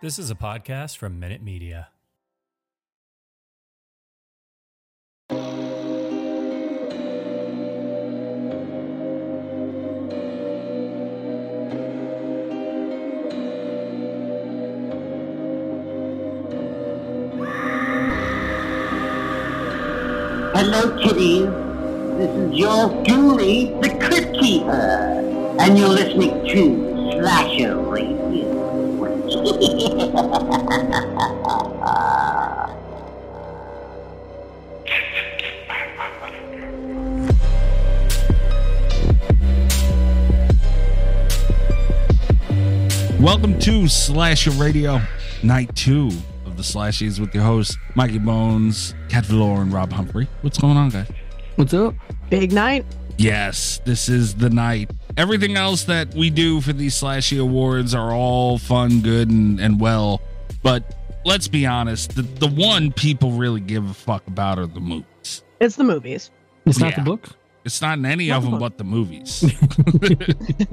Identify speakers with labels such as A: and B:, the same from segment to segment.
A: This is a podcast from Minute Media.
B: Hello, kitties. This is your Julie, the Crypt Keeper, and you're listening to Slasher Radio.
C: Welcome to Slasher Radio, night two of the Slashies with your hosts, Mikey Bones, Cat Valor, and Rob Humphrey. What's going on, guys?
D: What's up?
E: Big night.
C: Yes, this is the night. Everything else that we do for these Slashy Awards are all fun, good, and, and well. But let's be honest, the, the one people really give a fuck about are the movies.
E: It's the movies.
D: It's not
C: Yeah.
D: the book.
C: It's not in any
E: Not
C: of
E: the
C: them
E: book.
C: but the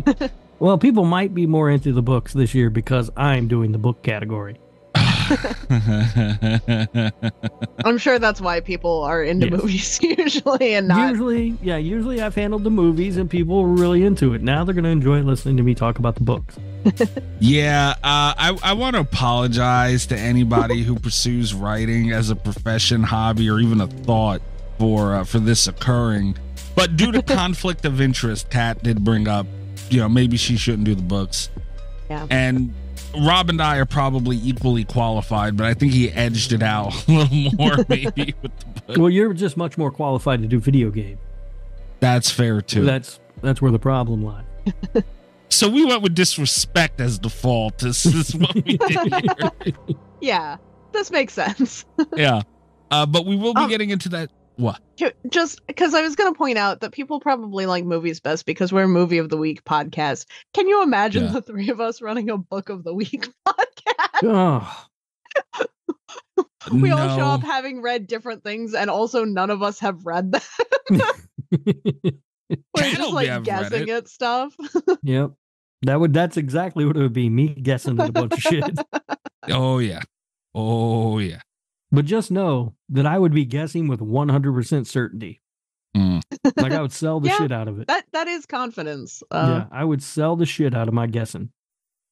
C: movies.
D: Well, people might be more into the books this year because I'm doing the book category.
E: I'm sure that's why people are into
D: Yes.
E: movies usually and not.
D: Usually, yeah, usually I've handled the movies and people were really into it. Now they're going to enjoy listening to me talk about the books.
C: Yeah, uh, I, I want to apologize to anybody who pursues writing as a profession, hobby, or even a thought for uh, for this occurring. But due to conflict of interest, Kat did bring up, you know, maybe she shouldn't do the books.
E: Yeah.
C: And Rob and I are probably equally qualified, but I think he edged it out a little more maybe with the book.
D: Well, you're just much more qualified to do video game.
C: That's fair too.
D: That's that's where the problem lies.
C: so we went with disrespect as default. This is what we did here.
E: Yeah, this makes sense.
C: yeah. Uh, but we will be
E: Um,
C: getting into that. What?
E: Ju- Just because I was going to point out that people probably like movies best because we're a movie of the week podcast. Can you imagine
C: Yeah.
E: the three of us running a book of the week podcast?
D: Oh,
E: We all show
C: No.
E: up having read different things, and also none of us have read them. We're
C: Channel
E: just
C: we
E: like
C: have read
E: guessing
C: it.
E: at stuff.
D: yep. That would that's exactly what it would be me guessing at a bunch of shit.
C: Oh yeah. Oh yeah.
D: But just know that I would be guessing with 100% certainty.
C: Mm.
D: Like I would sell the
E: Yeah,
D: shit out of it.
E: That that is confidence.
D: yeah,
E: Uh,
D: I would sell the shit out of my guessing.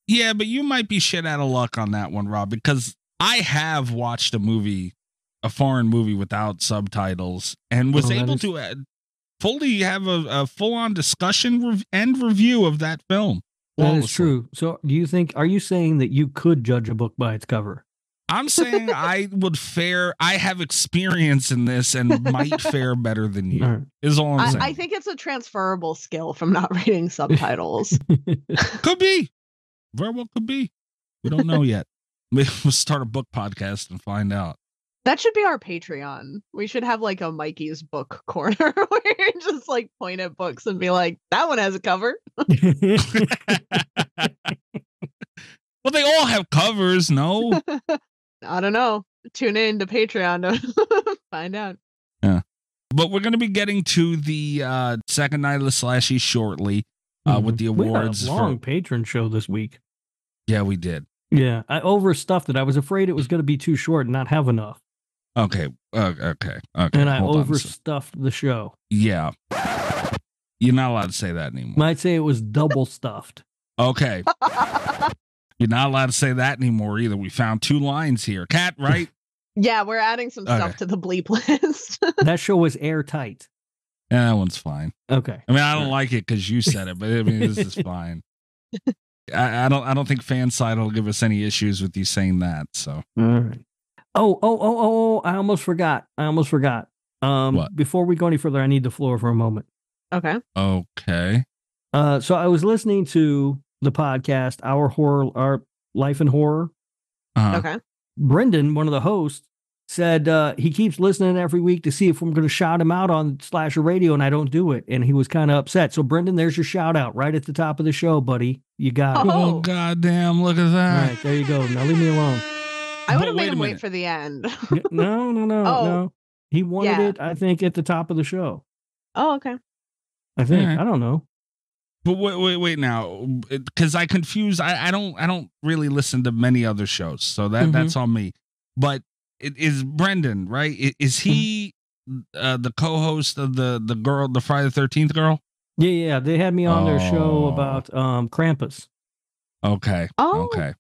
C: Yeah, but you might be shit out of luck on that one, Rob, because I have watched a movie, a foreign movie without subtitles, and was
D: Oh, that
C: able
D: is-
C: to uh, fully have a, a full-on discussion rev- and review of that film.
D: That is
C: Flawlessly.
D: true. So, do you think? Are you saying that you could judge a book by its cover?
C: I'm saying I would fare. I have experience in this and might fare better than you.
D: All
C: Is all I'm saying.
E: I, I think it's a transferable skill from not reading subtitles.
D: right.
C: Could be. Very well could be. We don't know yet. Maybe we'll start a book podcast and find out.
E: that should be our Patreon. We should have like a Mikey's book corner where you just like point at books and be like, that one has a cover.
C: well, they all have covers, no?
E: I don't know. Tune in to Patreon to find out.
C: But we're going to be getting to the uh, second night of the slashy shortly uh, with the
D: We had a
C: awards.
D: long
C: For,
D: patron show this week.
C: yeah, we did.
D: Yeah, I overstuffed it. I was afraid it was going to be too short and not have enough,
C: Okay. Uh, okay. Okay.
D: and I
C: hold on a sec.
D: overstuffed the show.
C: yeah. You're not allowed to say that anymore.
D: Might say it was double stuffed.
C: Okay. You're not allowed to say that anymore either. We found two lines here. Cat, right?
E: yeah, we're adding some
C: Okay.
E: stuff to the bleep list.
D: That show was airtight.
C: yeah, that one's fine.
D: Okay.
C: I mean, I don't like it because you said it, but I mean, this is fine. I, I don't. I don't think fan side will give us any issues with you saying that. So
D: All right. Oh, oh, oh, oh! oh, I almost forgot. I almost forgot. Um,
C: What?
D: Before we go any further, I need the floor for a moment.
E: okay.
C: okay,
D: Uh, so I was listening to the podcast, Our Horror, Our Life in Horror.
C: uh,
E: Okay.
D: Brendan, one of the hosts, said uh, he keeps listening every week to see if I'm going to shout him out on Slasher Radio, and I don't do it. And he was kind of upset. So Brendan, there's your shout out right at the top of the show, buddy. You got it.
C: Oh,
E: Oh.
C: goddamn! Look at
D: All
C: that.
D: right, there you go. Now leave me alone.
E: I
C: But
E: would have
C: wait
E: made
C: a
E: him
C: minute.
E: wait for the end.
D: N- No, no, no,
E: Oh.
D: no. He wanted
E: Yeah.
D: it, I think, at the top of the show.
E: Oh, okay.
D: I think
C: All right.
D: I don't know.
C: But wait, wait, wait now, because I confuse. I, I don't. I don't really listen to many other shows, so that
E: Mm-hmm.
D: Mhm.
C: that's on me. But it is Brendan, right? I- Is
E: Mm-hmm.
C: he uh, the co-host of the the girl, the Friday Thirteenth girl?
D: Yeah, yeah. They had me on their show
C: Oh.
D: about um Krampus.
C: Okay,
E: Oh.
C: okay,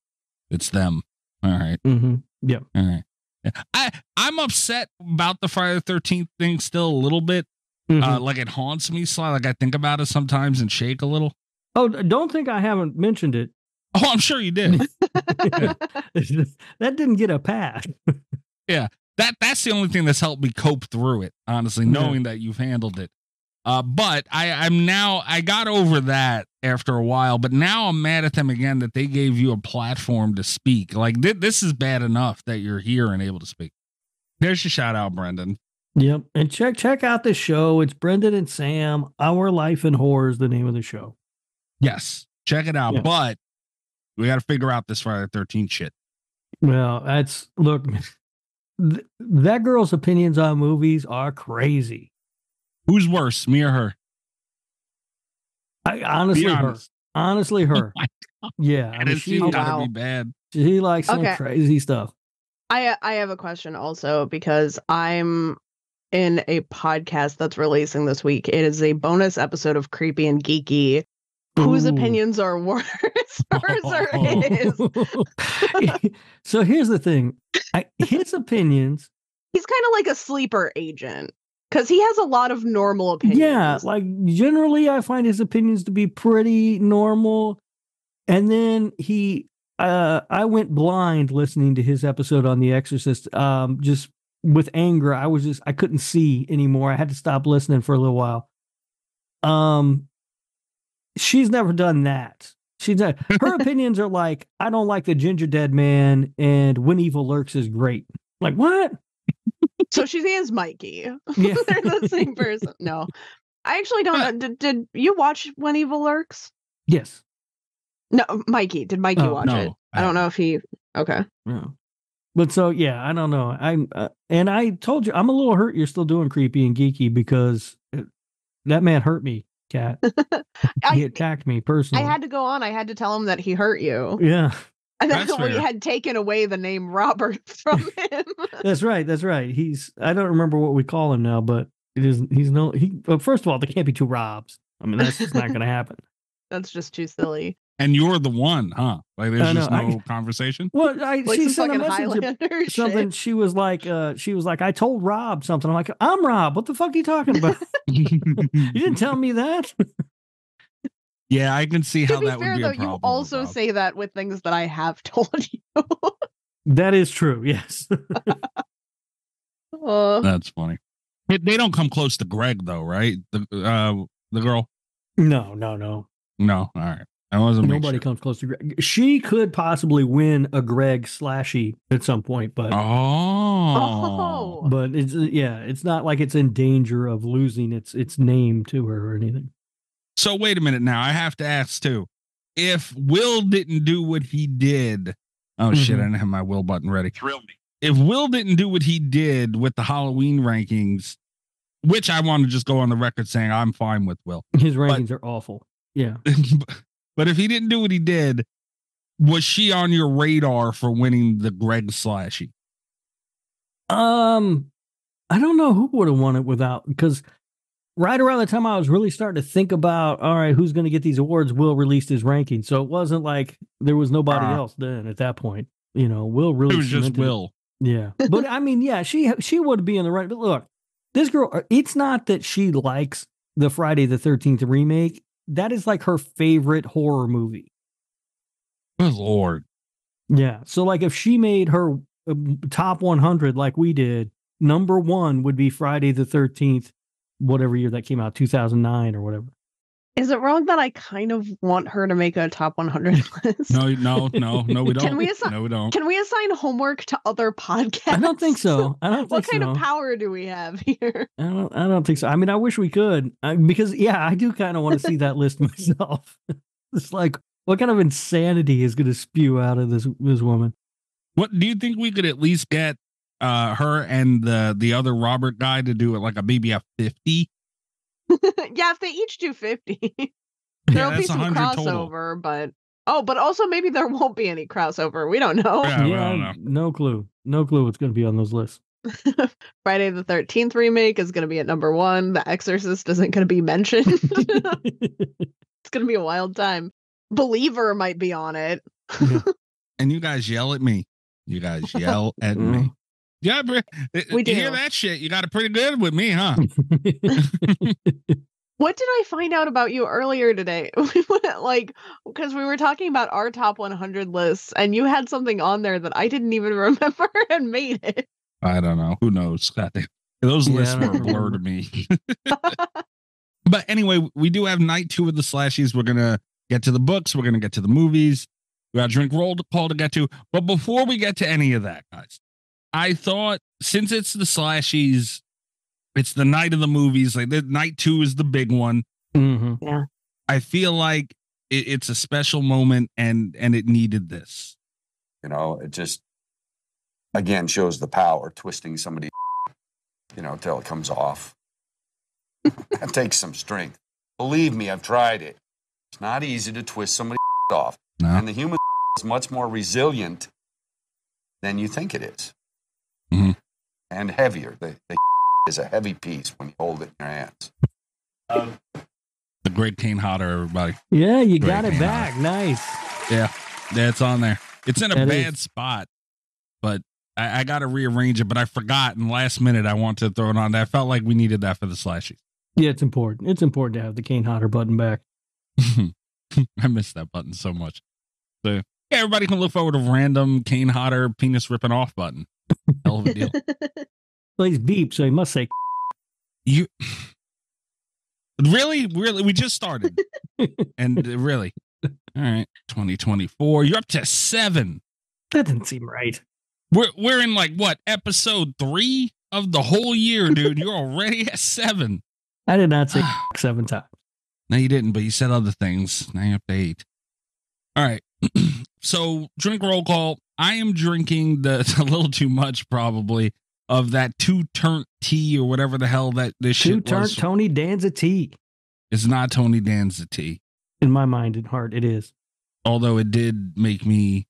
C: it's them. All right,
D: Mm-hmm.
C: all right. I I'm upset about the Friday the Thirteenth thing still a little bit.
D: Mm-hmm.
C: Uh, like it haunts me. Sly. Like I think about it sometimes and shake a little.
D: oh, d- don't think I haven't mentioned it.
C: Oh, I'm sure you did.
D: that didn't get a pass.
C: that that's the only thing that's helped me cope through it honestly
D: Yeah.
C: knowing that you've handled it uh but i i'm now i got over that after a while but now i'm mad at them again that they gave you a platform to speak like thi- this is bad enough that you're here and able to speak there's your shout out brendan
D: Yep. And check check out the show. It's Brendan and Sam. Our Life in Horror is the name of the show.
C: yes check it out
D: Yeah.
C: but we got to figure out this friday the 13th shit
D: Well, that's look. Th- that girl's opinions on movies are crazy.
C: who's worse me or her
D: I
C: be
D: honestly her.
C: honest
D: Honestly her.
C: my
D: Yeah. I
C: and
D: mean,
C: it's
D: she,
E: Oh,
C: gotta
E: wow.
C: be bad
D: she likes some
E: Okay.
D: crazy stuff.
E: I I have a question also because I'm in a podcast that's releasing this week. It is a bonus episode of Creepy and Geeky. Whose
D: Ooh.
E: opinions are worse, hers or his?
D: so here's the thing. I, his opinions,
E: He's kind of like a sleeper agent because he has a lot of normal opinions.
D: yeah, like generally I find his opinions to be pretty normal. And then he uh I went blind listening to his episode on The Exorcist. Um just with anger, I was just I couldn't see anymore. I had to stop listening for a little while. Um she's never done that. She's not, her opinions are like, I don't like the ginger dead man and when evil lurks is great. Like what?
E: so she is Mikey.
D: Yeah.
E: They're the same person. No, I actually don't.
C: Huh.
E: know. Did, did you watch When Evil Lurks?
D: Yes.
E: No, Mikey. Did Mikey
D: Oh,
E: watch
C: no
E: it? I don't know if he. Okay.
D: Yeah. But so yeah, I don't know. I'm uh, and I told you I'm a little hurt. You're still doing creepy and geeky because uh, that man hurt me, cat.
E: I-
D: He attacked me personally.
E: I had to go on. I had to tell him that he hurt you.
D: yeah,
E: And
C: That's
E: that we
C: fair.
E: had taken away the name Robert from him.
D: that's right. That's right. He's I don't remember what we call him now, but it is he's no he. Well, first of all, there can't be two Robs. I mean, that's just not going to happen.
E: That's just too silly.
C: and you're the one huh like
D: I
C: there's
D: know,
C: just
D: I-
C: no conversation
D: Well, I
E: Like
D: she
E: some
D: sent a
E: fucking
D: message. ab-
E: Highlander shit.
D: Something she was like, uh, she was like, I told Rob something. I'm like, I'm Rob. What the fuck are you talking about? you didn't tell me that.
C: Yeah, I can see
E: To
C: how
E: be
C: that would
E: fair,
C: be
E: though,
C: a problem.
E: you also
C: Rob.
E: say that with things that I have told you.
D: That is true. Yes.
E: Uh,
C: that's funny. It- they don't come close to Greg though, right? The uh, the girl.
D: No, no, no.
C: No, all right. I wasn't. making
D: Nobody
C: sure.
D: comes close to Greg. She could possibly win a Greg slashy at some point, but
C: Oh.
E: oh.
D: but it's uh, yeah, it's not like it's in danger of losing its its name to her or anything.
C: So wait a minute now. I have to ask too. If Will didn't do what he did, oh
E: Mm-hmm.
C: shit! I
D: Mhm.
C: didn't have my Will button ready. Thrill me. If Will didn't do what he did with the Halloween rankings, which I want to just go on the record saying I'm fine with Will.
D: His rankings are awful. Yeah.
C: but if he didn't do what he did, was she on your radar for winning the Greg Slashy?
D: Um, I don't know who would have won it without because right around the time I was really starting to think about all right, who's going to get these awards? Will released his ranking, so it wasn't like there was nobody
C: Ah.
D: else then at that point. You know, Will really
C: It was just
D: cemented it.
C: Will.
D: Yeah. But I mean, yeah, she she would be in the right. But look, this girl, uh, it's not that she likes the Friday the 13th remake. That is like her favorite horror movie.
C: Good lord.
D: Yeah. So like if she made her uh, top 100 like we did, number 1 would be Friday the 13th whatever year that came out 2009 or whatever.
E: Is it wrong that I kind of want her to make a top 100 list?
C: No, no, no, no, we don't.
E: Can we assi-
C: no, we don't.
E: Can we assign homework to other podcasts?
D: I don't think so. I don't
E: what
D: think
E: kind
D: so.
E: of power do we have here?
D: I don't I don't think so. I mean, I wish we could I, because yeah, I do kind of want to see that list myself. it's like what kind of insanity is going to spew out of this this woman?
C: what do you think we could at least get uh her and the the other Robert guy to do it like a BBF 50?
E: yeah, if they each do 50.
C: yeah,
E: There'll be
C: that's
E: some
C: 100 total.
E: crossover, but oh, but also maybe there won't be any crossover. We don't know.
C: Yeah, well, I don't know.
D: no clue. No clue what's going to be on those lists.
E: Friday the Thirteenth remake is going to be at number one. The Exorcist isn't going to be mentioned. it's going to be a wild time. Believer might be on it.
C: And you guys yell at me. You guys yell at me. Yeah,
E: We
C: we you hear
E: do.
C: that shit. You got it pretty good with me, huh?
D: Mm-hmm.
E: What did I find out about you earlier today? We went, like because we were talking about our top 100 lists, and you had something on there that I didn't even remember and made it.
C: I don't know. Who knows? God damn. Those
D: Yeah, I
C: lists
D: don't
C: were a blur
D: remember.
C: to me. but anyway, we do have night two of the slashies. We're gonna get to the books. We're gonna get to the movies. We got drink roll call to get to. But before we get to any of that, guys, I thought since it's the slashies, it's the night of the movies. Like the night two is the big one.
D: Mhm.
C: I feel like it, it's a special moment, and and it needed this.
F: You know, it just again shows the power twisting somebody, you know, till it comes off. that takes some strength. Believe me, I've tried it. It's not easy to twist somebody off,
C: No.
F: and the human is much more resilient than you think it is,
C: Mhm.
F: and heavier. The, the is a heavy piece when you hold it in your hands.
G: Um,
C: The Great Kane Hodder, everybody.
D: Yeah, you
C: Great
D: got it
C: man.
D: back. Nice.
C: Yeah, it's on there. It's in a
D: That
C: bad
D: is-
C: spot, but I, I got to rearrange it. But I forgot, and last minute I want to throw it on. I felt like we needed that for the slashies.
D: Yeah, it's important. It's important to have the Kane Hodder button back.
C: I missed that button so much. So yeah, everybody can look forward to random Kane Hodder penis ripping off button. Hell of a deal.
D: Well, he's beep, so he must say.
C: You really, really, we just started, and uh, really, all right, 2024. You're up to seven.
D: That didn't seem right.
C: We're we're in like what episode three of the whole year, dude. You're already at seven.
D: I did not say
C: no,
D: seven times.
C: you didn't, but you said other things. Now you're up to eight. All right. so drink roll call. I am drinking the a little too much probably of that two turnt tea or whatever the hell that this
D: Two
C: shit
D: turn
C: was.
D: Tony Danza T.
C: it's not Tony Danza tea,
D: In my mind and heart, it is.
C: although it did make me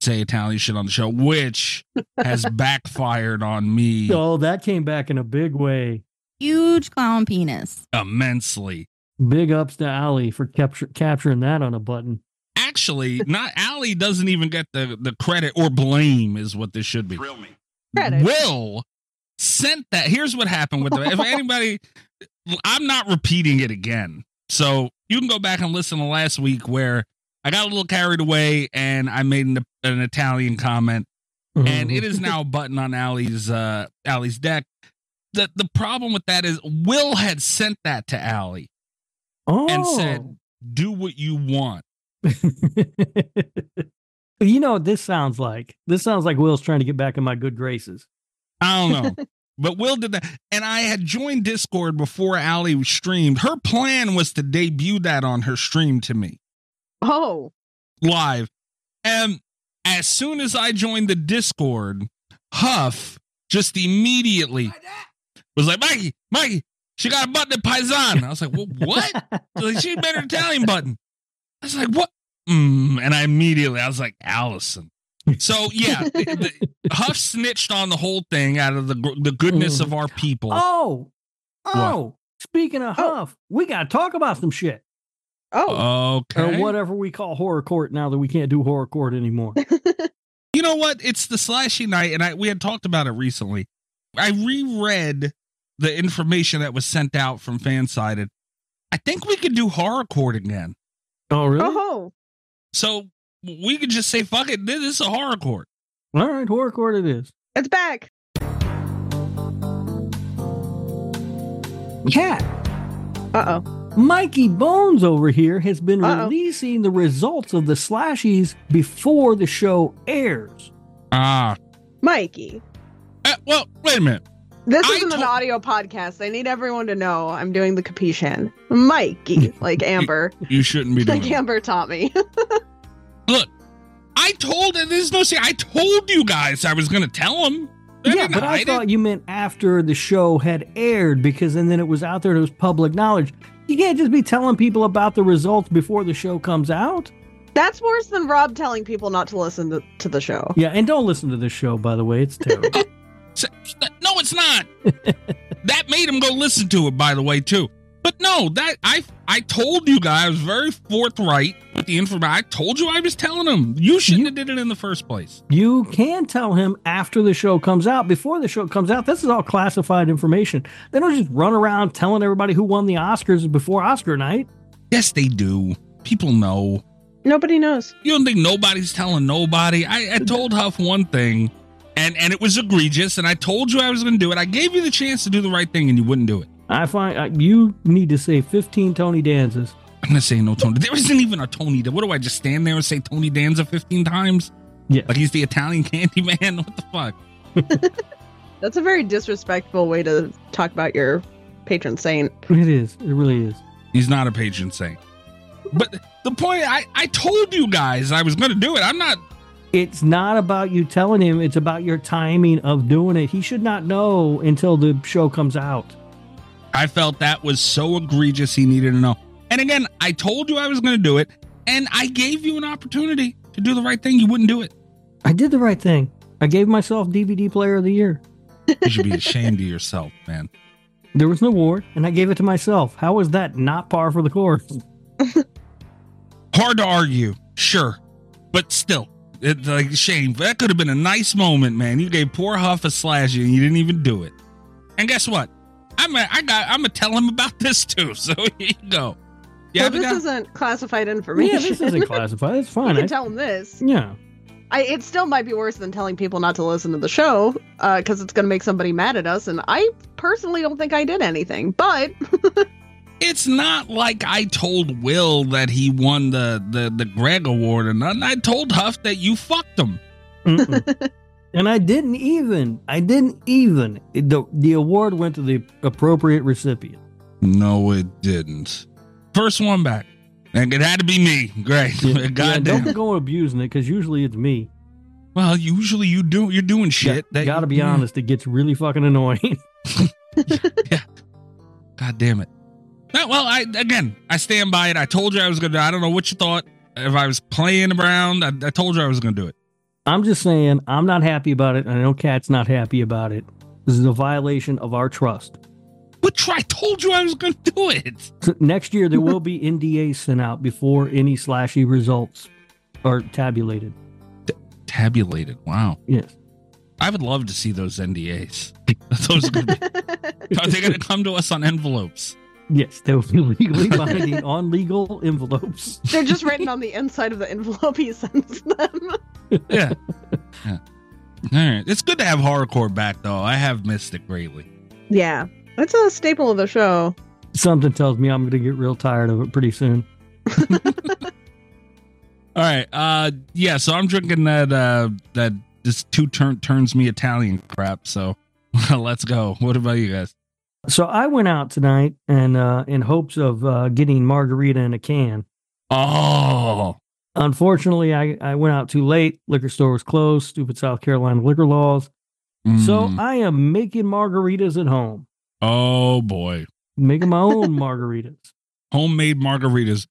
C: say Italian shit on the show, which has backfired on me.
D: Oh, that came back in a big way.
H: Huge clown penis.
C: immensely.
D: Big ups to Ali for capture, capturing that on a button.
C: Actually, not Allie doesn't even get the, the credit or blame is what this should be.
F: me.
E: Credit.
C: Will sent that. Here's what happened with the if anybody I'm not repeating it again. So you can go back and listen to last week where I got a little carried away and I made an, an Italian comment and it is now a button on Allie's uh Allie's deck. The the problem with that is Will had sent that to Allie.
D: oh.
C: and said- Do what you want.
D: you know what this sounds like? This sounds like Will's trying to get back in my good graces.
C: I don't know. but Will did that. And I had joined Discord before Allie streamed. Her plan was to debut that on her stream to me
E: Oh,
C: live. And as soon as I joined the Discord, Huff just immediately was like, Mikey, Mikey, she got a button at Paisan. I was like, well, what? like, she made an Italian button. I was like, what? Mm, and I immediately, I was like, Allison. So yeah, the- the- Huff snitched on the whole thing out of the gr- the goodness of our people.
D: Oh, oh. Speaking of
E: Oh.
D: Huff, we got to talk about some shit
E: oh,
C: Uh, Okay.
D: or whatever we call horror court now that we can't do horror court anymore.
C: You know what? It's the slashy night, and I we had talked about it recently. I reread the information that was sent out from Fansided. I think we could do horror court again.
D: oh, really?
E: oh,
C: So we could just say, fuck it, this is a horror court.
D: All right, horror court it is.
E: it's back.
D: Cat,
E: Uh oh.
D: Mikey Bones over here has been
E: Uh-oh.
D: releasing the results of the slashies before the show airs.
C: Ah.
E: Mikey,
C: Eh, well, wait a minute.
E: this
C: I
E: isn't an
C: to-
E: audio podcast. I need everyone to know I'm doing the capiche. Mikey, like Amber,
C: You shouldn't be doing
E: like
C: that.
E: Amber taught me.
C: Look, I told, and there's no say, I told you guys I was going to tell him. They
D: yeah,
C: didn't
D: but I
C: hide
D: thought
C: it.
D: you meant after the show had aired because, and then it was out there and it was public knowledge. You can't just be telling people about the results before the show comes out.
E: That's worse than Rob telling people not to listen to, to the show.
D: Yeah, and don't listen to this show, by the way. It's terrible.
C: No, it's not. that made him go listen to it, by the way, too. But no, that I I told you guys I was very forthright with the information. I told you I was telling him. You shouldn't have did it in the first place.
D: you can tell him after the show comes out, before the show comes out. This is all classified information. They don't just run around telling everybody who won the Oscars before Oscar night.
C: Yes, they do. People know.
E: Nobody knows.
C: You don't think nobody's telling nobody? I, I told Huff one thing, and and it was egregious. And I told you I was going to do it. I gave you the chance to do the right thing, and you wouldn't do it.
D: I find uh, you need to say 15 Tony Danzas.
C: I'm not saying no Tony. There isn't even a Tony. What do I just stand there and say Tony Danza 15 times?
D: Yeah.
C: Like he's the Italian candy man. What the fuck?
E: That's a very disrespectful way to talk about your patron saint.
D: It is. It really is.
C: He's not a patron saint. But the point, I, I told you guys I was going to do it. I'm not.
D: It's not about you telling him, it's about your timing of doing it. He should not know until the show comes out.
C: I felt that was so egregious. He needed to know. And again, I told you I was going to do it. And I gave you an opportunity to do the right thing. You wouldn't do it.
D: I did the right thing. I gave myself DVD player of the year.
C: You should be ashamed of yourself, man.
D: There was an award, and I gave it to myself. How was that not par for the course?
C: Hard to argue, sure. But still, it's like shame. That could have been a nice moment, man. You gave poor Huff a slash and you didn't even do it. And guess what? I'm a, I got I'm gonna tell him about this too. So here you go. Yeah,
E: well,
C: we
E: this
C: got-
E: isn't classified information.
D: Yeah, this isn't classified. It's
E: you
D: fine.
E: can
D: I-
E: tell him this.
D: yeah.
E: I, it still might be worse than telling people not to listen to the show because it's going to make somebody mad at us. And I personally don't think I did anything, but
C: it's not like I told Will that he won the the the Greg Award or nothing. I told Huff that you fucked him.
D: Mm-mm. and I didn't even. I didn't even. The, the award went to the appropriate recipient.
C: No, it didn't. First one back, and it had to be me. Great,
D: Yeah,
C: goddamn.
D: don't go abusing it because usually it's me.
C: Well, usually you do. You're doing shit.
D: Got,
C: that
D: gotta be
C: you-
D: honest, it gets really fucking annoying.
C: God damn it. No, well, I again, I stand by it. I told you I was gonna. I don't know what you thought. If I was playing around, I, I told you I was gonna do it.
D: I'm just saying, I'm not happy about it. and I know Cat's not happy about it. This is a violation of our trust.
C: But try, I told you I was gonna do it.
D: So next year, there will be NDAs sent out before any slashy results are tabulated.
C: Tabulated. Wow.
D: Yes.
C: I would love to see those NDAs. Those are, gonna be, are they gonna come to us on envelopes?
D: Yes, they will be legally binding on legal envelopes.
E: they're just written on the inside of the envelope he sends them.
C: Yeah. yeah. All right. It's good to have horrorcore back though. I have missed it greatly.
E: Yeah, that's a staple of the show.
D: Something tells me I'm going to get real tired of it pretty soon.
C: All right. Uh yeah, so I'm drinking that uh that this two turn turns me Italian crap, so let's go. What about you guys?
D: So I went out tonight and uh, in hopes of uh, getting margarita in a can.
C: Oh
D: Unfortunately, I, I went out too late. Liquor store was closed. Stupid South Carolina liquor laws. So
C: Mm.
D: I am making margaritas at home,
C: Oh boy.
D: making my own margaritas.
C: Homemade margaritas.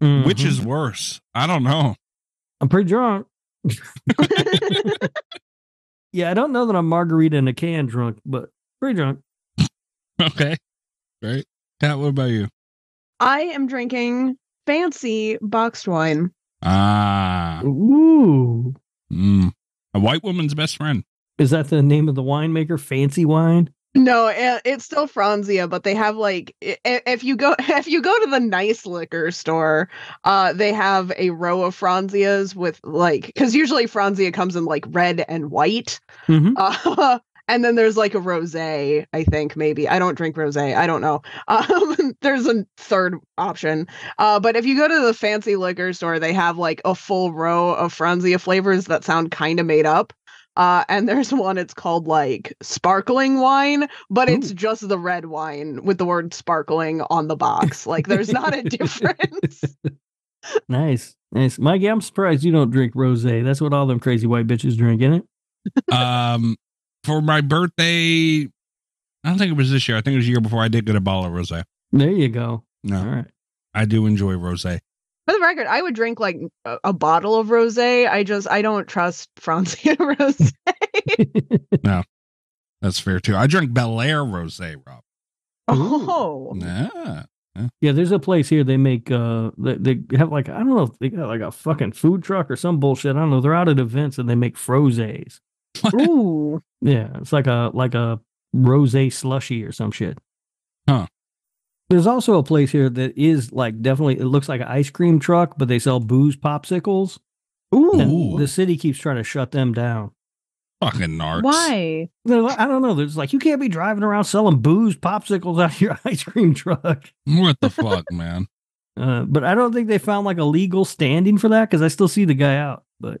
C: Which
D: Mhm.
C: is worse? I don't know.
D: I'm pretty drunk. yeah, I don't know that I'm margarita in a can drunk, but pretty drunk.
C: Okay. Right. Kat, what about you?
E: I am drinking fancy boxed wine.
C: Ah.
D: Ooh.
C: Mm. A white woman's best friend.
D: Is that the name of the winemaker? Fancy wine?
E: No, it, it's still Franzia, but they have like i- i- if you go if you go to the nice liquor store, uh, they have a row of Franzias with like because usually Franzia comes in like red and white,
D: Mm-hmm.
E: uh, and then there's like a rosé. I think maybe I don't drink rosé. I don't know. Um, there's a third option, uh, but if you go to the fancy liquor store, they have like a full row of Franzia flavors that sound kind of made up. Uh, and there's one, it's called like sparkling wine, but it's just the red wine with the word sparkling on the box. Like there's not a difference.
D: Nice. Nice. Mikey, I'm surprised you don't drink rose. That's what all them crazy white bitches drink, isn't it?
C: Um for my birthday, I don't think it was this year. I think it was the year before. I did get a bottle of rosé.
D: There you go.
C: No,
D: All right.
C: I do enjoy rosé.
E: For the record, I would drink like a, a bottle of rosé. I just I don't trust Francia rosé.
C: That's fair too. I drink Bel Air rosé, Rob.
E: Oh,
C: Yeah.
D: Yeah, there's a place here they make uh they, they have like I don't know if they got like a fucking food truck or some bullshit. I don't know. They're out at events and they make frozes.
E: ooh,
D: Yeah, it's like a like a rosé slushy or some shit.
C: Huh.
D: There's also a place here that is like definitely it looks like an ice cream truck, but they sell booze popsicles.
C: Ooh.
D: And the city keeps trying to shut them down.
C: Fucking narcs.
E: why?
D: They're like- I don't know. There's like you can't be driving around selling booze popsicles out of your ice cream truck.
C: What the fuck, man?
D: Uh, but I don't think they found like a legal standing for that because I still see the guy out. But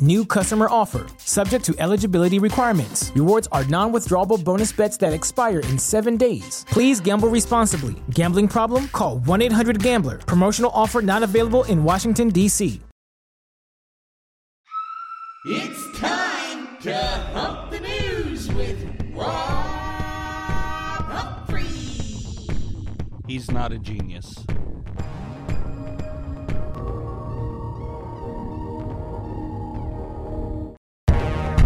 I: New customer offer, subject to eligibility requirements. Rewards are non withdrawable bonus bets that expire in seven days. Please gamble responsibly. Gambling problem? Call 1 800 Gambler. Promotional offer not available in Washington, D.C.
G: It's time to hump the news with Rob Humphrey.
C: He's not a genius.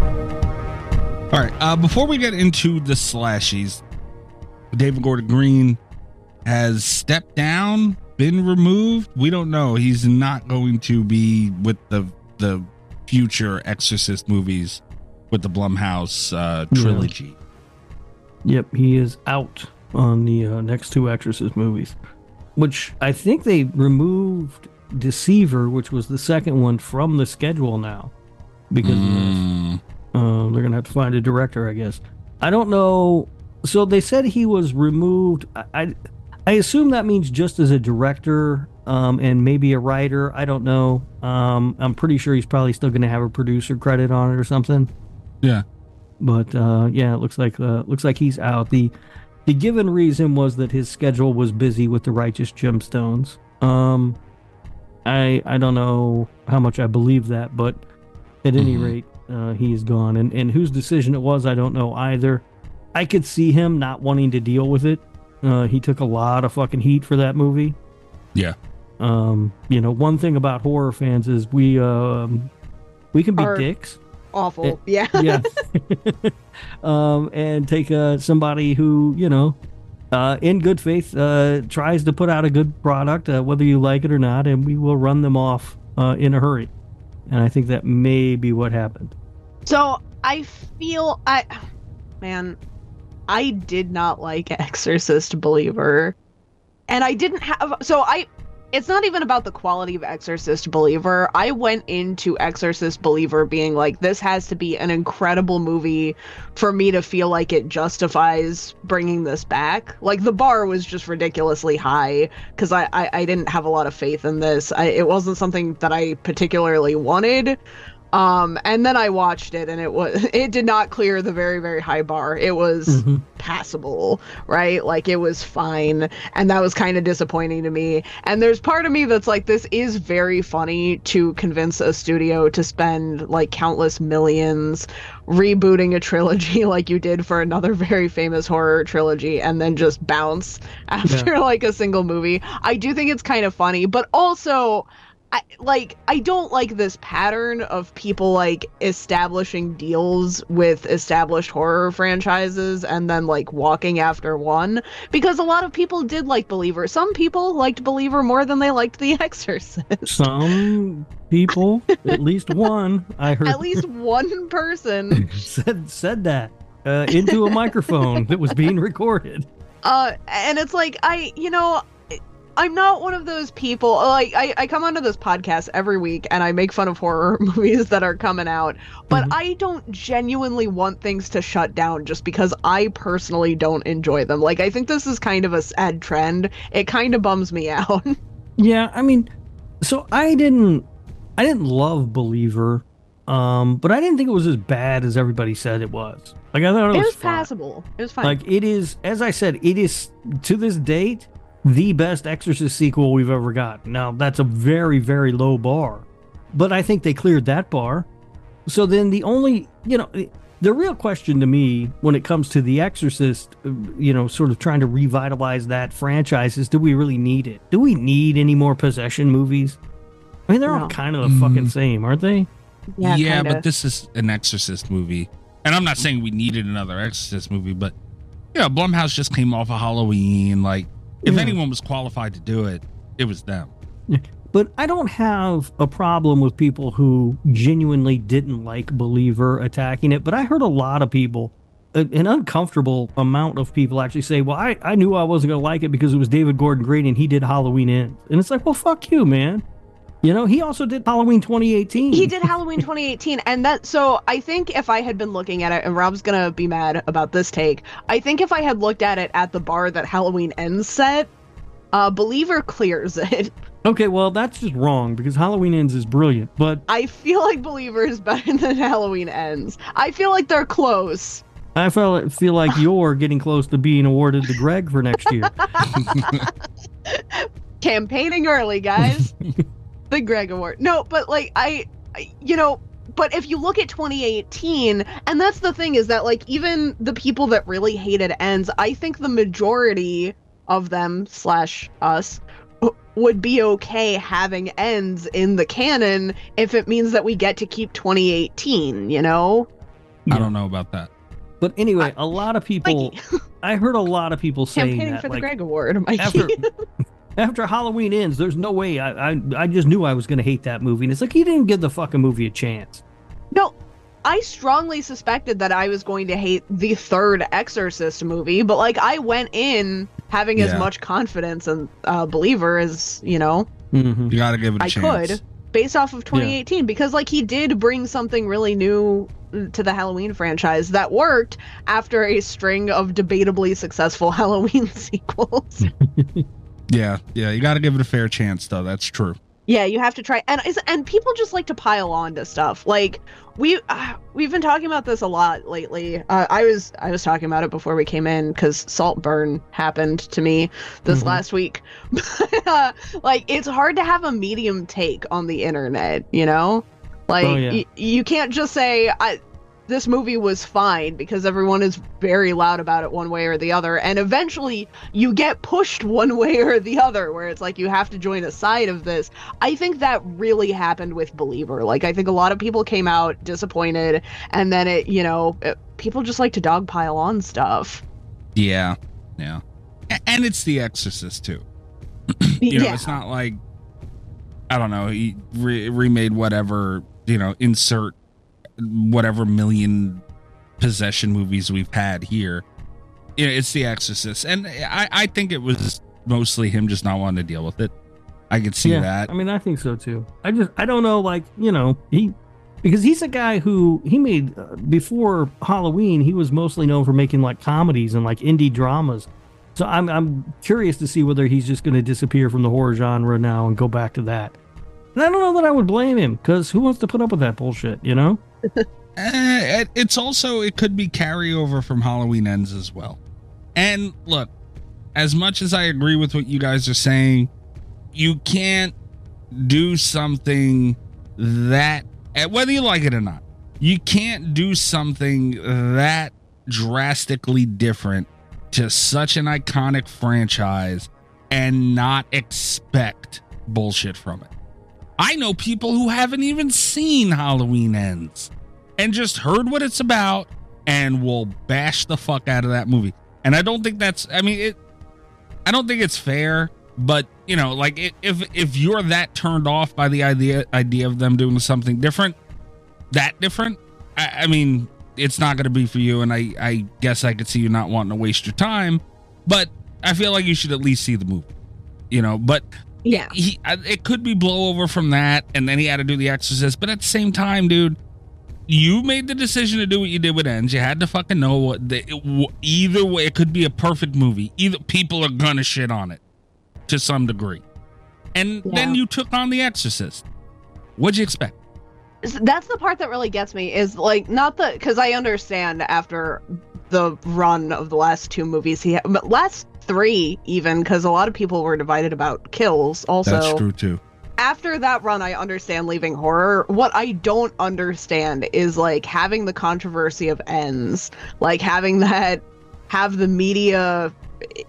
C: All right. Uh, before we get into the slashies, David Gordon Green has stepped down, been removed. We don't know. He's not going to be with the the future Exorcist movies with the Blumhouse uh,
D: Yeah.
C: trilogy.
D: yep, he is out on the uh, next two Exorcist movies, which I think they removed Deceiver, which was the second one, from the schedule now because of this.
C: Mm,
D: Um, they're gonna have to find a director, I guess. I don't know. So they said he was removed. I, I, I assume that means just as a director, um, and maybe a writer. I don't know. Um, I'm pretty sure he's probably still gonna have a producer credit on it or something.
C: Yeah.
D: But uh, yeah, it looks like uh, looks like he's out. the The given reason was that his schedule was busy with the Righteous Gemstones. Um, I I don't know how much I believe that, but at any
C: Mhm.
D: rate, uh, he is gone. And and whose decision it was, I don't know either. I could see him not wanting to deal with it. Uh, he took a lot of fucking heat for that movie.
C: Yeah.
D: Um, you know, one thing about horror fans is we um, we can be
E: Are-
D: dicks
E: Awful.
D: It-
E: yeah.
D: yeah. um, and take uh, somebody who, you know, uh, in good faith, uh, tries to put out a good product, uh, whether you like it or not, and we will run them off uh, in a hurry. And I think that may be what happened.
E: So I feel I man, I did not like Exorcist Believer. And I didn't have so I it's not even about the quality of Exorcist Believer. I went into Exorcist Believer being like this has to be an incredible movie for me to feel like it justifies bringing this back. Like the bar was just ridiculously high because I, I I didn't have a lot of faith in this. I, it wasn't something that I particularly wanted um and then i watched it and it was it did not clear the very very high bar it was passable right like it was fine and that was kind of disappointing to me and there's part of me that's like this is very funny to convince a studio to spend like countless millions rebooting a trilogy like you did for another very famous horror trilogy and then just bounce after like a single movie i do think it's kind of funny but also I- I, like I don't like this pattern of people like establishing deals with established horror franchises and then like walking after one because a lot of people did like Believer. Some people liked Believer more than they liked The Exorcist.
D: Some people, at least one, I heard
E: At least one person
D: said said that uh, into a microphone that was being recorded.
E: uh and it's like i you know i'm not one of those people like i, I come onto this podcast every week and i make fun of horror movies that are coming out but
D: Mhm.
E: i don't genuinely want things to shut down just because i personally don't enjoy them like i think this is kind of a sad trend it kind of bums me out
D: Yeah, I mean, so I didn't, I didn't love Believer, um, but I didn't think it was as bad as everybody said it was. Like I thought it,
E: it was
D: fine.
E: passable it was fine
D: Like it is, as I said, it is to this date the best Exorcist sequel we've ever got. Now that's a very, very low bar, but I think they cleared that bar. So then the only, you know, the real question to me when it comes to The Exorcist, uh, you know, sort of trying to revitalize that franchise is: do we really need it? Do we need any more possession movies? I mean, they're
E: No.
D: all kind of the fucking
C: Mm.
D: same, aren't they?
C: Yeah,
E: kinda.
C: but this is an Exorcist movie, and I'm not saying we needed another Exorcist movie, but you know, Blumhouse just came off of Halloween. Like, if
D: Yeah.
C: anyone was qualified to do it, it was them.
D: But I don't have a problem with people who genuinely didn't like Believer attacking it. But I heard a lot of people, a- an uncomfortable amount of people actually say, Well, I, I knew I wasn't going to like it because it was David Gordon Green and he did Halloween Ends. And it's like, Well, fuck you, man. You know, he also did Halloween 2018.
E: He did Halloween 2018, and that. So I think if I had been looking at it, and Rob's gonna be mad about this take. I think if I had looked at it at the bar that Halloween ends set, uh, Believer clears it.
D: Okay, well, that's just wrong because Halloween Ends is brilliant. But
E: I feel like Believer is better than Halloween ends. I feel like they're close.
D: I feel, feel like you're getting close to being awarded the Greg for next year.
E: Campaigning early, guys. the Greg Award. No, but like I, I- you know. But if you look at 2018, and that's the thing is that like even the people that really hated ends, I think the majority of them slash us w- would be okay having ends in the canon if it means that we get to keep 2018 you know
C: I don't know about that.
D: But anyway, a lot of people,
E: Mikey.
D: I heard a lot of people saying
E: campaigning
D: that.
E: for the
D: like,
E: greg award Mikey.
D: after after Halloween ends, there's no way. I I, I just knew I was going to hate that movie, and it's like you didn't give the fucking movie a chance.
E: No, I strongly suspected that I was going to hate the third Exorcist movie, but like I went in having as
C: Yeah.
E: much confidence and uh, believer as you know
D: Mm-hmm.
C: You got to give it a
E: I
C: chance.
E: could based off of 2018 because like he did bring something really new to the Halloween franchise that worked after a string of debatably successful Halloween sequels.
C: Yeah, yeah, you got to give it a fair chance, though. That's true.
E: Yeah, you have to try, and it's- and people just like to pile on to stuff. Like we uh, we've been talking about this a lot lately. Uh, I was I was talking about it before we came in because Saltburn happened to me this
D: Mhm.
E: last week. uh, like it's hard to have a medium take on the internet, you know. Like
D: Oh, yeah.
E: y- you can't just say I. This movie was fine because everyone is very loud about it one way or the other, and eventually you get pushed one way or the other, where it's like you have to join a side of this. I think that really happened with Believer. Like, I think a lot of people came out disappointed, and then it, you know, it- people just like to dogpile on stuff.
C: Yeah, yeah, A- and it's The Exorcist too. you know,
E: yeah.
C: it's not like I don't know. He re- remade whatever you know, insert whatever million possession movies we've had here. You know, it's The Exorcist, and I I think it was mostly him just not wanting to deal with it. I could see that.
D: I mean, I think so too. I just I don't know, like you know he because he's a guy who he made uh, before Halloween. He was mostly known for making like comedies and like indie dramas. So I'm I'm curious to see whether he's just going to disappear from the horror genre now and go back to that. And I don't know that I would blame him because who wants to put up with that bullshit, you know?
C: Eh, it- it's also it could be carryover from Halloween ends as well. And look, as much as I agree with what you guys are saying, you can't do something that eh, whether you like it or not, you can't do something that drastically different to such an iconic franchise and not expect bullshit from it. I know people who haven't even seen Halloween Ends and just heard what it's about and will bash the fuck out of that movie. And I don't think that's I mean it I don't think it's fair, but you know, like i- if if you're that turned off by the idea idea of them doing something different, that different, I, I mean, it's not going to be for you. And I I guess I could see you not wanting to waste your time, but I feel like you should at least see the movie, you know. But
E: Yeah.
C: he I- it could be blowover from that, and then he had to do The Exorcist. But at the same time, dude. You made the decision to do what you did with ends. You had to fucking know what the, it, w- either way. It could be a perfect movie. Either people are gonna shit on it to some degree. And then
E: Yeah.
C: you took on The Exorcist. What'd you expect?
E: S- that's the part that really gets me is like not the because I understand after the run of the last two movies he had, but last three even because a lot of people were divided about kills also
C: too.
E: after that run, I understand leaving horror. What I don't understand is like having the controversy of ends, like having that have the media i-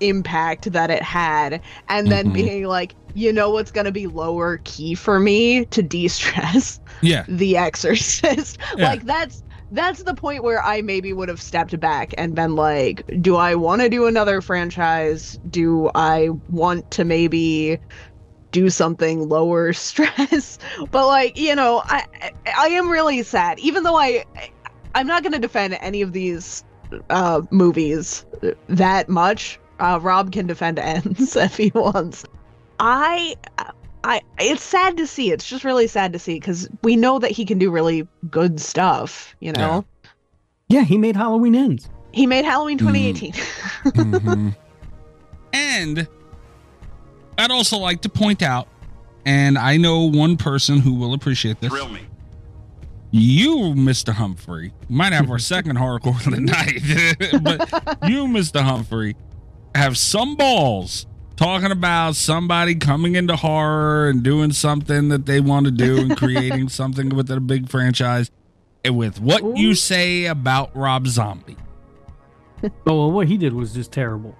E: impact that it had, and then
C: Mhm.
E: being like, you know what's going to be lower key for me to de stress?
C: Yeah.
E: The Exorcist.
C: Yeah.
E: like that's that's the point where I maybe would have stepped back and been like, do I want to do another franchise? Do I want to maybe do something lower stress? but like, you know, I I- I am really sad even though I I'm not going to defend any of these uh movies that much. Uh Rob can defend ends if he wants. I I it's sad to see. It's just really sad to see because we know that he can do really good stuff. You know,
D: Yeah, he made Halloween ends.
E: he made Halloween
C: Mm.
E: 2018.
C: Mhm. and I'd also like to point out, and I know one person who will appreciate this.
G: Thrill me.
C: You, Mr. Humphrey, might have our second hardcore of the night, but you, Mr. Humphrey, have some balls talking about somebody coming into horror and doing something that they want to do and creating something with a big franchise. And with what you
E: Ooh.
C: say about Rob Zombie,
D: Oh, well, what he did was just terrible.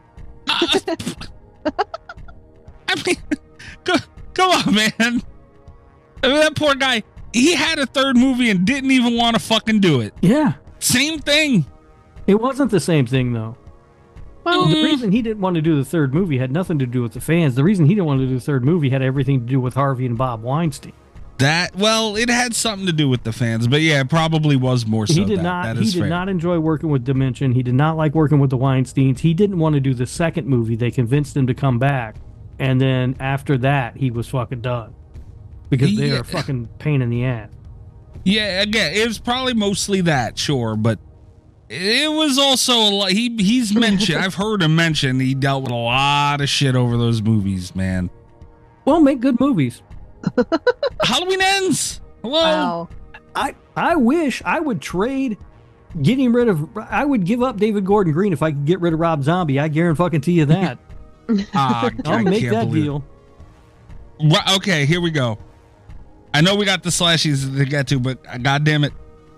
C: I mean, go, come on, man. I mean, that poor guy, he had a third movie and didn't even want to fucking do it.
D: Yeah,
C: Same thing.
D: it wasn't the same thing though. Well, the reason he didn't want to do the third movie had nothing to do with the fans. The reason he didn't want to do the third movie had everything to do with Harvey and Bob Weinstein.
C: That well, it had something to do with the fans, but yeah, it probably was more so.
D: he did
C: that.
D: not.
C: That
D: he
C: is
D: did
C: fair.
D: not enjoy working with Dimension. He did not like working with the Weinsteins. He didn't want to do the second movie. They convinced him to come back, and then after that, he was fucking done because they
C: Yeah.
D: are a fucking pain in the ass.
C: Yeah, again, it was probably mostly that, sure, but it was also a lot. He he's mentioned. I've heard him mention he dealt with a lot of shit over those movies, man.
D: Well, make good movies.
C: Halloween ends. Hello.
E: wow.
D: I I wish I would trade getting rid of I would give up David Gordon Green if I could get rid of Rob Zombie. I guarantee you that.
C: Ah, I
D: I'll make
C: can't
D: that
C: believe it.
D: deal.
C: Ri- Okay, here we go. I know we got the slashies to get to, but uh, God damn it,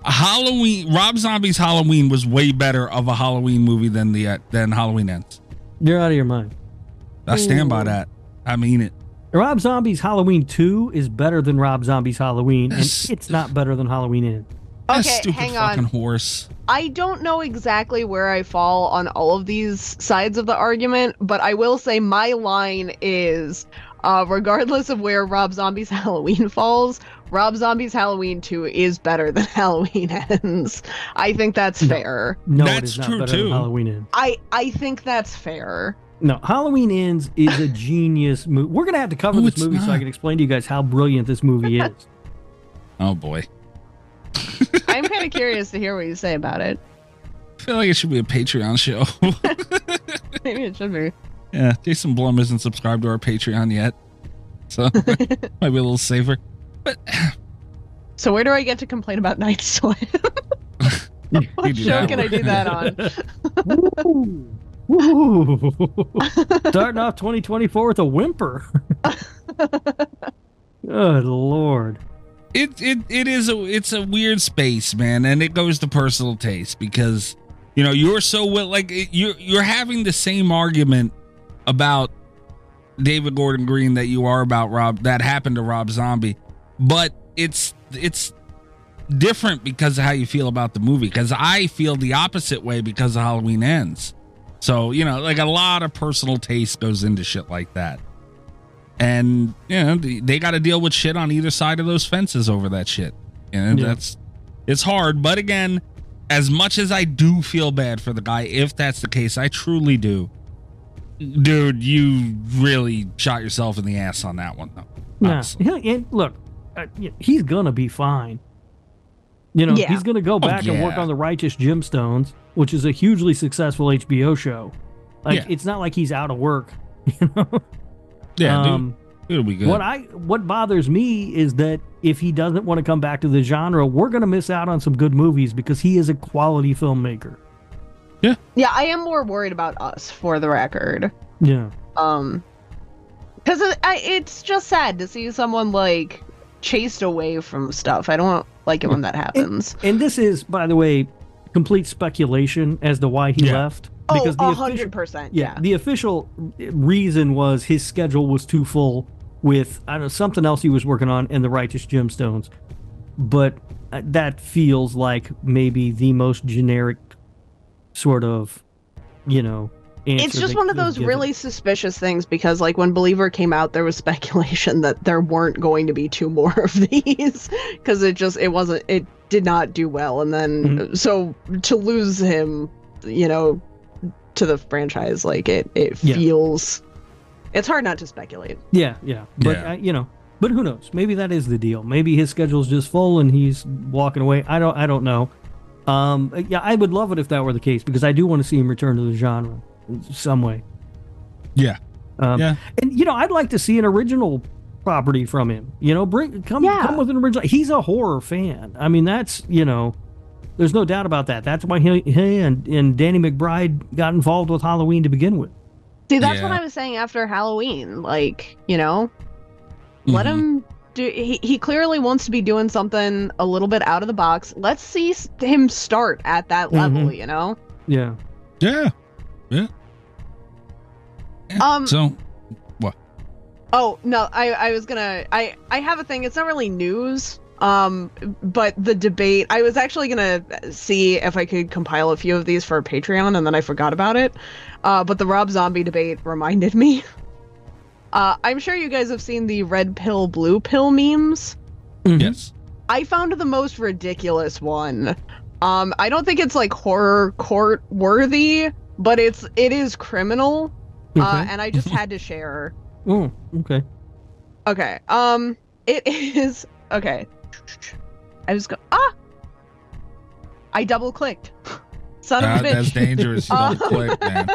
C: Halloween. Rob Zombie's Halloween was way better of a Halloween movie than the uh, than Halloween ends.
D: You're out of your mind.
C: I stand by that. I mean it.
D: Rob Zombie's Halloween 2 is better than Rob Zombie's Halloween, and
C: That's-
D: it's not better than Halloween Ends.
C: That
E: Okay,
C: stupid
E: hang on.
C: fucking horse.
E: I don't know exactly where I fall on all of these sides of the argument, but I will say my line is uh, regardless of where Rob Zombie's Halloween falls, Rob Zombie's Halloween 2 is better than Halloween ends. I think that's
D: No.
E: fair.
D: No, it
C: That's
D: is not
C: true,
D: better
C: too.
D: than Halloween Ends.
E: I I think that's fair.
D: No, Halloween Ends is a genius movie. We're going to have to cover
C: No,
D: this
C: it's
D: movie so I
C: not.
D: can explain to you guys how brilliant this movie is.
C: Oh boy,
E: I'm kind of curious to hear what you say about it.
C: I feel like it should be a Patreon show.
E: Maybe it should be.
C: yeah, Jason Blum isn't subscribed to our Patreon yet, so might be a little safer. But
E: So where do I get to complain about Night Swim?
C: You do
E: what show
C: that
E: can I
C: one.
E: do that on?
D: Woo. Woo. Starting off 2024 with a whimper. Good lord.
C: it it it is a it's a weird space, man, and it goes to personal taste because you know you're so well like it- you're you're having the same argument about David Gordon Green that you are about Rob that happened to Rob Zombie, but it's it's different because of how you feel about the movie because I feel the opposite way because of Halloween ends. So, you know, like a lot of personal taste goes into shit like that. And, you know, they- they got to deal with shit on either side of those fences over that shit. And
D: Yeah.
C: that's it's hard, but again, as much as I do feel bad for the guy, if that's the case, I truly do. Dude, you really shot yourself in the ass on that one, though.
D: Nah.
C: honestly.
D: He'll- and look, uh, y- he's gonna be fine. You know,
E: Yeah.
D: he's gonna go back and work
C: Oh, yeah.
D: on the Righteous Gemstones, which is a hugely successful HBO show. Like,
C: Yeah.
D: it's not like he's out of work. You know,
C: Yeah, dude,
D: Um,
C: it'll be good.
D: What I what bothers me is that if he doesn't want to come back to the genre, we're gonna miss out on some good movies because he is a quality filmmaker.
E: Yeah, I am more worried about us for the record.
D: Yeah.
E: Um, because it, I- it's just sad to see someone like chased away from stuff. I don't like it when that happens.
D: And this is, by the way, complete speculation as to why he
C: Yeah.
D: left.
E: Oh,
D: the
E: a
D: official-
E: hundred percent.
D: yeah, the official reason was his schedule was too full with I don't know something else he was working on and the Righteous Gemstones, but uh, that feels like maybe the most generic sort of, you know.
E: It's
D: answer
E: just
D: they
E: one of
D: could
E: those
D: give
E: really
D: it.
E: suspicious things because, like, when Believer came out, there was speculation that there weren't going to be two more of these because it just it wasn't it did not do well, and then
D: Mm-hmm.
E: so to lose him, you know, to the franchise, like it it
D: Yeah.
E: feels it's hard not to speculate.
D: yeah, yeah, but
C: Yeah.
D: Uh, you know, but who knows? Maybe that is the deal. Maybe his schedule's just full and he's walking away. I don't, I don't know. Um, uh, yeah, I would love it if that were the case because I do want to see him return to the genre in some way.
C: yeah.
D: Um,
C: Yeah.
D: And you know, I'd like to see an original property from him. You know, bring come
E: Yeah.
D: come with an original. He's a horror fan. I mean, that's you know, there's no doubt about that. That's why he, he and and Danny McBride got involved with Halloween to begin with.
E: See, that's what
C: Yeah.
E: I was saying after Halloween. Like, you know, let
C: Mhm.
E: him do. He, he clearly wants to be doing something a little bit out of the box. Let's see s- him start at that level.
D: Mhm.
E: You know.
D: Yeah.
C: Yeah. Yeah.
E: Um,
C: so
E: Oh no, I I was gonna I I have a thing. It's not really news. Um, but the debate. I was actually gonna see if I could compile a few of these for Patreon, and then I forgot about it. Uh, but the Rob Zombie debate reminded me. Uh, I'm sure you guys have seen the red pill, blue pill memes.
D: Mm-hmm.
C: yes.
E: I found the most ridiculous one. Um, I don't think it's like horror court worthy, but it's it is criminal, uh,
D: Okay.
E: and I just had to share.
D: Oh, okay.
E: Okay. Um, it is okay. I was go ah. I double clicked. Son
C: God,
E: of a
C: that's
E: bitch.
C: dangerous. You don't
E: Uh,
C: click, man.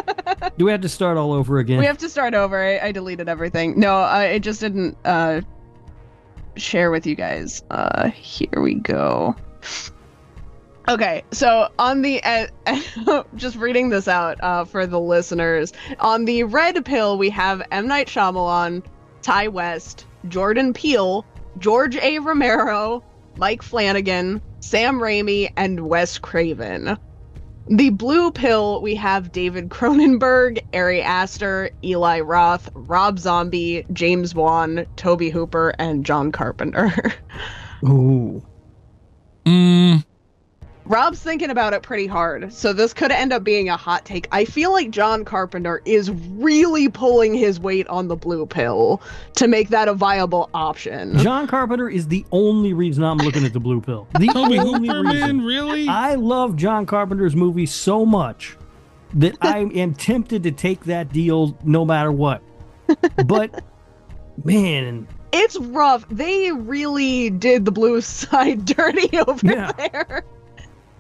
D: Do we have to start all over again?
E: We have to start over. I, I deleted everything. No, uh, it just didn't uh, share with you guys. Uh, here we go. Okay, so on the uh, just reading this out uh, for the listeners. On the red pill, we have M Night Shyamalan, Ty West, Jordan Peele, George A. Romero, Mike Flanagan, Sam Raimi, and Wes Craven. The blue pill, we have David Cronenberg, Ari Aster, Eli Roth, Rob Zombie, James Wan, Toby Hooper, and John Carpenter.
D: Ooh.
C: Mm,
E: Rob's thinking about it pretty hard, so this could end up being a hot take. I feel like John Carpenter is really pulling his weight on the blue pill to make that a viable option.
D: John Carpenter is the only reason I'm looking at the blue pill. The
C: Toby
D: only
C: Hooper,
D: reason.
C: man, really?
D: I love John Carpenter's movies so much that I am tempted to take that deal no matter what. But man,
E: It's rough. They really did the blue side dirty over
D: Yeah.
E: there.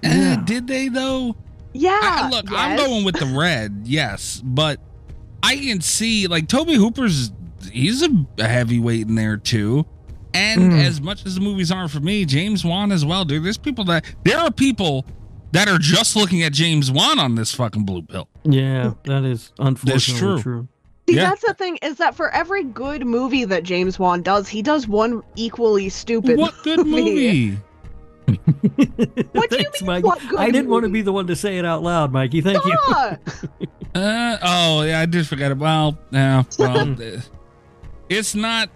C: Eh,
D: Yeah.
C: Did they though?
E: Yeah.
C: I- I- look, I'm
E: Ah, yes.
C: going with the red, yes, but I can see like Toby Hooper's he's a a heavyweight in there too. And
D: Mm.
C: as much as the movies are for me, James Wan as well, dude. There's people that there are people that are just looking at James Wan on this fucking blue pill.
D: yeah, that is unfortunately
C: true.
D: true.
E: See,
C: Yeah.
E: that's the thing is that for every good movie that James Wan does, he does one equally stupid.
C: What good movie?
E: What do you
D: Thanks,
E: mean,
D: Mike.
E: what good
D: I didn't want to
E: movie?
D: be the one to say it out loud, Mikey. Thank you.
E: Ah!
C: Uh, oh, yeah, I did forget about. Yeah, well, uh, it's not.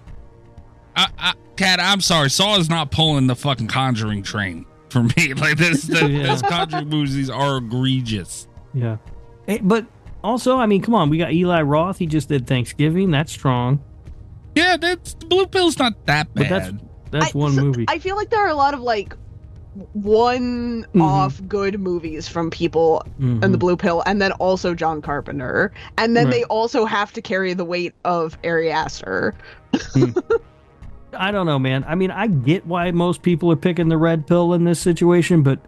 C: I, I, Cat, I'm sorry. Saw is not pulling the fucking Conjuring train for me. Like this, the,
D: Yeah.
C: those Conjuring movies are egregious.
D: Yeah. Eh, but also, I mean, come on, we got Eli Roth. He just did Thanksgiving. That's strong.
C: Yeah, that's the Blue Pill's not that
D: But
C: bad.
D: that's that's
E: I-
D: one
E: so-
D: movie.
E: I feel like there are a lot of like one off good movies from people
D: Mhm.
E: and the blue pill and then also John Carpenter. And then
D: Right.
E: they also have to carry the weight of Ari Aster.
D: I don't know, man. I mean, I get why most people are picking the red pill in this situation, but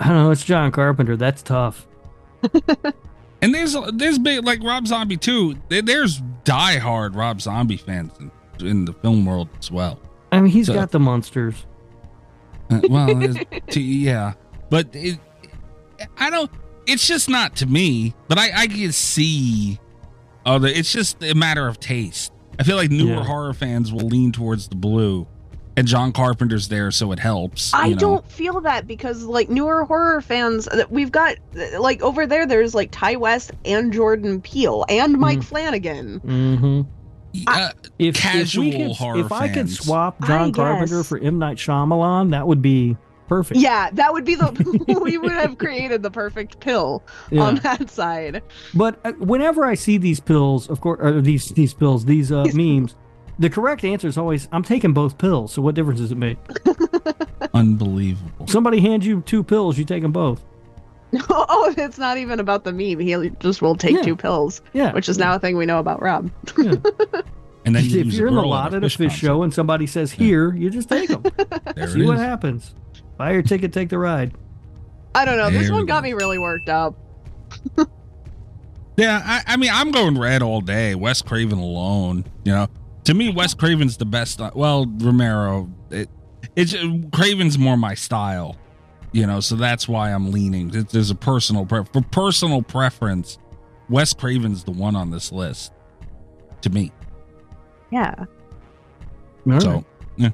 D: I don't know. It's John Carpenter. That's tough.
C: And there's there's big like Rob Zombie too. there- There's diehard Rob Zombie fans in, in the film world as well.
D: I mean, he's
C: So-
D: got the monsters.
C: Uh, well, there's- t- yeah, but it, I don't. It's just not to me. But I I can see other. It's just a matter of taste. I feel like newer
D: Yeah.
C: horror fans will lean towards the blue, and John Carpenter's there, so it helps.
E: I
C: you know?
E: don't feel that because like newer horror fans that we've got like over there there's like Ty West and Jordan Peele and Mike Flanagan.
D: Mm-hmm.
C: Uh,
D: If,
C: Casual
D: if we could,
C: horror
D: If I could
C: fans.
D: swap
E: I
D: John Carpenter
E: guess.
D: for M Night Shyamalan, that would be perfect.
E: Yeah, that would be the we would have created the perfect pill
D: Yeah.
E: on that side.
D: But uh, whenever I see these pills, of course, or these these pills, these uh, memes, the correct answer is always, "I'm taking both pills." So what difference does it make?
C: unbelievable.
D: Somebody hands you two pills, you take them both.
E: oh, it's not even about the meme. He just will take
D: Yeah.
E: two pills,
D: Yeah.
E: which is now a thing we know about Rob.
C: And then you
D: if
C: lose a
D: you're in the
C: girl
D: lot
C: a
D: at a fish
C: concert.
D: show and somebody says "here," you just take them.
C: There
D: See
C: it
D: what
C: is.
D: happens. Buy your ticket, take the ride.
E: I don't know. This
C: There
E: one
C: we
E: got
C: go.
E: me really worked up.
C: Yeah, I, I mean, I'm going red all day. Wes Craven alone, you know. To me, Wes Craven's the best. uh, Well, Romero, it, it's uh, Craven's more my style, you know. So that's why I'm leaning. There- There's a personal pre- for personal preference. Wes Craven's the one on this list, to me.
E: Yeah.
D: All
C: so
D: right.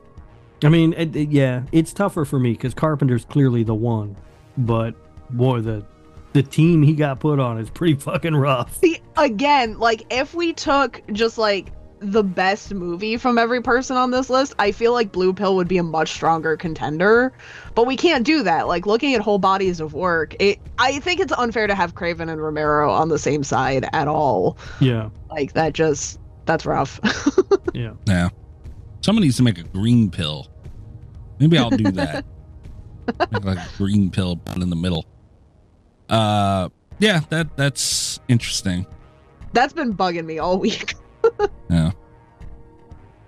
D: I mean, it, it- yeah, it's tougher for me because Carpenter's clearly the one, but boy, the the team he got put on is pretty fucking rough.
E: See, again, like if we took just like the best movie from every person on this list, I feel like Blue Pill would be a much stronger contender. But we can't do that. Like looking at whole bodies of work, it I think it's unfair to have Craven and Romero on the same side at all.
D: Yeah,
E: Like that just that's rough.
D: yeah.
C: yeah, someone needs to make a green pill. Maybe I'll do that. Make like a green pill put in the middle. Uh, yeah, that that's interesting.
E: that's been bugging me all week.
C: Yeah.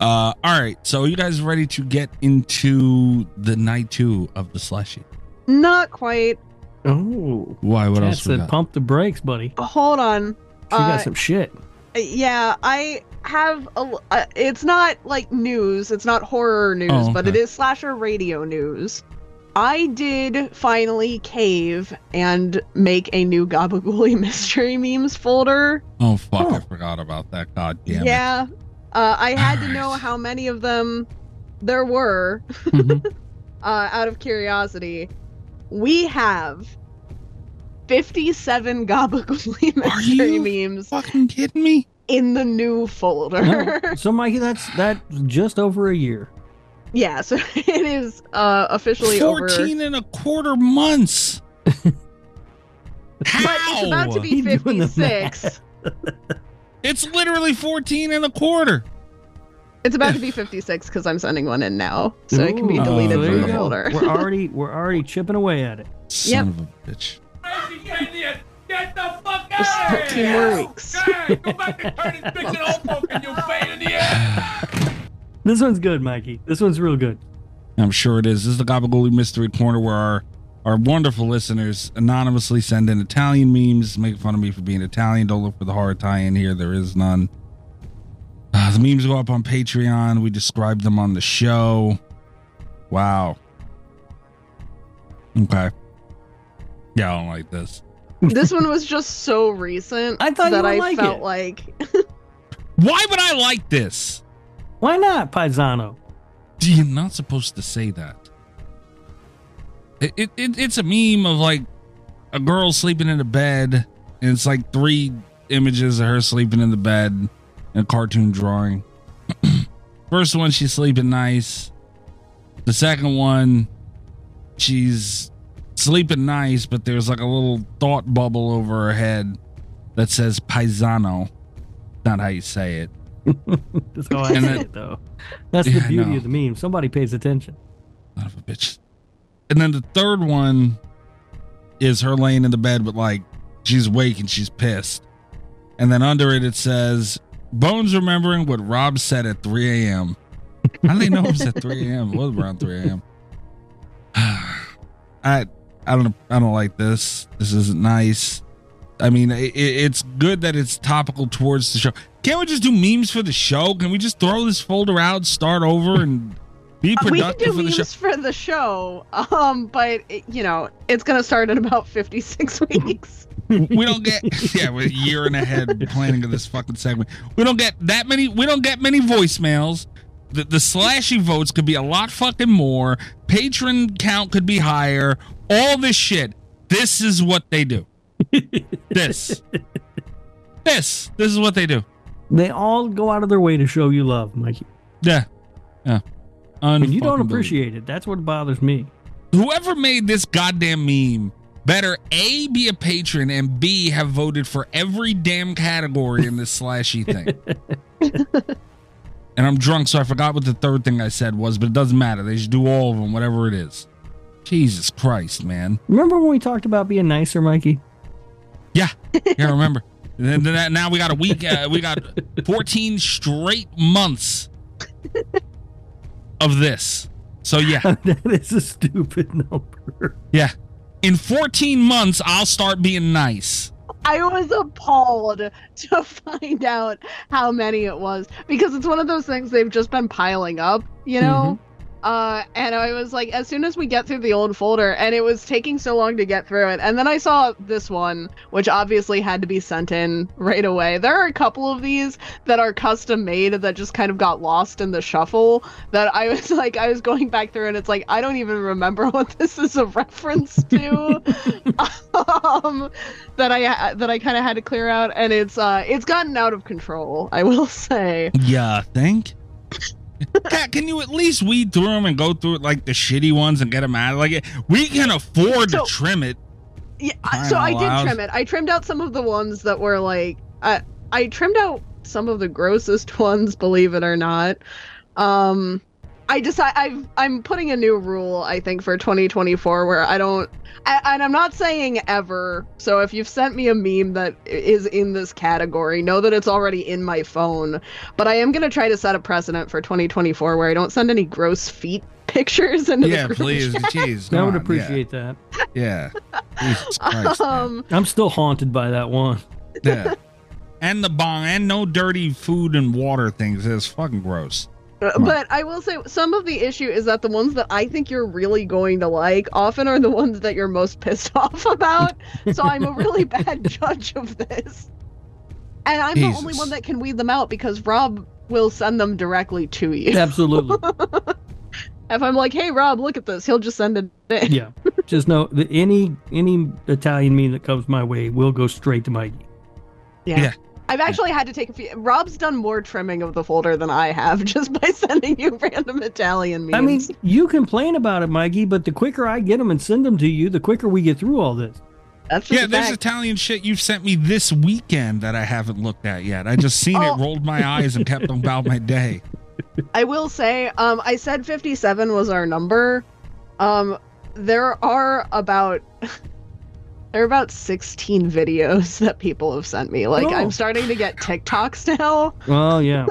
C: Uh, all right. So, are you guys ready to get into the night two of the slushy?
E: Not quite.
D: Oh,
C: Why? What
D: Kat
C: else? We
D: said
C: got?
D: pump the brakes, buddy. She
E: Hold on. Uh,
D: got some shit.
E: Yeah, I have a. l- Uh, it's not like news. It's not horror news,
C: Oh,
E: but it
C: okay.
E: is slasher radio news. I did finally cave and make a new Gabagooli mystery memes folder.
C: oh fuck!
D: Oh.
C: I forgot about that. God damn it.
E: yeah, uh, I had to know
C: Alright.
E: how many of them there were
D: Mhm.
E: uh, out of curiosity. We have fifty-seven Gabagooli
C: Are
E: mystery
C: you
E: memes
C: Fucking kidding me?
E: in the new folder.
D: No, So, Mikey, that's that just over a year.
E: Yeah, so it is uh, officially over.
C: Fourteen and a quarter months.
E: But
C: How?
E: it's about to
D: He
E: be
D: doing the
E: 56.
C: It's literally fourteen and a quarter.
E: It's about to be 56 because I'm sending one in now, so it can be
D: Ooh,
E: deleted
C: oh,
D: there
E: from
D: you
E: the
D: go.
E: folder.
D: We're already we're already chipping away at it.
C: Son of a bitch.
G: Get the fuck
E: Just
G: out of
E: 13
G: here!
E: more weeks.
G: Hey, go back to Curtis Dixon Old and you fade in the air!
D: This one's good, Mikey. This one's real good.
C: I'm sure it is. This is the Gabagooli Mystery Corner where our, our wonderful listeners anonymously send in Italian memes, make fun of me for being Italian. Don't look for the hard tie in here, there is none. Uh, the memes go up on Patreon. We describe them on the show. Wow. Okay. Yeah, I don't like this.
E: this one was just so recent
D: I thought you
E: that
D: would
E: I
D: like
E: felt
D: it.
E: like
C: Why would I like this?
D: Why not, Paisano?
C: You're not supposed to say that. It, it, it it's a meme of like a girl sleeping in a bed, and it's like three images of her sleeping in the bed and a cartoon drawing. First one, she's sleeping nice. The second one, she's sleeping nice, but there's like a little thought bubble over her head that says paisano. Not how you say it.
D: That's how I
C: And
D: see
C: that-
D: it, though. That's
C: Yeah,
D: the
C: I
D: beauty
C: know.
D: of the meme. Somebody pays attention.
C: Son of a bitch. And then the third one is her laying in the bed, but like she's awake and she's pissed. And then under it, it says, Bones remembering what Rob said at 3 a.m. How do they know it was at 3 a.m.? It was around 3 a.m. I I don't I don't like this. This isn't nice. I mean, i i it's good that it's topical towards the show. Can't we just do memes for the show? Can we just throw this folder out, start over, and be
E: Uh, we can
C: productive
E: do
C: for the
E: memes
C: show?
E: for the show, um, but it- you know it's gonna start in about fifty-six weeks.
C: we don't get yeah we're a year and a head planning of this fucking segment we don't get that many we don't get many voicemails the, the slashy votes could be a lot fucking more patron count could be higher all this shit this is what they do this this this is what they do
D: They all go out of their way to show you love, Mikey.
C: yeah yeah
D: When you
C: Unfucking
D: don't
C: believable.
D: appreciate it, that's what bothers me.
C: whoever made this goddamn meme better a be a patron and b have voted for every damn category in this slashy thing and i'm drunk so i forgot what the third thing i said was but it doesn't matter they should do all of them whatever it is jesus christ man
D: Remember when we talked about being nicer, Mikey?
C: yeah yeah remember And then- then that- now we got a week uh, we got 14 straight months of this so yeah
D: that is a stupid number.
C: yeah in 14 months i'll start being nice
E: I was appalled to find out how many it was because it's one of those things they've just been piling up, you know. Uh, and I was like, as soon as we get through the old folder, and it was taking so long to get through it, and then I saw this one, which obviously had to be sent in right away. There are a couple of these that are custom made that just kind of got lost in the shuffle. That I was like, I was going back through, and it's like I don't even remember what this is a reference to. um, that I that I kind of had to clear out, and it's uh it's gotten out of control. I will say.
C: Yeah, I think. Cat, can you at least weed through them and go through like the shitty ones and get them out? Like we can afford
E: So-
C: to trim it.
E: Yeah,
C: Time
E: so I
C: allows-
E: did trim it. I trimmed out some of the ones that were like I I trimmed out some of the grossest ones, believe it or not. Um I decide I've I'm putting a new rule I think for 2024 where I don't I, and I'm not saying ever. So if you've sent me a meme that i- is in this category, know that it's already in my phone. But I am going to try to set a precedent for 2024 where I don't send any gross feet pictures into
C: Yeah,
E: the group.
C: please, jeez.
D: I
C: come
D: would
C: on,
D: appreciate that.
C: Yeah, yeah. Jesus Christ, man.
E: Um
D: I'm still haunted by that one.
C: yeah. And the bong, and no dirty food and water things. That's fucking gross. on.
E: Uh, But I will say some of the issue is that the ones that I think you're really going to like often are the ones that you're most pissed off about. So I'm a really bad judge of this. And I'm the only
C: Jesus.
E: one that can weed them out because Rob will send them directly to you.
D: Absolutely.
E: If I'm like, "Hey Rob, look at this." He'll just send it. in.
D: Yeah. Just know that any any Italian meme that comes my way will go straight to Mikey.
C: Yeah.
E: I've actually had to take a few Rob's done more trimming of the folder than I have just by sending you random Italian memes.
D: I mean, you complain about it, Mikey, but the quicker I get them and send them to you, the quicker we get through all this.
E: that's just
C: Yeah,
E: a
C: there's
E: fact.
C: Italian shit you've sent me this weekend that I haven't looked at yet. I just seen
E: Oh.
C: it, rolled my eyes, and kept about my day.
E: I will say, um, I said 57 was our number. Um, there are about there are about 16 videos that people have sent me. Like
D: Oh.
E: I'm starting to get TikToks now.
D: Oh yeah.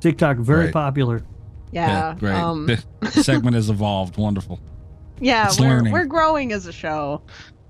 D: TikTok very
C: Right.
D: popular.
E: Yeah.
C: great.
E: um,
C: the segment has evolved. Wonderful.
E: yeah,
C: It's
E: we're
C: learning.
E: we're growing as a show.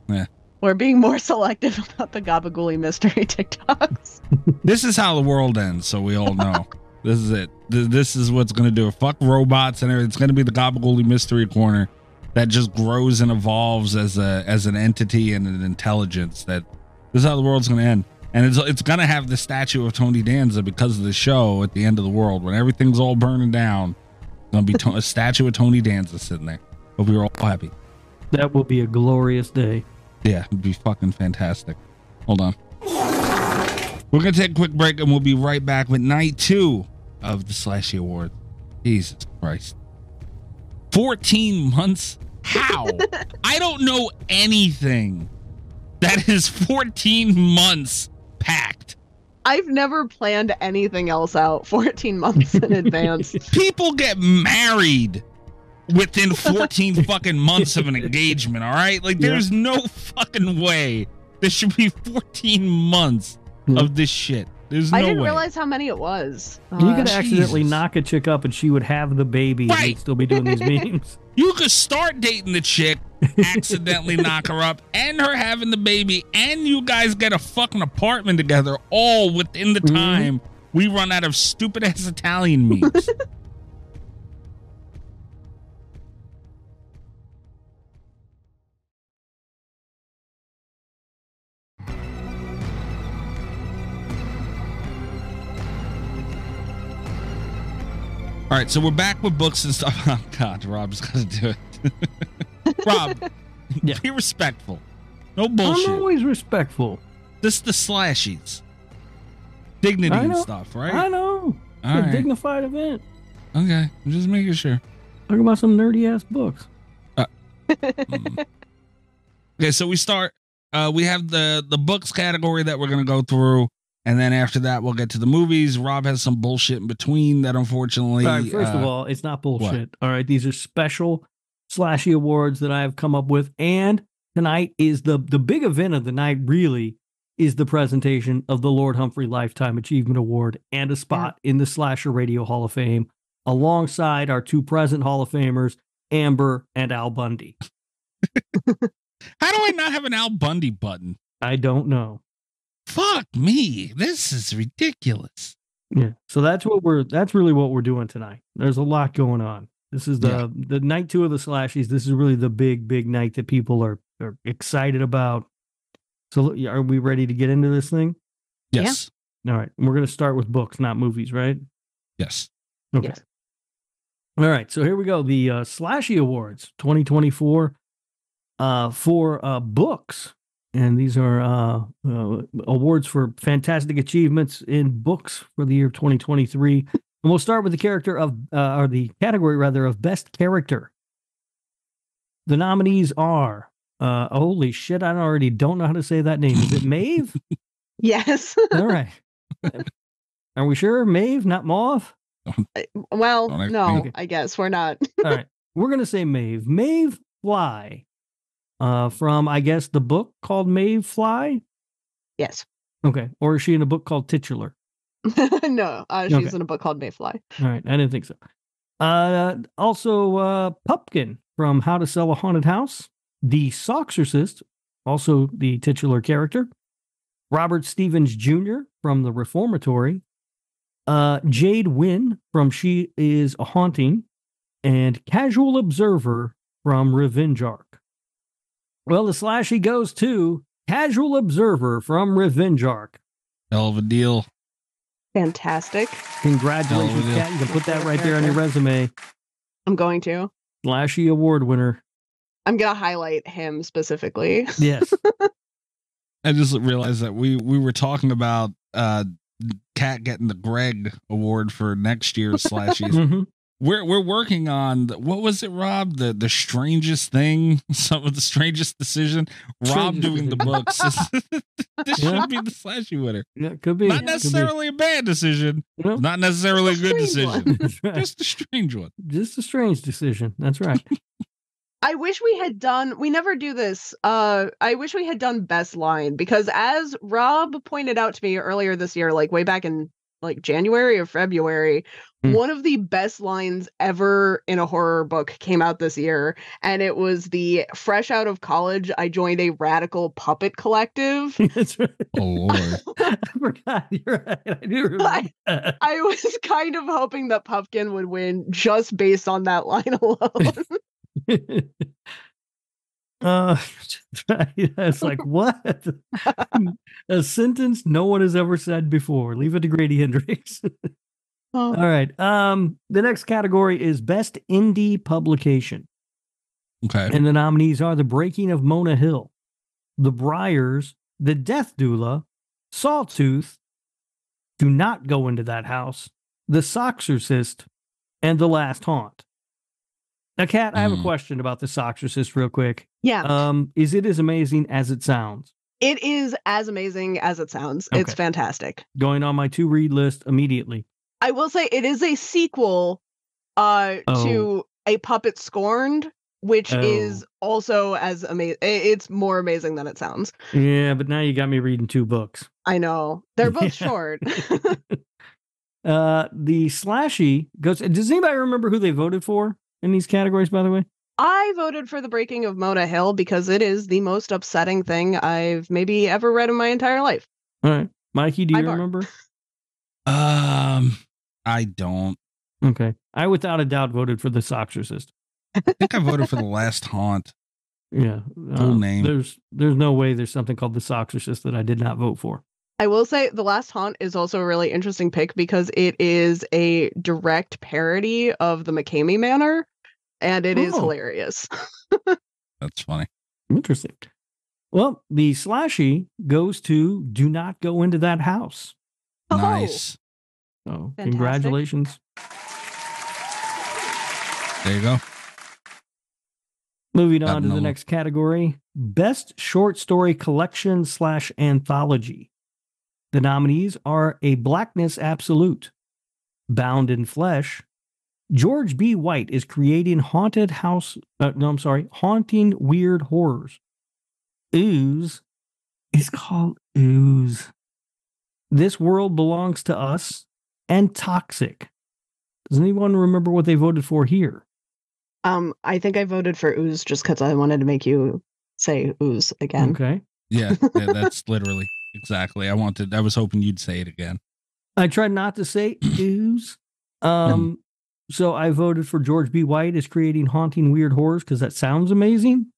C: Yeah.
E: We're being more selective about the Gabagooli mystery TikToks.
C: This is how the world ends, so we all know. this is it. Th- This is what's going to do it. Fuck robots and everything. It's going to be the Gabagooley Mystery Corner that just grows and evolves as a as an entity and an intelligence. That this is how the world's going to end. And it's it's going to have the statue of Tony Danza because of the show at the end of the world when everything's all burning down. It's going to be to- a statue of Tony Danza sitting there. Hope you're all happy.
D: That will be a glorious day.
C: Yeah, it'd be fucking fantastic. Hold on. We're gonna take a quick break and we'll be right back with night two of the Slashy Award. Jesus Christ. 14 months? How? I don't know anything that is 14 months packed.
E: I've never planned anything else out 14 months in advance.
C: People get married within 14 fucking months of an engagement, all right? Like,
D: Yeah.
C: there's no fucking way. There should be 14 months
D: Yeah.
C: of this shit. There's no
E: I didn't
C: way.
E: realize how many it was.
D: you
E: Uh,
D: could accidentally
C: Oh, Jesus.
D: knock a chick up and she would have the baby and
C: Right.
D: we'd still be doing these memes.
C: You could start dating the chick, accidentally knock her up, and her having the baby, and you guys get a fucking apartment together, all within the
D: Mhm.
C: time we run out of stupid ass Italian memes. All right, so we're back with books and stuff. Oh God, Rob's got to do it. Rob,
D: Yeah.
C: be respectful. No bullshit.
D: I'm always respectful.
C: This the slashies, dignity
D: I
C: and
D: know.
C: stuff, right?
D: I know.
C: All
D: a
C: right.
D: dignified event.
C: okay, I'm just making sure.
D: Talk about some nerdy ass books.
C: Okay, so we start. Uh, we have the the books category that we're gonna go through, and then after that, we'll get to the movies. Rob has some bullshit in between that, unfortunately.
D: all right, first of
C: uh,
D: all, it's not bullshit. All right, these are special slashy awards that I have come up with, and tonight is the the big event of the night. Really, is the presentation of the Lord Humphrey Lifetime Achievement Award and a spot in the Slasher Radio Hall of Fame, alongside our two present Hall of Famers, Amber and Al Bundy.
C: how do I not have an Al Bundy button?
D: I don't know.
C: Fuck me, this is ridiculous.
D: Yeah. So that's what we're that's really what we're doing tonight. There's a lot going on. This is the
C: Yeah.
D: the night two of the slashies. This is really the big big night that people are are excited about. So look, are we ready to get into this thing?
E: Yeah.
C: Yes,
D: All right. We're going to start with books, not movies, right?
C: yes.
D: Okay.
E: Yes.
D: All right. So here we go. The uh, Slashy Awards 2024 uh, for uh, books. And these are uh, uh, awards for fantastic achievements in books for the year 2023. And we'll start with the character of, uh, or the category rather, of best character. The nominees are, uh, holy shit, I already don't know how to say that name. Is it Maeve?
E: yes.
D: All right. Are we sure? Maeve, not Mauve?
E: well,
C: Don't act-
E: no,
D: Okay.
E: I guess we're not.
D: All right. We're going to say Maeve. Maeve Fly. Uh, from, I guess, the book called Maeve Fly.
E: Yes.
D: Okay. Or is she in a book called Titular?
E: no, uh, she's
D: Okay.
E: in a book called Mayfly.
D: All right. I didn't think so. Uh, also, uh, Pupkin from How to Sell a Haunted House. The Soxorcist, also the titular character. Robert Stevens Jr. from The Reformatory. Uh, Jade Wynn from She Is a Haunting. And Casual Observer from Revenge Arc. Well, the slashy goes to Casual Observer from Revenge Arc.
C: Hell of a deal.
E: Fantastic.
D: Congratulations,
C: Hell of a deal.
D: Kat. You can put that right there on your resume.
E: I'm going to.
D: Slashy Award winner.
E: I'm going to highlight him specifically.
D: Yes.
C: I just realized that we we were talking about uh Cat getting the Greg Award for next year's slashies.
D: Mhm.
C: we're we're working on the, what was it, Rob? The the strangest thing, some of the strangest decision. Rob
D: Strangest
C: doing the
D: decision.
C: books. this
D: Yeah.
C: should be the slashy winner.
D: Yeah, could be.
C: Not
D: Could be.
C: necessarily a bad decision.
D: No.
C: Not necessarily a
E: The
C: good
E: strange one.
C: decision.
D: That's right. just,
C: Just a strange one.
D: a strange decision. That's right.
E: I wish we had done we never do this. Uh I wish we had done best line because as Rob pointed out to me earlier this year, like way back in like January or February,
D: Hmm.
E: one of the best lines ever in a horror book came out this year. And it was the fresh out of college, I joined a radical puppet collective.
D: That's right.
C: Oh Lord.
D: I forgot. You're right. I do remember.
E: Like,
D: that.
E: I was kind of hoping that Pumpkin would win just based on that line alone.
D: Uh, that's like what a sentence no one has ever said before. Leave it to Grady Hendrix. Oh. All right. Um, the next category is best indie publication.
C: Okay.
D: And the nominees are The Breaking of Mona Hill, The Briars, The Death Doula, Sawtooth, Do Not Go Into That House, The Soxorcist, and The Last Haunt. Now, Kat, I have a
C: Mm.
D: question about The Soxorcist, real quick.
E: Yeah.
D: Um, is it as amazing as it sounds?
E: it is as amazing as it sounds. It's
D: Okay.
E: fantastic.
D: Going on my to read list immediately.
E: I will say it is a sequel uh to A Puppet Scorned, which
D: Oh.
E: is also as amazing. It's more amazing than it sounds.
D: Yeah, but now you got me reading two books.
E: I know. They're both
D: Yeah.
E: short.
D: uh, the slashy goes. Does anybody remember who they voted for in these categories? By the way,
E: I voted for the breaking of Mona Hill because it is the most upsetting thing I've maybe ever read in my entire life.
D: all right, Mikey, do
E: Hi,
D: you
E: Bart.
D: remember?
C: Um, I don't
D: Okay, I without a doubt voted for the Soxorcist.
C: I think I voted for the last haunt.
D: Yeah, uh,
C: Full name.
D: There's there's no way there's something called the Soxorcist that I did not vote for.
E: I will say The Last Haunt is also a really interesting pick because it is a direct parody of the McCamey Manor and it is
D: Oh.
E: hilarious.
C: That's funny.
D: Interesting. Well, the slashy goes to do not go into that house.
E: Oh.
C: Nice.
D: So
E: Fantastic.
D: congratulations.
C: There you go.
D: Moving
C: Got
D: on to the
C: another.
D: next category Best Short Story Collection slash Anthology. The nominees are A Blackness Absolute, Bound in Flesh. George B. White is creating haunted house, uh, no, I'm sorry, haunting weird horrors. Ooze is called Ooze. This world belongs to us and toxic. Does anyone remember what they voted for here?
E: Um, I think I voted for Ooze just because I wanted to make you say Ooze again.
D: Okay.
C: Yeah, yeah, that's literally exactly. I wanted. I was hoping you'd say it again.
D: I tried not to say ooze. Um, so I voted for George B. White as creating haunting weird horrors because that sounds amazing.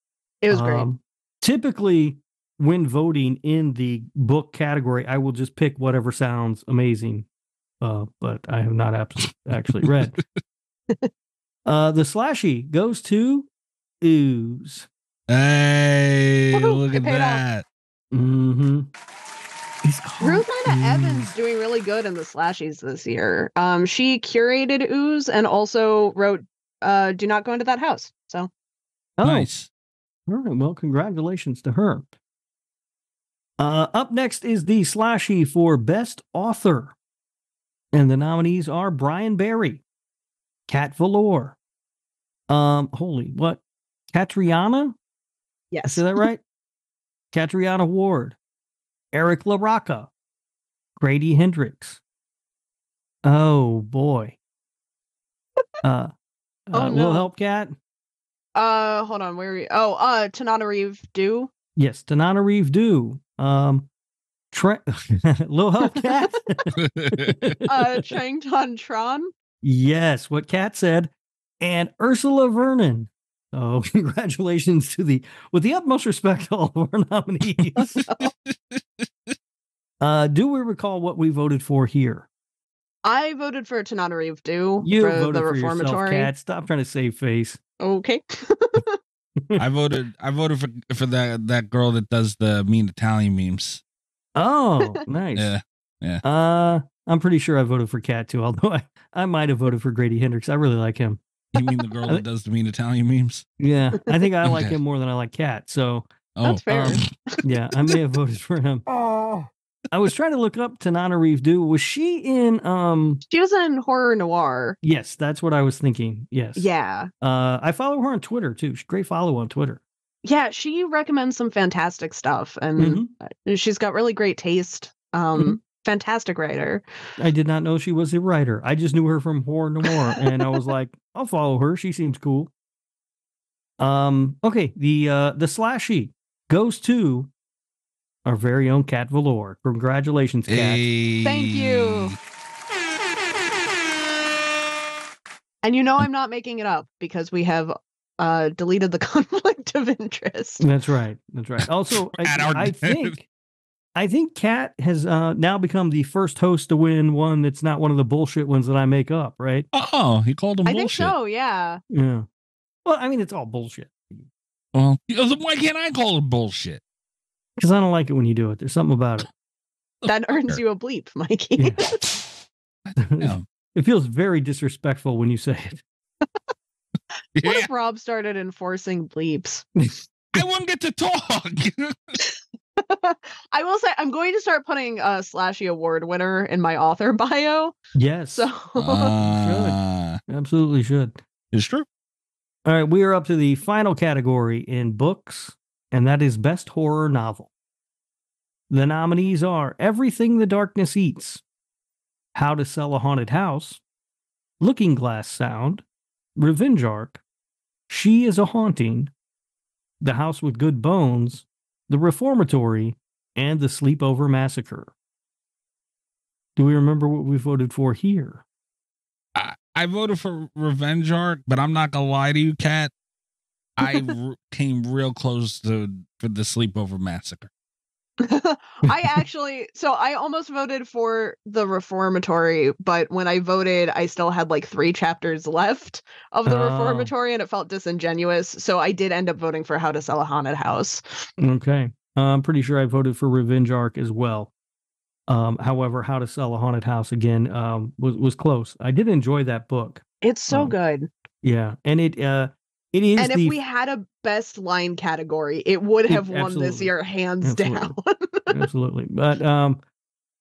E: It was great.
D: Um, Typically, when voting in the book category, I will just pick whatever sounds amazing. Uh, but I have not abs- actually read. uh, the slashy goes to ooze.
C: Hey,
E: Woohoo,
C: look
E: it
C: at
E: paid off.
C: that.
D: Mm-hmm. hmm.
E: Rosanna Evans doing really good in the slashies this year. Um, she curated Ooze and also wrote uh, Do Not Go Into That House. So
D: Oh,
C: Nice.
D: All right. Well, congratulations to her. Uh, up next is the slashy for best author. And the nominees are Brian Barry, Kat Valor, um, holy, what? Katriana?
E: yes,
D: Is that right? Katriana Ward, Eric LaRocca, Grady Hendrix. Oh, boy. Uh,
E: Oh,
D: uh,
E: no.
D: Will help, Cat?
E: Uh, hold on. Where? Are you? Oh, uh, Tanana Reeve do.
D: Yes, Tanana Reeve do. Um, Tre- Lil Help Cat.
E: Uh, Chang Tan Tron.
D: yes, what Cat said, and Ursula Vernon. Oh, congratulations to the with the utmost respect to all of our nominees. uh, do we recall what we voted for here?
E: I voted for Tanana Reeve do
D: You
E: for
D: voted
E: the
D: for yourself,
E: reformatory.
D: Cat. Stop trying to save face.
E: okay.
C: I voted. I voted for for that that girl that does the mean Italian memes.
D: Oh, nice.
C: Yeah,
D: Uh, I'm pretty sure I voted for Cat too, although I, I might have voted for Grady Hendrix. I really like him.
C: you mean the girl that does the mean Italian memes?
D: Yeah, I think I like
C: Okay.
D: him more than I like Cat. So
C: Oh,
E: That's fair.
D: um, yeah, I may have voted for him. I was trying to look up Tanana Reeve Do. Was she in um
E: she was in horror noir.
D: yes, that's what I was thinking. Yes.
E: Yeah.
D: Uh I follow her on Twitter too. She's a great follow on Twitter.
E: Yeah, she recommends some fantastic stuff and
D: Mhm.
E: she's got really great taste.
D: Mm-hmm.
E: Um fantastic writer.
D: I did not know she was a writer. I just knew her from Horror Noir and I was like, I'll follow her. She seems cool. Um okay, the uh the slashy goes to our very own Cat Valor. Congratulations, Cat.
E: Thank you. And you know I'm not making it up because we have uh deleted the conflict of interest.
D: That's right. That's right. Also, I,
C: At our-
D: I think I think Kat has uh, now become the first host to win one that's not one of the bullshit ones that I make up, right?
C: Oh, he called him
E: I
C: bullshit.
E: think so, yeah.
D: Yeah. Well, I mean, it's all bullshit.
C: Well, why can't I call it bullshit?
D: because I don't like it when you do it. There's something about it.
E: That earns you a bleep, Mikey.
D: Yeah.
C: Yeah.
D: It feels very disrespectful when you say it.
E: What
C: Yeah,
E: if Rob started enforcing bleeps?
C: I won't get to talk.
E: I will say I'm going to start putting a uh, slashy award winner in my author bio.
D: Yes,
E: So
C: Oh. Ah,
D: absolutely should.
C: it's true.
D: All right, we are up to the final category in books, and that is best horror novel. The nominees are Everything the Darkness Eats, How to Sell a Haunted House, Looking Glass Sound, Revenge Arc, She is a Haunting, The House with Good Bones, The Reformatory, and The Sleepover Massacre. Do we remember what we voted for here?
C: I, I voted for Revenge Arc, but I'm not gonna lie to you, Kat. I r- came real close to for the sleepover massacre.
E: I actually, so I almost voted for the reformatory, but when I voted, I still had like three chapters left of the
D: Oh.
E: reformatory and it felt disingenuous. So I did end up voting for How to Sell a Haunted House.
D: Okay. Uh, I'm pretty sure I voted for Revenge Arc as well. Um, however, How to Sell a Haunted House again um, was was close. I did enjoy that book.
E: It's so
D: Oh.
E: good.
D: Yeah, and it uh, it is
E: And if
D: the
E: we had a best line category, it would
D: It-
E: have won this
D: absolutely.
E: year, hands down.
D: absolutely, but um,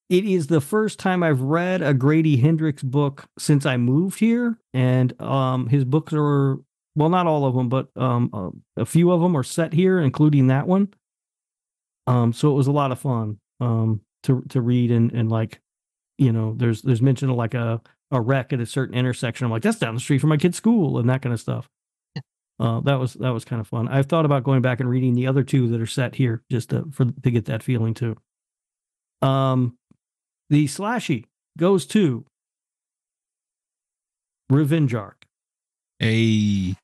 D: it is the first time I've read a Grady Hendrix book since I moved here, and um, his books are well, not all of them, but um, a, a few of them are set here, including that one. Um, so it was a lot of fun um to to read and and like, you know, there's there's mention of like a a wreck at a certain intersection. I'm like, that's down the street from my kid's school and that kind of stuff. Uh, that was that was kind of fun. I've thought about going back and reading the other two that are set here just to, for to get that feeling too. Um, the slashy goes to Revenge Arc.
C: Hey,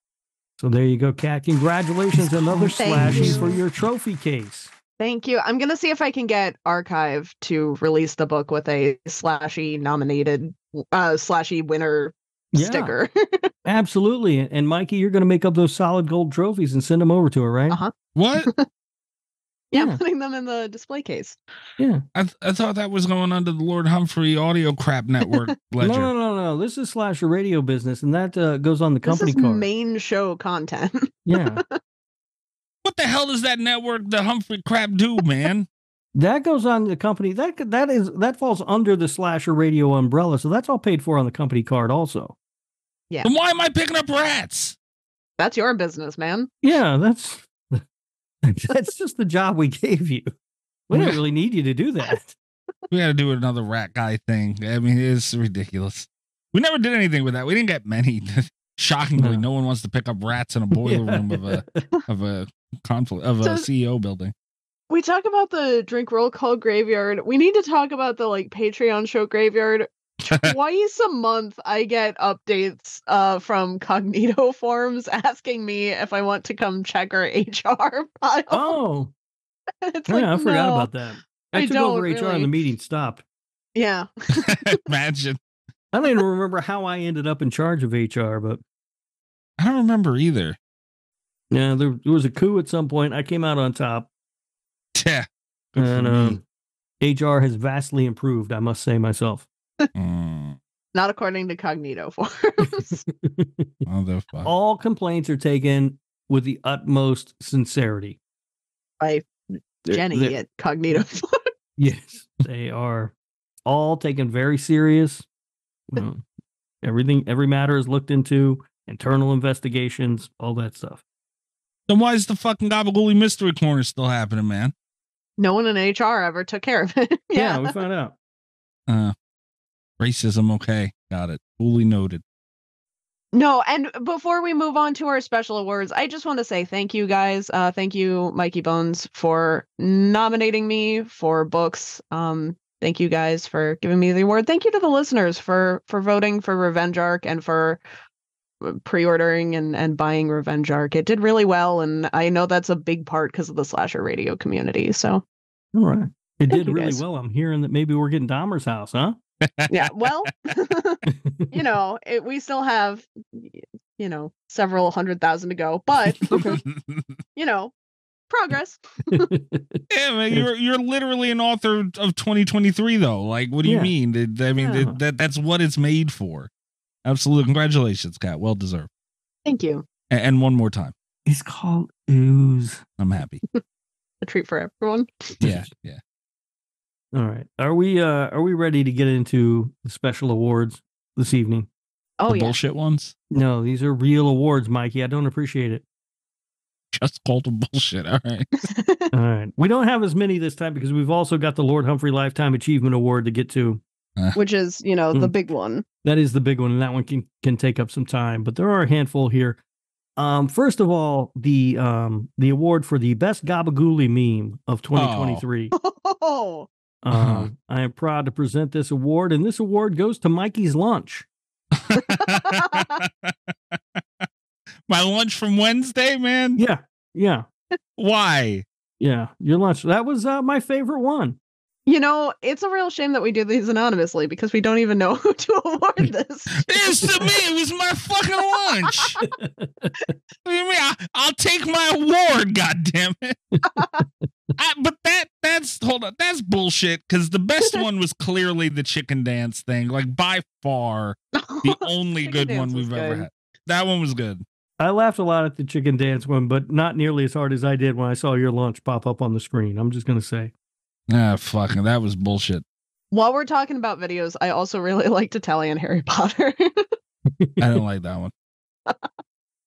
D: So there you go, Kat. Congratulations, another
H: Thank
D: slashy
H: you.
D: for your trophy case.
E: Thank you. I'm gonna see if I can get Archive to release the book with a slashy nominated, uh, slashy winner
D: Yeah.
E: sticker.
D: Absolutely. And- And Mikey, you're going to make up those solid gold trophies and send them over to her, right?
E: Uh-huh.
C: what?
E: yeah,
D: Yeah.
E: I'm putting them in the display case.
C: I, th- I thought that was going under the Lord Humphrey Audio Crap Network ledger.
D: No, no, no, no. This is slasher radio business, and that uh, goes on the company
E: this is
D: card.
E: main show content.
D: yeah,
C: What the hell does that network, the Humphrey Crap, do, man?
D: that goes on the company. That that is that falls under the slasher radio umbrella, so that's all paid for on the company card, also.
C: and why am I picking up rats?
E: That's your business, man.
D: Yeah, that's that's just the job we gave you. We didn't really need you to do that.
C: We got to do another rat guy thing. I mean, it's ridiculous. We never did anything with that. We didn't get many. Shockingly,
D: No.
C: no. one wants to pick up rats in a boiler
D: Yeah.
C: room of a of a conflict of a
E: So-
C: CEO building.
E: We talk about the drink roll call graveyard. We need to talk about the like Patreon show graveyard. Twice a month, I get updates uh, from Cognito forums asking me if I want to come check our HR file.
D: Oh,
E: it's
D: yeah, I forgot
E: no.
D: about that. I,
E: I
D: took over
E: don't,
D: HR and the
E: really.
D: meeting stopped.
E: Yeah.
C: Imagine.
D: I don't even remember how I ended up in charge of HR, but
C: I don't remember either.
D: yeah, there, there was a coup at some point. I came out on top,
C: Yeah. Good for
D: and
C: me.
D: um, HR has vastly improved. I must say myself.
C: Mm,
E: not according to Cognito forums.
C: motherfucker.
D: All complaints are taken with the utmost sincerity.
E: By
D: They're-
E: Jenny
D: they're-
E: at Cognito forums.
D: yes, they are all taken very serious. You know, everything, every matter is looked into. Internal investigations, all that stuff.
C: Then why is the fucking Gobbledy Mystery Corner still happening, man?
E: No one in HR ever took care of it. yeah.
D: we found out.
C: Uh, racism. Okay, got it. Fully noted.
E: No, and before we move on to our special awards, I just want to say thank you guys. Uh, thank you, Mikey Bones, for nominating me for books. Um, thank you guys for giving me the award. Thank you to the listeners for for voting for Revenge Arc and for uh, pre-ordering and and buying Revenge Arc. It did really well, and I know that's a big part because of the slasher radio community. So
D: All right. It
E: Thank
D: did
E: you,
D: really
E: guys.
D: well. I'm hearing that maybe we're getting Dahmer's house, huh?
E: yeah well you know it, we still have y- you know several hundred thousand to go but you know, progress.
C: Yeah, man, you're you're literally an author of 2023 though. Like, what do you
D: Yeah.
C: mean? That- I mean,
D: Yeah.
C: that, that that's what it's made for. Absolutely, congratulations, Kat. Well deserved.
E: Thank you.
C: And, and one more time,
D: It's called ooze.
C: I'm happy.
E: A treat for everyone.
C: Yeah, yeah.
D: All right. Are we uh are we ready to get into the special awards this evening?
E: Oh
C: the
E: yeah.
C: bullshit ones.
D: No, these are real awards, Mikey. I don't appreciate it.
C: Just called them bullshit. All right.
D: All right. We don't have as many this time because we've also got the Lord Humphrey Lifetime Achievement Award to get to.
E: Which is, you know, the
D: Mm.
E: big one.
D: That is the big one, and that one can can take up some time. But there are a handful here. Um, first of all, the um the award for the best Gabagooley meme of 2023.
E: Oh,
C: Uh-huh.
D: Um, I am proud to present this award, and this award goes to Mikey's lunch.
C: My lunch from Wednesday, man.
D: Yeah, yeah,
C: Why?
D: yeah. Your lunch. That was uh, my favorite one.
E: you know, it's a real shame that we do these anonymously because we don't even know who to award this.
C: It's to me. It was my fucking lunch. what do you mean? I, I'll take my award. God damn it! I, but that that's hold on. That's bullshit. Because the best one was clearly the chicken dance thing. Like by far the only
E: Chicken
C: good one
E: dance was
C: we've ever
E: good.
C: had. That one was good.
D: I laughed a lot at the chicken dance one, but not nearly as hard as I did when I saw your lunch pop up on the screen. I'm just gonna say.
C: Ah, fucking. That was bullshit.
E: While we're talking about videos, I also really liked Italian Harry Potter.
C: I didn't like that one.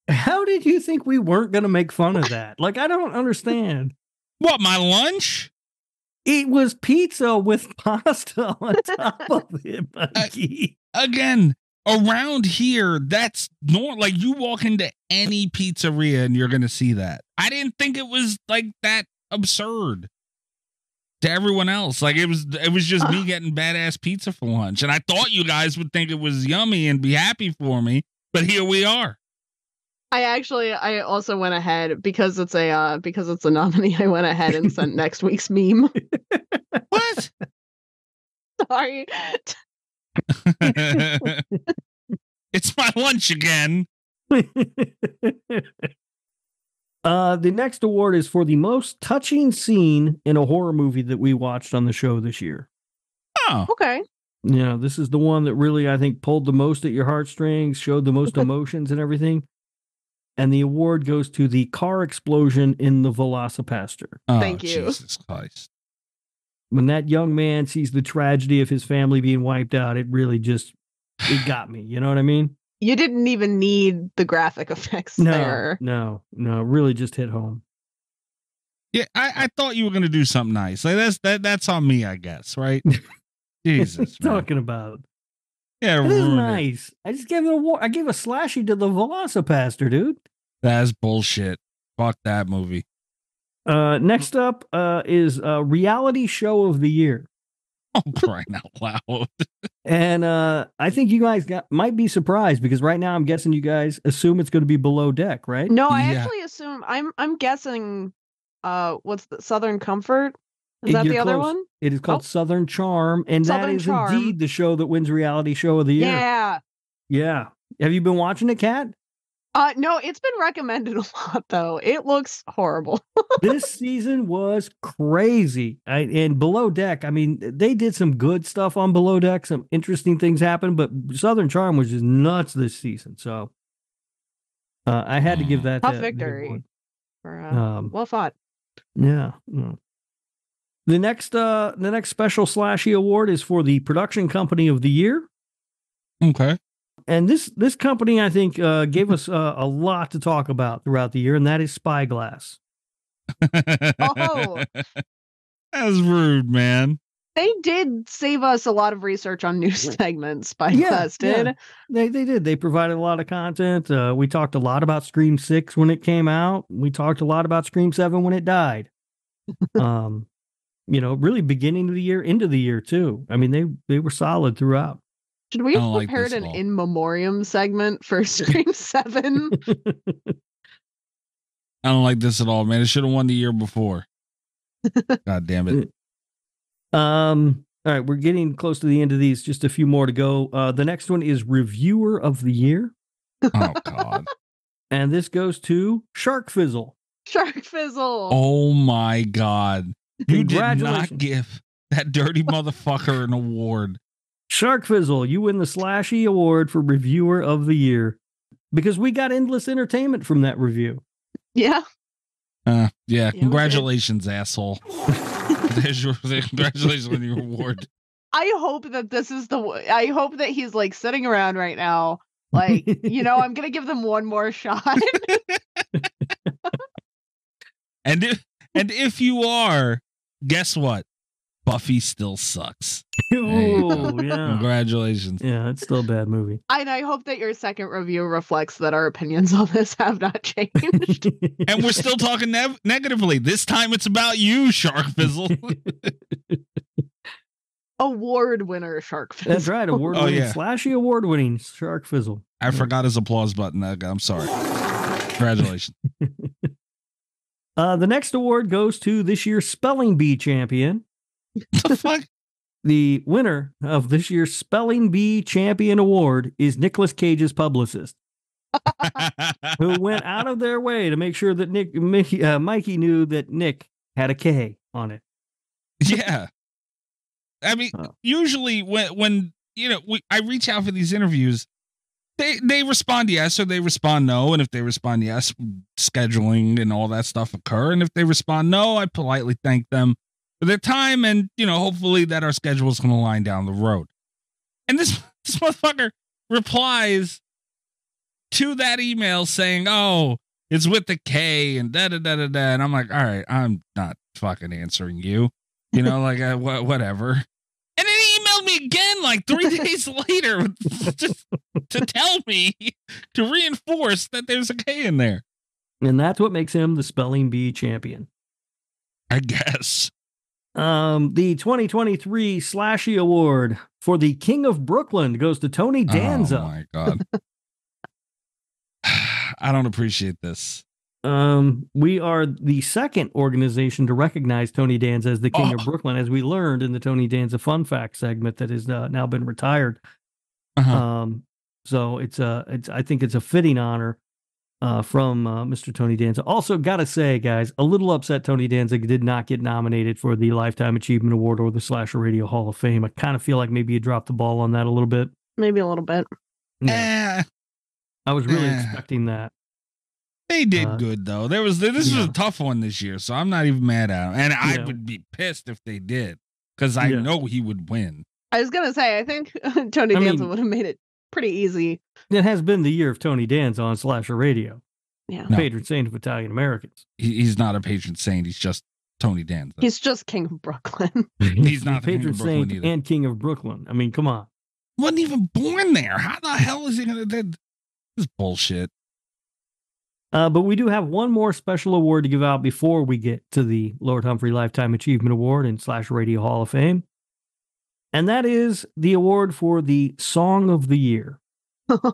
D: How did you think we weren't going to make fun of that? Like, I don't understand.
C: What my lunch?
D: It was pizza with pasta on top of it, Mikey.
C: again around here that's normal like you walk into any pizzeria and you're gonna see that i didn't think it was like that absurd to everyone else like it was it was just me getting badass pizza for lunch and i thought you guys would think it was yummy and be happy for me but here we are
E: I actually, I also went ahead because it's a uh, because it's a nominee. I went ahead and sent next week's meme.
C: what
E: Sorry,
C: it's my lunch again
D: uh, the next award is for the most touching scene in a horror movie that we watched on the show this year.
C: oh
E: okay.
D: Yeah, this is the one that really, I think, pulled the most at your heartstrings, showed the most emotions and everything. And the award goes to the car explosion in the Velocipaster.
C: Oh,
E: Thank you.
C: jesus christ
D: when that young man sees the tragedy of his family being wiped out, it really just it got me. You know what I mean?
E: You didn't even need the graphic effects
D: No,
E: there.
D: no, no. it Really, just hit home.
C: Yeah, I, I thought you were gonna do something nice. Like that's that that's on me, I guess, right? Jesus, man.
D: talking about
C: yeah,
D: it is
C: ruined it.
D: nice. I just gave it a war. I gave a slashy to the Velocipaster, dude.
C: That's bullshit. Fuck that movie.
D: Uh, next up uh, is uh, reality show of the year,
C: Oh, crying out loud.
D: and uh, I think you guys got, might be surprised because right now I'm guessing you guys assume it's going to be below deck, right?
E: No, I
C: Yeah.
E: actually assume I'm I'm guessing. Uh, what's the Southern Comfort? Is that
D: You're
E: the other
D: close.
E: one?
D: It is called
E: Oh.
D: Southern Charm, and that
E: Southern
D: is
E: Charm.
D: indeed the show that wins reality show of the year.
E: Yeah.
D: Yeah. Have you been watching it, Kat?
E: Uh, no, it's been recommended a lot though. It looks horrible.
D: this season was crazy. I, and Below Deck, I mean, they did some good stuff on Below Deck. Some interesting things happened, but Southern Charm was just nuts this season. So uh, I had to give
C: Mm.
D: that
E: Tough
D: that- that
E: victory.
D: award.
E: Or, uh,
D: Um,
E: well fought.
D: yeah. yeah. The next, uh, the next special slashy award is for the production company of the year.
C: Okay.
D: and this this company I think uh, gave us uh, a lot to talk about throughout the year, and that is Spyglass.
E: Oh.
C: That's rude, man.
E: They did save us a lot of research on new segments by
D: Yeah,
E: yeah, did.
D: yeah. They they did. They provided a lot of content. Uh, we talked a lot about Scream Six when it came out. We talked a lot about Scream Seven when it died. um, you know, really beginning of the year, into the year too. I mean, they they were solid throughout.
E: Should we
C: I
E: have
C: don't like
E: prepared
C: this
E: an
C: at all.
E: in memoriam segment for Scream 7?
C: I don't like this at all, man. It should have won the year before. God damn it.
D: Um, all right, we're getting close to the end of these. Just a few more to go. Uh, the next one is Reviewer of the Year,
C: Oh God.
D: and this goes to Shark Fizzle.
E: Shark Fizzle.
C: Oh my god. You did not
D: Congratulations.
C: give that dirty motherfucker an award.
D: Shark Fizzle, you win the Slashy Award for Reviewer of the Year because we got endless entertainment from that review.
E: Yeah.
C: Uh, yeah,
E: did.
C: congratulations, asshole. There's your congratulations on your award.
E: I hope that this is the. w- I hope that he's like sitting around right now, like you know, I'm gonna give them one more shot.
C: And if and if you are, guess what? Buffy still sucks. you go.
D: oh, yeah.
C: Congratulations.
D: Yeah, it's still a bad movie.
E: and I hope that your second review reflects that our opinions on this have not changed.
C: And we're still talking nev- negatively. This time it's about you, Shark Fizzle.
E: Award winner Shark Fizzle.
D: That's right. Award winning,
C: yeah.
D: Slashy Award winning Shark Fizzle.
C: I forgot his applause button. I- I'm sorry. Congratulations.
D: Uh, the next award goes to this year's Spelling Bee champion.
C: the fuck?
D: The winner of this year's Spelling Bee Champion Award is Nicolas Cage's publicist, who went out of their way to make sure that Nick Mickey, uh, Mikey knew that Nick had a K on it.
C: Yeah. I mean,
D: Oh.
C: usually when when you know we, I reach out for these interviews, they they respond yes or they respond no, and if they respond yes, scheduling and all that stuff occur, and if they respond no, I politely thank them for their time, and you know hopefully that our schedules can align down the road. And this this motherfucker replies to that email saying, "Oh, it's with the K and da da da da da," and I'm like, "All right, I'm not fucking answering you." you know, like uh, wha- whatever. And then he emailed me again, like three days later, just to tell me to reinforce that there's a K in there.
D: And that's what makes him the Spelling Bee champion.
C: I guess.
D: Um, the 2023 Slashy Award for the King of Brooklyn goes to Tony
C: Oh
D: Danza.
C: my god. I don't appreciate this.
D: um, we are the second organization to recognize Tony Danza as the King
C: Oh.
D: of Brooklyn, as we learned in the Tony Danza Fun Fact segment that has uh, now been retired.
C: Uh-huh.
D: Um, so it's a, it's I think it's a fitting honor uh, from uh, Mr. Tony Danza. Also, gotta say, guys, a little upset Tony Danza did not get nominated for the Lifetime Achievement Award or the Slasher Radio Hall of Fame. I kind of feel like maybe you dropped the ball on that a little bit.
E: Maybe a little bit.
D: Yeah.
C: Eh,
D: I was really
C: Yeah.
D: expecting that.
C: they did
D: Uh,
C: good though. There was this was
D: yeah.
C: a tough one this year, so I'm not even mad at him. And I
D: Yeah.
C: would be pissed if they did, because I
D: Yeah.
C: know he would win.
E: I was gonna say I think Tony
D: I
E: Danza
D: mean-
E: would have made it pretty easy.
D: It has been the year of Tony Danza on Slasher Radio,
E: Yeah.
C: No.
D: patron saint of Italian Americans.
C: He, he's not a patron saint. He's just Tony Danza.
E: He's just King of Brooklyn.
C: He's not the king of
D: patron
C: Brooklyn
D: saint
C: either.
D: and king of Brooklyn. I mean, come on.
C: wasn't even born there. How the hell is he gonna that this is bullshit?
D: Uh, but we do have one more special award to give out before we get to the Lord Humphrey Lifetime Achievement Award and slash Radio Hall of Fame, and that is the award for the Song of the Year.
C: Okay.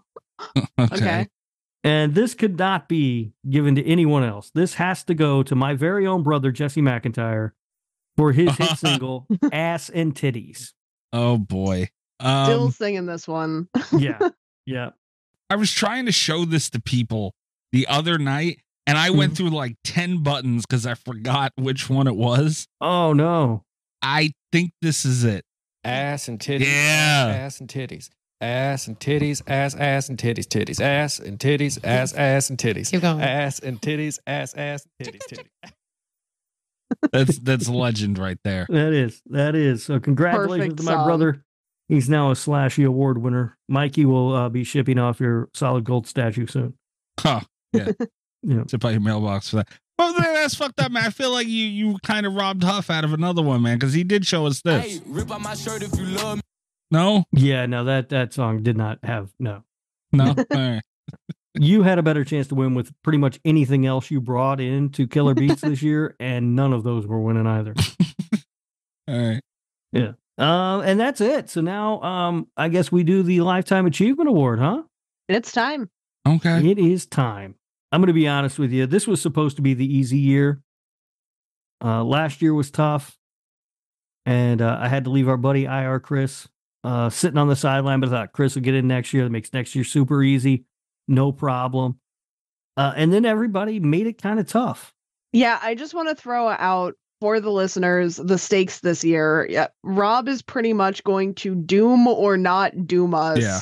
E: Okay.
D: And this could not be given to anyone else. This has to go to my very own brother Jesse McIntyre for his hit single "Ass and Titties."
C: Oh boy.
E: Still
C: Um,
E: singing this one.
D: Yeah, yeah.
C: I was trying to show this to people the other night, and I
E: Mm-hmm.
C: went through like ten buttons because I forgot which one it was.
D: Oh no.
C: I think this is it.
J: ass and titties,
C: Yeah.
J: ass and titties, ass and titties, ass, ass and titties, titties, ass and titties, ass, ass and titties,
H: Keep going.
J: ass and titties, ass, ass, titties, titties.
C: That's that's legend right there.
D: That is. That is. So congratulations
E: Perfect
D: to my
E: song.
D: brother. He's now a slashy award winner. Mikey will uh, be shipping off your solid gold statue soon.
C: Huh.
D: You know,
C: Tip out your mailbox for that. Oh, man, that's fucked up, man. I feel like you you kind of robbed Huff out of another one, man, because he did show us this.
G: rip out my shirt if you love me.
C: No,
D: yeah, no, that that song did not have no.
C: no. All right.
D: You had a better chance to win with pretty much anything else you brought in to Killer Beats this year, and none of those were winning either.
C: All right.
D: Um, and that's it. So now, um, I guess we do the Lifetime Achievement Award, huh?
E: It's time.
C: Okay.
D: It is time. I'm going to be honest with you. This was supposed to be the easy year. Uh, last year was tough, and uh, I had to leave our buddy IR Chris uh, sitting on the sideline. But I thought Chris will get in next year. That makes next year super easy, no problem. Uh, and then everybody made it kind of tough.
E: Yeah, I just want to throw out for the listeners the stakes this year. Yeah, Rob is pretty much going to doom or not doom us
C: Yeah.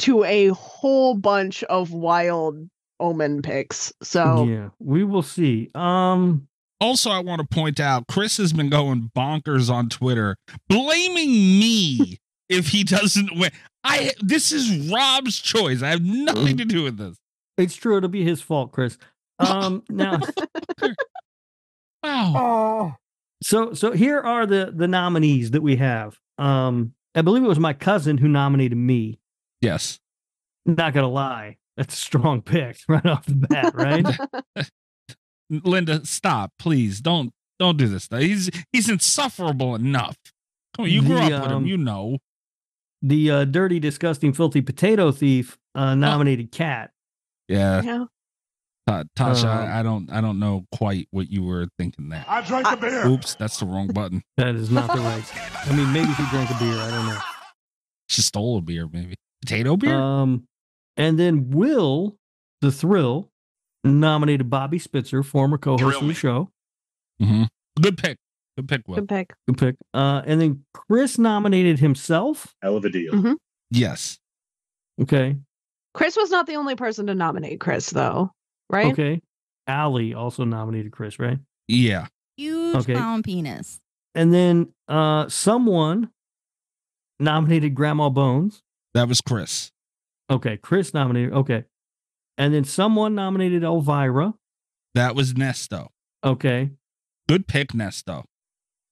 E: to a whole bunch of wild omen picks. So
D: Yeah, we will see. Um,
C: Also, I want to point out Chris has been going bonkers on Twitter, blaming me if he doesn't win. I this is Rob's choice. I have nothing to do with this.
D: it's true. It'll be his fault, Chris. Um, now,
C: Wow.
F: Oh.
D: so so here are the the nominees that we have. Um, I believe it was my cousin who nominated me.
C: Yes.
D: Not gonna lie, that's a strong pick right off the bat, right?
C: Linda, stop, please. Don't don't do this. He's he's insufferable enough. Come on, you grew
D: The,
C: up with
D: um,
C: him, you know.
D: the uh, dirty, disgusting, filthy potato thief uh, nominated Cat.
C: Yeah,
E: yeah.
C: Ta- Tasha,
D: Um,
C: I, I don't I don't know quite what you were thinking there.
G: I drank
E: the
G: beer.
C: Oops, that's the wrong button.
D: That is not the right. I mean, maybe he drank a beer. I don't know.
C: She stole a beer, maybe potato beer.
D: Um, and then Will the Thrill nominated Bobby Spitzer, former co-host of the show.
C: hmm Good pick. Good pick, Will.
E: Good pick.
D: Good pick. Uh, and then Chris nominated himself.
K: Hell of a deal.
E: Mhm.
C: Yes.
D: Okay.
E: Chris was not the only person to nominate Chris though, right?
D: Okay. Allie also nominated Chris, right?
C: Yeah.
H: Huge
D: Okay.
H: clown penis.
D: And then uh, someone nominated Grandma Bones.
C: That was Chris.
D: Okay. Chris nominated. Okay. And then someone nominated Elvira.
C: That was Nesto.
D: Okay.
C: Good pick, Nesto.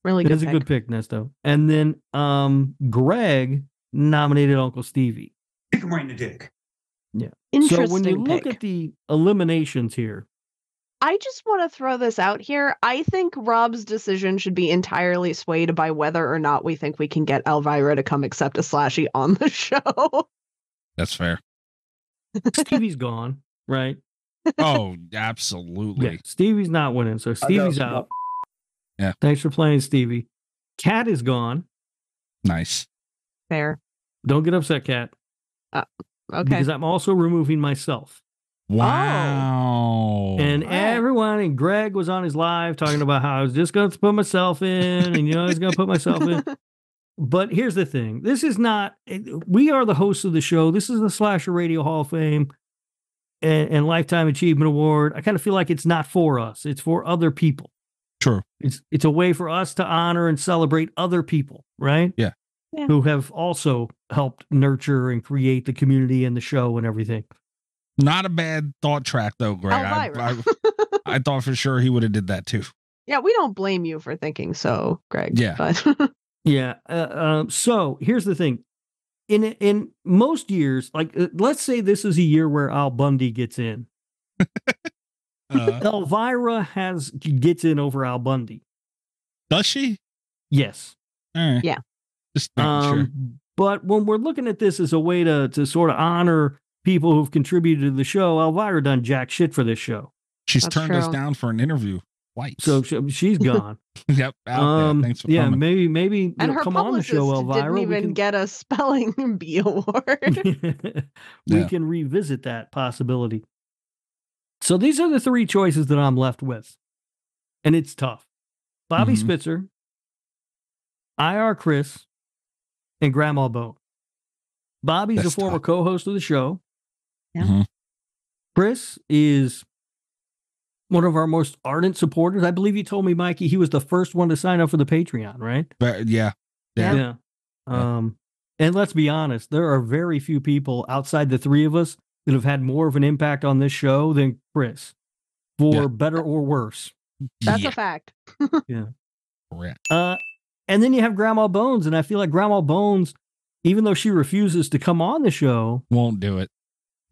E: Really
D: It
E: good.
D: is a
E: Pick.
D: good pick, Nesto. And then um, Greg nominated Uncle Stevie.
G: Kick him right in the dick.
E: Interesting
D: so when you
E: pick.
D: look at the eliminations here,
E: I just want to throw this out here. I think Rob's decision should be entirely swayed by whether or not we think we can get Elvira to come accept a slashy on the show.
C: That's fair.
D: Stevie's gone, right?
C: Oh, absolutely.
D: Yeah, Stevie's not winning, so Stevie's
K: no.
D: out.
C: Yeah.
D: Thanks for playing, Stevie. Cat is gone.
C: Nice.
E: Fair.
D: Don't get upset, Cat,
E: Okay.
D: because I'm also removing myself.
C: Wow.
D: Oh. and
E: wow.
D: everyone and Greg was on his live talking about how I was just going to put myself in, and you know I was going to put myself in. But here's the thing: this is not. We are the hosts of the show. This is the Slasher Radio Hall of Fame and, and Lifetime Achievement Award. I kind of feel like it's not for us; it's for other people.
C: True.
D: It's it's a way for us to honor and celebrate other people, right?
C: Yeah.
E: Yeah.
D: Who have also helped nurture and create the community and the show and everything.
C: Not a bad thought track though, Greg. I, I,
E: Elvira.
C: I thought for sure he would have did that too.
E: yeah, we don't blame you for thinking so, Greg.
C: Yeah.
E: But
D: Yeah. Uh, um, so here's the thing. In in most years, like uh, let's say this is a year where Al Bundy gets in.
C: Uh,
D: Elvira has gets in over Al Bundy.
C: does she?
D: Yes.
C: All right.
E: Yeah.
C: Just making sure.
D: Um, but when we're looking at this as a way to to sort of honor people who've contributed to the show, Elvira done jack shit for this show,
C: She's
E: That's
C: turned us
E: true.
C: down for an interview twice.
D: so she, she's gone.
C: yep. Out
D: um,
C: there. Thanks for
D: yeah,
C: coming.
D: maybe maybe
E: and
D: you'll
E: her
D: come on the
E: publicist
D: show, Elvira.
E: didn't
D: We
E: even
D: can-
E: get a spelling bee award.
D: we
C: Yeah.
D: can revisit that possibility. So these are the three choices that I'm left with. And it's tough. Bobby
C: Mhm.
D: Spitzer, IR Chris, and Grandma Bone. Bobby's
C: That's
D: a former
C: tough.
D: co-host of the show.
H: Yeah.
C: Mhm.
D: Chris is one of our most ardent supporters. I believe you told me, Mikey, he was the first one to sign up for the Patreon, right?
C: But, yeah. Yeah.
D: Yeah.
C: Yeah.
D: Um, and let's be honest, there are very few people outside the three of us that have had more of an impact on this show than Chris, for
C: Yeah.
D: better or worse.
E: That's
C: yeah,
E: a fact.
C: correct.
D: Uh, and then you have Grandma Bones, and I feel like Grandma Bones, even though she refuses to come on the show,
C: Won't do it.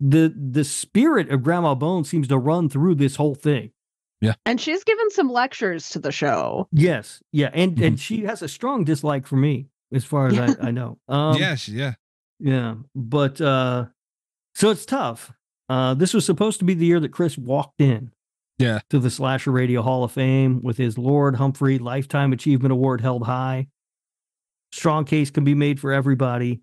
D: the the spirit of Grandma Bones seems to run through this whole thing.
E: And she's given some lectures to the show.
D: Yes, yeah, and and
C: Mhm.
D: she has a strong dislike for me, as far as I, I know. Um,
C: yes. Yeah.
D: Yeah, but uh so it's tough. Uh this was supposed to be the year that Chris walked in.
C: Yeah.
D: To the Slasher Radio Hall of Fame with his Lord Humphrey Lifetime Achievement Award held high. Strong case can be made for everybody.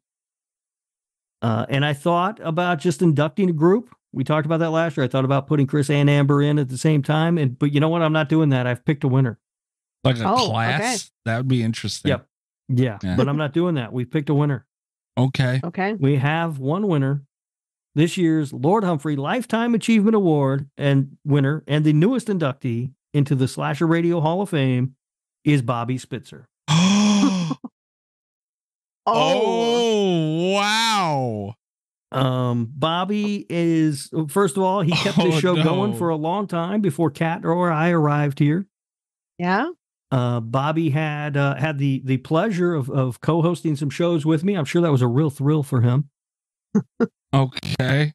D: Uh and I thought about just inducting a group We talked about that last year. I thought about putting Chris and Amber in at the same time, and but you know what? I'm not doing that. I've picked a winner.
C: Like a
E: Oh, okay.
C: class? That would be interesting.
D: Yep. Yeah,
C: Yeah.
D: but I'm not doing that. We've picked a winner.
C: Okay.
E: Okay.
D: We have one winner. This year's Lord Humphrey Lifetime Achievement Award and winner, and the newest inductee into the Slasher Radio Hall of Fame is Bobby Spitzer.
C: oh,
E: Oh,
C: wow.
D: Um, Bobby is first of all, he kept the
C: Oh,
D: show going
C: no.
D: for a long time before Kat or I arrived here.
E: yeah.
D: Uh, Bobby had uh, had the the pleasure of of co-hosting some shows with me. I'm sure that was a real thrill for him.
C: Okay.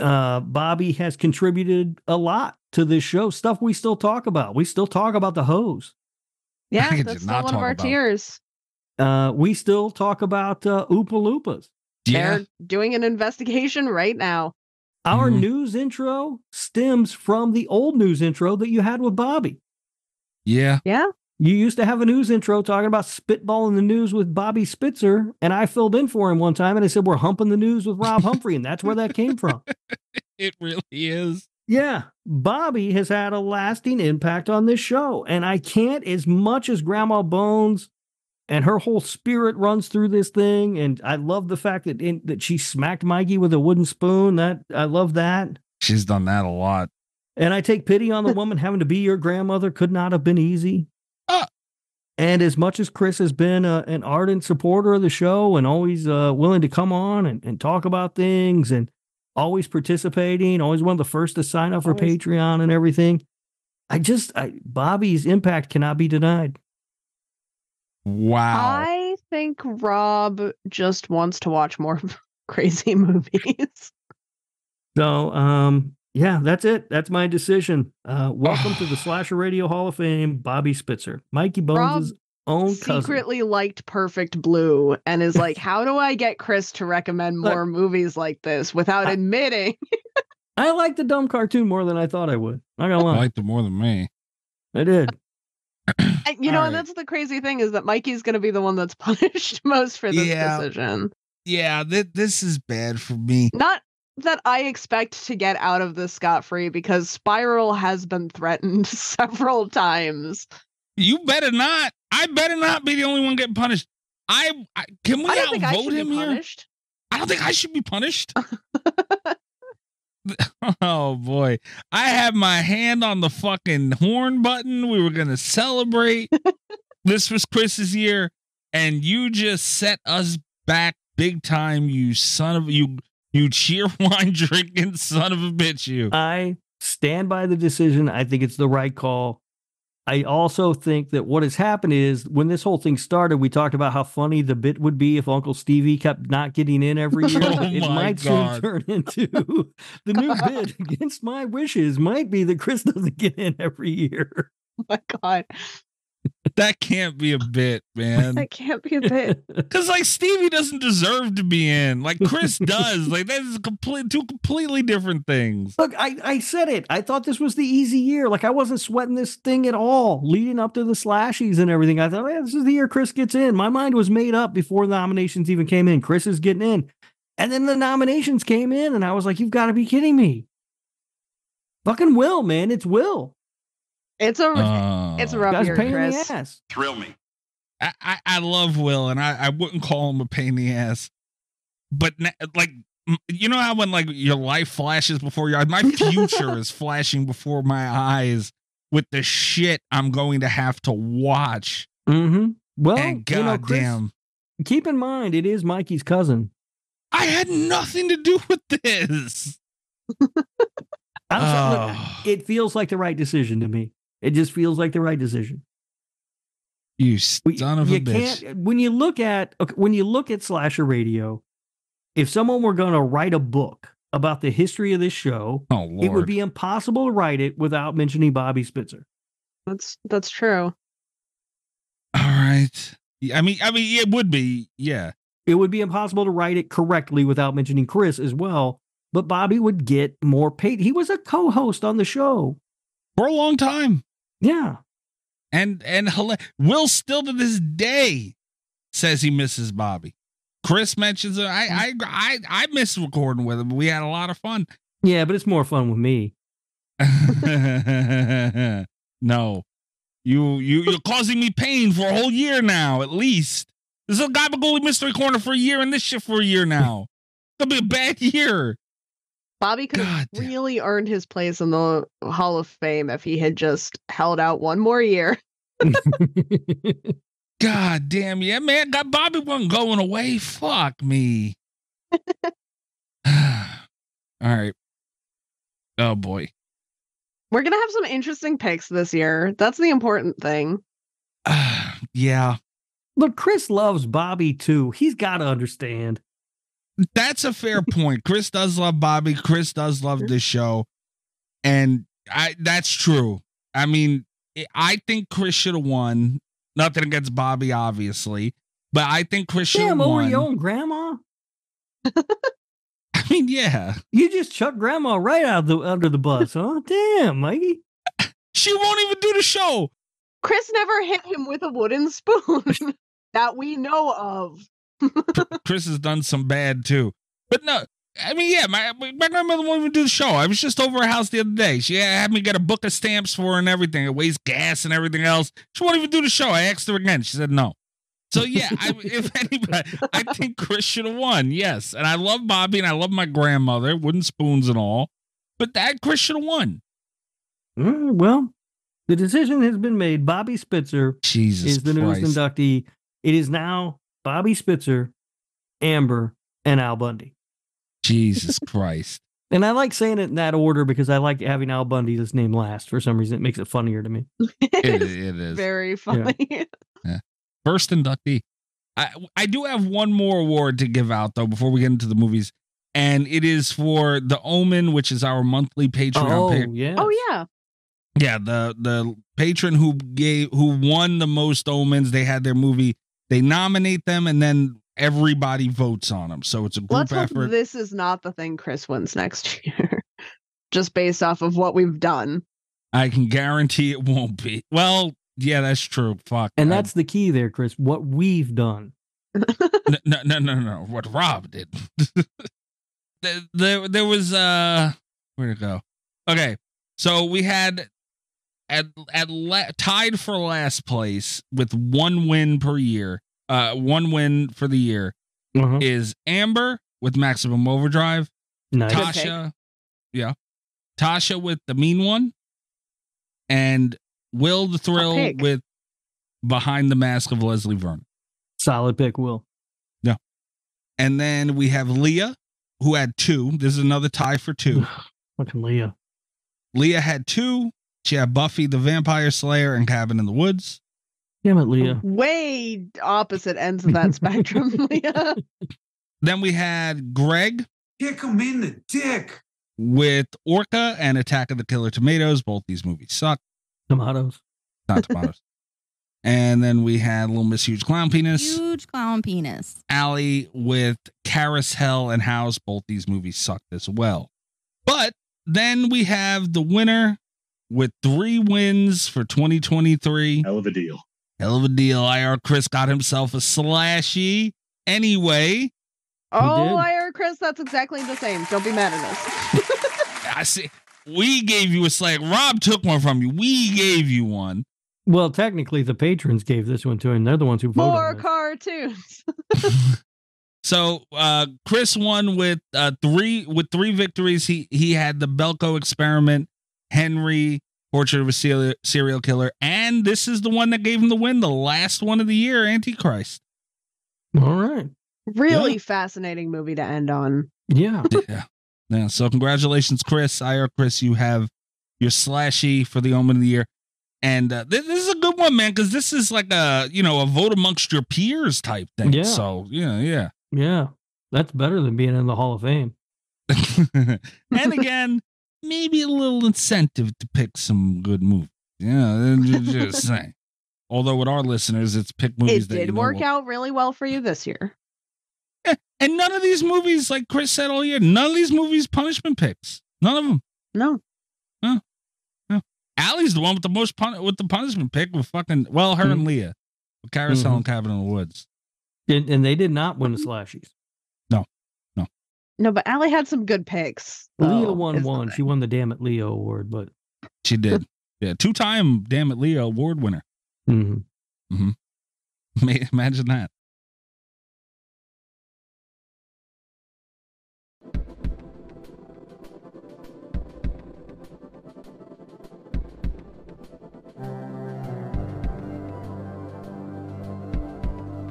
D: Uh, Bobby has contributed a lot to this show. Stuff we still talk about. We still talk about the hose.
C: I
E: Yeah.
C: did
E: That's
C: not
E: still one of
C: talk
E: our
C: about-
E: tiers.
D: Uh, we still talk about uh, Oopa Loopas.
C: Yeah.
E: They're doing an investigation right now.
D: Our
C: Mhm.
D: news intro stems from the old news intro that you had with Bobby.
C: Yeah.
D: You used to have a news intro talking about spitballing the news with Bobby Spitzer, and I filled in for him one time, and I said we're humping the news with Rob Humphrey, and that's where that came from.
C: It really is.
D: Yeah, Bobby has had a lasting impact on this show, and I can't as much as Grandma Bones, and her whole spirit runs through this thing, and I love the fact that in, that she smacked Mikey with a wooden spoon. That I love that.
C: She's done that a lot.
D: And I take pity on the woman having to be your grandmother could not have been easy.
C: Ah.
D: And as much as Chris has been uh, an ardent supporter of the show and always uh, willing to come on and, and talk about things and always participating, always one of the first to sign up for
E: Always.
D: Patreon and everything, I just, I, Bobby's impact cannot be denied.
C: Wow.
E: I think Rob just wants to watch more crazy movies.
D: So, um, yeah, that's it. That's my decision. Uh, welcome to the Slasher Radio Hall of Fame, Bobby Spitzer, Mikey Bones' own cousin.
E: Secretly liked Perfect Blue and is like, how do I get Chris to recommend
D: Look.
E: more movies like this without
D: I-
E: admitting?
D: I like the dumb cartoon more than I thought I would. Not gonna
C: I
D: lie,
C: liked it more than me.
D: I did.
E: And, you know,
C: All
E: and
C: right.
E: that's the crazy thing is that Mikey's going to be the one that's punished most for this
C: Yeah.
E: decision.
C: Yeah, th- this is bad for me.
E: Not that I expect to get out of this scot free because Spiral has been threatened several times.
C: You better not. I better not be the only one getting punished. I, I can we
E: I don't think I
C: outvote
E: should be
C: him here?
E: punished.
C: I don't think I should be punished. oh boy, I had my hand on the fucking horn button. We were gonna celebrate. this was Chris's year, and you just set us back big time. You son of you, you cheer wine drinking son of a bitch. You.
D: I stand by the decision. I think it's the right call. I also think that what has happened is when this whole thing started, we talked about how funny the bit would be if Uncle Stevie kept not getting in every year.
C: Oh
D: it
C: my
D: might
C: God.
D: soon turn into the new bit against my wishes might be that Chris doesn't get in every year.
E: Oh my God.
C: That can't be a bit, man.
E: That can't be a bit.
C: Cause like Stevie doesn't deserve to be in, like Chris does. Like that is complete two completely different things.
D: Look, I, I said it. I thought this was the easy year. Like I wasn't sweating this thing at all leading up to the slashies and everything. I thought, "Eh, this is the year Chris gets in. My mind was made up before the nominations even came in. Chris is getting in. And then the nominations came in, and I was like, You've got to be kidding me. Fucking Will, man. It's Will.
E: It's a
C: Uh,
E: it's a rough
D: Guy's
E: year,
D: pain in
E: Chris.
D: the ass.
G: Thrill me.
C: I, I I love Will, and I I wouldn't call him a pain in the ass, but na- like m- you know how when like your life flashes before your eyes, my future is flashing before my eyes with the shit I'm going to have to watch.
D: Mm-hmm. Well,
C: and
D: you know,
C: goddamn,
D: Chris, keep in mind, it is Mikey's cousin.
C: I had nothing to do with this.
D: Outside- look,
C: Oh,
D: it feels like the right decision to me. It just feels like the right decision.
C: you
D: We-
C: son of
D: you
C: a bitch!
D: can't- when you look at okay, when you look at slasher radio, if someone were going to write a book about the history of this show,
C: Oh lord.
D: it would be impossible to write it without mentioning Bobby Spitzer.
E: That's that's true.
C: All right. Yeah, I mean, I mean, it would be, yeah.
D: It would be impossible to write it correctly without mentioning Chris as well. But Bobby would get more paid. He was a co-host on the show.
C: for a long time.
D: Yeah,
C: And and hila- Will still to this day says he misses Bobby. Chris mentions it. I I I I miss recording with him. We had a lot of fun.
D: Yeah, but it's more fun with me.
C: no, you you you're causing me pain for a whole year now, at least. This is a Gabagool mystery corner for a year, and this shit for a year now. It's gonna be a bad year.
E: Bobby could have
C: God damn.
E: really earned his place in the Hall of Fame if he had just held out one more year.
C: God damn, yeah, man. Got Bobby wasn't going away. Fuck me. All right. Oh boy.
E: We're gonna have some interesting picks this year. That's the important thing.
C: yeah,
D: Look, Chris loves Bobby too. He's got to understand.
C: that's a fair point. Chris does love Bobby. Chris does love this show, and I that's true. I mean, I- I think Chris should have won. Nothing against Bobby, obviously, but I think Chris should have
D: Damn, over
C: won.
D: your own grandma.
C: I mean, yeah,
D: You just chucked grandma right out of the under the bus, huh? Damn, Mikey.
C: she won't even do the show.
E: Chris never hit him with a wooden spoon that we know of.
C: Chris has done some bad too, but no. I mean, yeah, my my grandmother won't even do the show. I was just over her house the other day. She had me get a book of stamps for her and everything. It weighs gas and everything else. She won't even do the show. I asked her again. She said no. So yeah, I, if anybody, I think Chris should have won. Yes, and I love Bobby and I love my grandmother, wooden spoons and all. But that Chris should have won.
D: Mm, well, the decision has been made. Bobby Spitzer
C: Jesus
D: is the newest
C: Christ.
D: inductee. It is now Bobby Spitzer, Amber, and Al Bundy.
C: Jesus Christ.
D: And I like saying it in that order because I like having Al Bundy's name last. For some reason, it makes it funnier to me.
C: It, it
E: It's
C: is.
E: very funny.
C: first inductee. I I do have one more award to give out though before we get into the movies, and it is for The Omen, which is our monthly Patreon
D: Oh,
C: pick.
D: yeah.
E: Oh yeah.
C: Yeah, the the patron who gave who won the most omens, they had their movie. They nominate them, and then everybody votes on them. So it's a group
E: Let's hope
C: effort.
E: this is not the thing Chris wins next year. Just based off of what we've done.
C: I can guarantee it won't be. Well, yeah, that's true. Fuck.
D: And
C: I-
D: that's the key there, Chris. What we've done.
C: no, no, no, no, no. What Rob did. there, there, there was uh, where'd it go? Okay, so we had at at la- tied for last place with one win per year. Uh, one win for the year
D: Uh-huh.
C: is Amber with Maximum Overdrive.
D: Nice.
E: Good pick.
C: Tasha, yeah, Tasha with the mean one, and Will the Thrill
E: pick.
C: with Behind the Mask of Leslie Vernon.
D: Solid pick, Will.
C: And then we have Leah, who had two. This is another tie for two.
D: Fucking Leah.
C: Leah had two. She had Buffy the Vampire Slayer and Cabin in the Woods.
D: Damn it, Leah.
E: Way opposite ends of that spectrum, Leah.
C: Then we had Greg
G: Kick him in the dick.
C: with Orca and Attack of the Killer Tomatoes. Both these movies suck,
D: Tomatoes.
C: not tomatoes. and then we had Little Miss Huge Clown Penis,
H: Huge clown penis.
C: Allie with Carousel Hell and House. Both these movies sucked as well. But then we have the winner with three wins for 2023.
K: Hell of a deal.
C: Hell of a deal. IR Chris got himself a slashy. Anyway,
E: Oh,
D: did.
E: liar, Chris, that's exactly the same. Don't be mad at us.
C: I see. We gave you a slack. Rob took one from you. We gave you one.
D: Well, technically, the patrons gave this one to him. They're the ones who voted.
E: More
D: on this.
E: cartoons.
C: So uh Chris won with uh three with three victories. He he had the Belko experiment, Henry, Portrait of a Serial, Serial Killer, and this is the one that gave him the win, the last one of the year, Antichrist.
D: All right.
E: Really fascinating movie to end on.
D: Yeah.
C: yeah. Yeah. So congratulations, Chris. IR Chris, you have your slashy for the omen of the year. And uh, this, this is a good one, man, because this is like a you know a vote amongst your peers type thing.
D: Yeah.
C: So yeah, yeah.
D: Yeah. That's better than being in the Hall of Fame.
C: and again, maybe a little incentive to pick some good movies. Yeah, ju- just saying. Although with our listeners, it's pick movies
E: It
C: that you
E: did
C: know
E: work
C: will-
E: out really well for you this year.
C: And none of these movies, like Chris said all year, none of these movies punishment picks. None of them.
E: No.
C: Allie's the one with the most pun- with the punishment pick with fucking well her
E: Mm-hmm.
C: and Leah with Carousel and Cabin in the Woods.
D: And, and they did not win the slashies.
E: No, but Allie had some good picks.
D: Leo
E: though,
D: won
E: is the
D: one. She
E: thing.
D: won the damn it Leo award, but
C: She did. Yeah, two time damn it Leo award winner.
D: mhm.
C: Ma- Imagine that.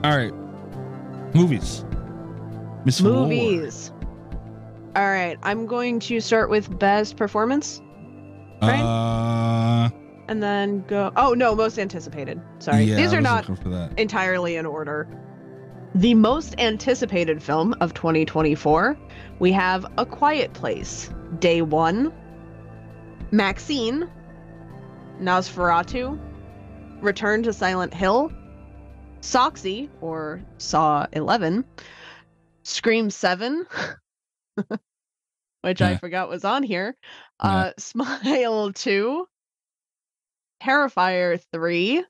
C: All right, movies. Miss Valor.
E: Movies. All right, I'm going to start with best performance
C: Uh,
E: and then go. Oh no, most anticipated. Sorry,
C: yeah,
E: these
C: I
E: are
C: was
E: not
C: looking for that.
E: entirely in order. The most anticipated film of 2024, we have A Quiet Place, Day One, Maxine, Nosferatu, Return to Silent Hill, Soxy, or Saw 11, Scream 7, which I
C: Yeah.
E: forgot was on here,
C: Yeah.
E: uh, Smile 2, Terrifier 3,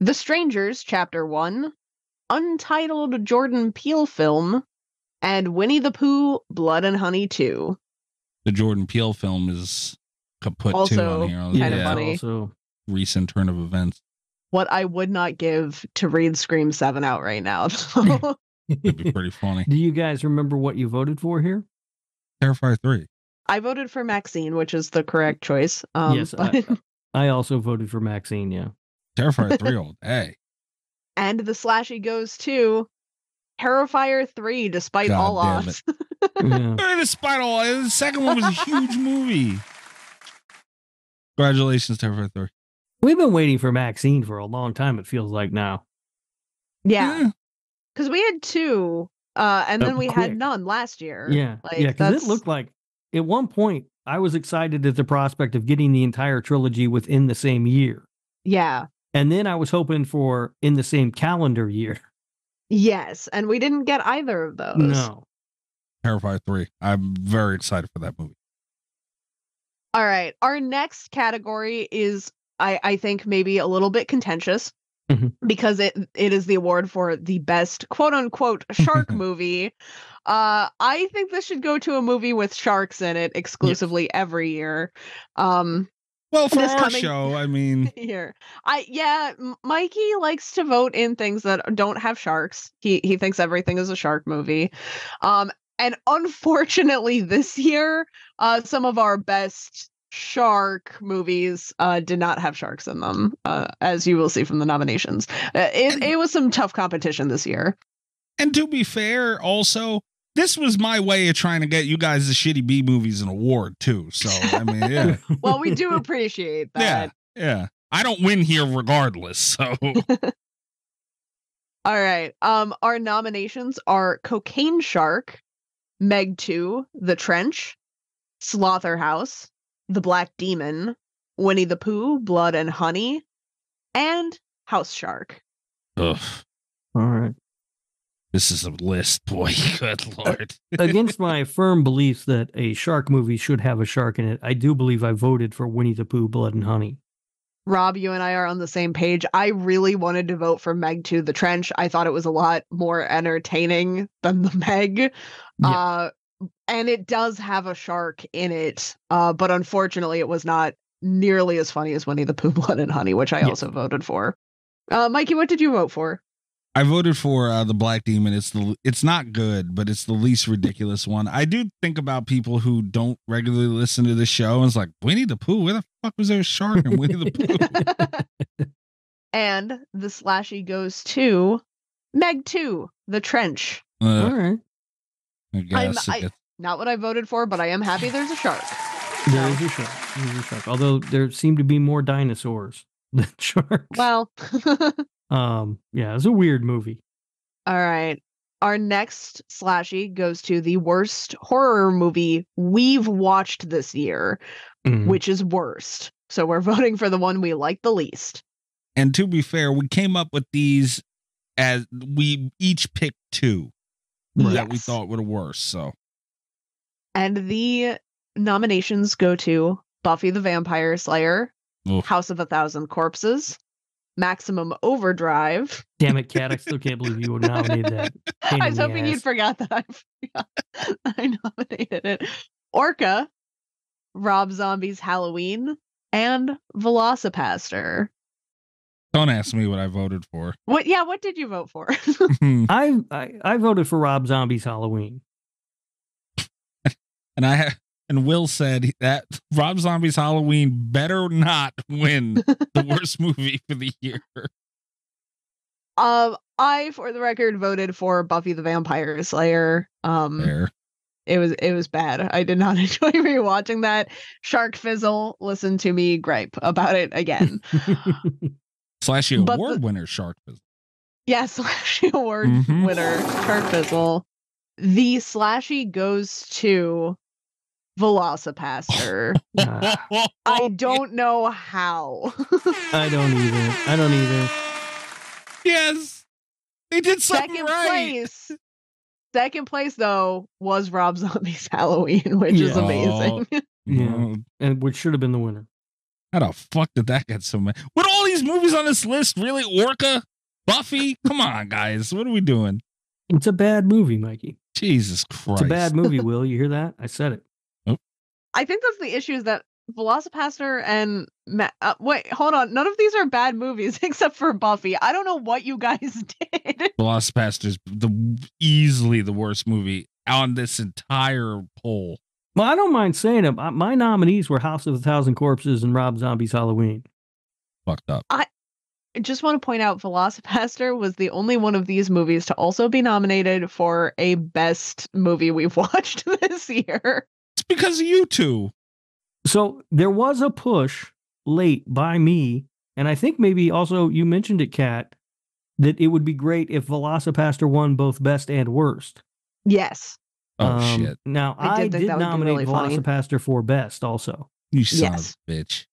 E: the Strangers, Chapter 1, Untitled Jordan Peele Film, and Winnie the Pooh, Blood and Honey 2.
C: The Jordan Peele film is could put two
E: Also
C: on here. I was-
E: Kinda
C: yeah,
E: funny.
D: Also,
C: recent turn of events.
E: What I would not give to read Scream 7 out right now.
C: It'd be pretty funny.
D: do you guys remember what you voted for here?
C: Terrifier three.
E: I voted for Maxine, which is the correct choice. Um,
D: yes,
E: but-
D: I, uh, I also voted for Maxine. Yeah,
C: Terrifier three all day.
E: and the slashy goes to Terrifier 3, despite
C: God
E: all
C: damn
E: odds.
D: yeah.
C: Third is Spiral. and The second one was a huge movie. Congratulations, Terrifier three.
D: We've been waiting for Maxine for a long time. It feels like now.
E: yeah, because we had two, uh, and
D: That
E: then
D: was
E: we
D: quick.
E: had none last year.
D: Yeah,
E: like,
D: yeah, because
E: that's-
D: it looked like at one point I was excited at the prospect of getting the entire trilogy within the same year,
E: Yeah.
D: and then I was hoping for in the same calendar year.
E: Yes. And we didn't get either of those.
D: No,
C: Terrifier three. I'm very excited for that movie.
E: All right. Our next category is I I think maybe a little bit contentious
D: Mhm.
E: because it it is the award for the best quote unquote shark movie. Uh I think this should go to a movie with sharks in it exclusively every year. Um
C: Well, for
E: This
C: our
E: coming-
C: show, I mean,
E: here. I yeah, M- Mikey likes to vote in things that don't have sharks. He he thinks everything is a shark movie. Um and unfortunately this year, uh some of our best shark movies uh did not have sharks in them uh as you will see from the nominations uh, it, it was some tough competition this year
C: and to be fair, also. This was my way of trying to get you guys the shitty B movies an award too. So I mean, yeah,
E: well we do appreciate
C: yeah,
E: that
C: yeah. I don't win here regardless. So
E: All right. Um, our nominations are Cocaine Shark, Meg 2, The Trench, Slaughterhouse, The Black Demon, Winnie the Pooh, Blood and Honey, and House Shark.
C: Ugh,
D: all right.
C: this is a list, boy. Good lord.
D: Against my firm beliefs that a shark movie should have a shark in it, I do believe I voted for Winnie the Pooh, Blood and Honey.
E: Rob, you and I are on the same page. I really wanted to vote for Meg 2, The Trench. I thought it was a lot more entertaining than the Meg. Uh, and it does have a shark in it, uh, but unfortunately, it was not nearly as funny as Winnie the Pooh, Blood and Honey, which I
D: Yes.
E: also voted for. Uh, Mikey, what did you vote for?
C: I voted for uh, the Black Demon. It's the it's not good, but it's the least ridiculous one. I do think about people who don't regularly listen to the show and it's like Winnie the Pooh. Where the fuck was there a shark in Winnie the Pooh?
E: And the slashy goes to Meg 2, The Trench.
D: All
C: Uh,
D: right,
C: I guess
E: I-
C: it-
E: Not what I voted for, but I am happy there's a shark.
D: there is a shark. There is a shark. Although there seem to be more dinosaurs than sharks.
E: Well,
D: Um, yeah, it's a weird movie.
E: All right. Our next slashy goes to the worst horror movie we've watched this year,
D: Mhm.
C: Mm-hmm.
E: which is worst. So we're voting for the one we like the least.
C: and to be fair, we came up with these as we each picked two that we
E: Yes.
C: thought were the worst. So
E: And the nominations go to Buffy the Vampire Slayer,
C: Oof.
E: House of a Thousand Corpses, Maximum Overdrive.
D: Damn it, Cat! I still can't believe you nominated that. Pain
E: I
D: in
E: was
D: the
E: hoping you'd
D: ass.
E: forgot that I, forgot I nominated it. Orca, Rob Zombie's Halloween, and Velocipaster.
C: Don't ask me what I voted for.
E: What? Yeah, what did you vote for?
C: and
D: I, I I voted for Rob Zombie's Halloween.
C: I ha- and Will said that Rob Zombie's Halloween better not win the worst movie for the year.
E: um, I, for the record, voted for Buffy the Vampire Slayer. Um,
C: Fair.
E: it was it was bad. I did not enjoy rewatching that. Shark Fizzle, listen to me gripe about it again.
C: Slashy
E: But the-
C: award winner Shark Fizzle.
E: yeah, Slashy Award
C: Mhm.
E: winner Shark Fizzle. The Slashy goes to Velocipaster.
D: Uh,
E: I don't know how.
D: I don't either. I don't either.
C: Yes, they did something
E: Second
C: right.
E: place. Second place though was Rob Zombie's Halloween, which is
D: Yeah.
E: amazing.
D: Yeah.
C: No,
D: And which should have been the winner.
C: Mm, How the fuck did that get so many? With all these movies on this list, really? Orca, Buffy? Come on, guys. What are we doing?
D: It's a bad movie, Mikey.
C: Jesus Christ.
D: It's a bad movie, Will. You hear that? I said it.
E: I think that's the issue is that Velocipaster and Ma- uh, wait, hold on. None of these are bad movies except for Buffy. I don't know what you guys did.
C: Velocipaster's the easily the worst movie on this entire poll.
D: Well, I don't mind saying it. My my nominees were House of a Thousand Corpses and Rob Zombie's Halloween.
C: Fucked up.
E: I just want to point out Velocipaster was the only one of these movies to also be nominated for a best movie we've watched this year.
C: It's because of you two.
D: So there was a push late by me, and I think maybe also you mentioned it, Kat, that it would be great if Velocipaster won both best and worst.
E: Yes.
C: Oh
D: Um,
C: shit.
D: Now
E: I
D: I
E: did
D: did,
E: think that would be
D: nominate
E: really funny.
D: Velocipaster for best also.
C: You son
E: yes.
C: of a bitch.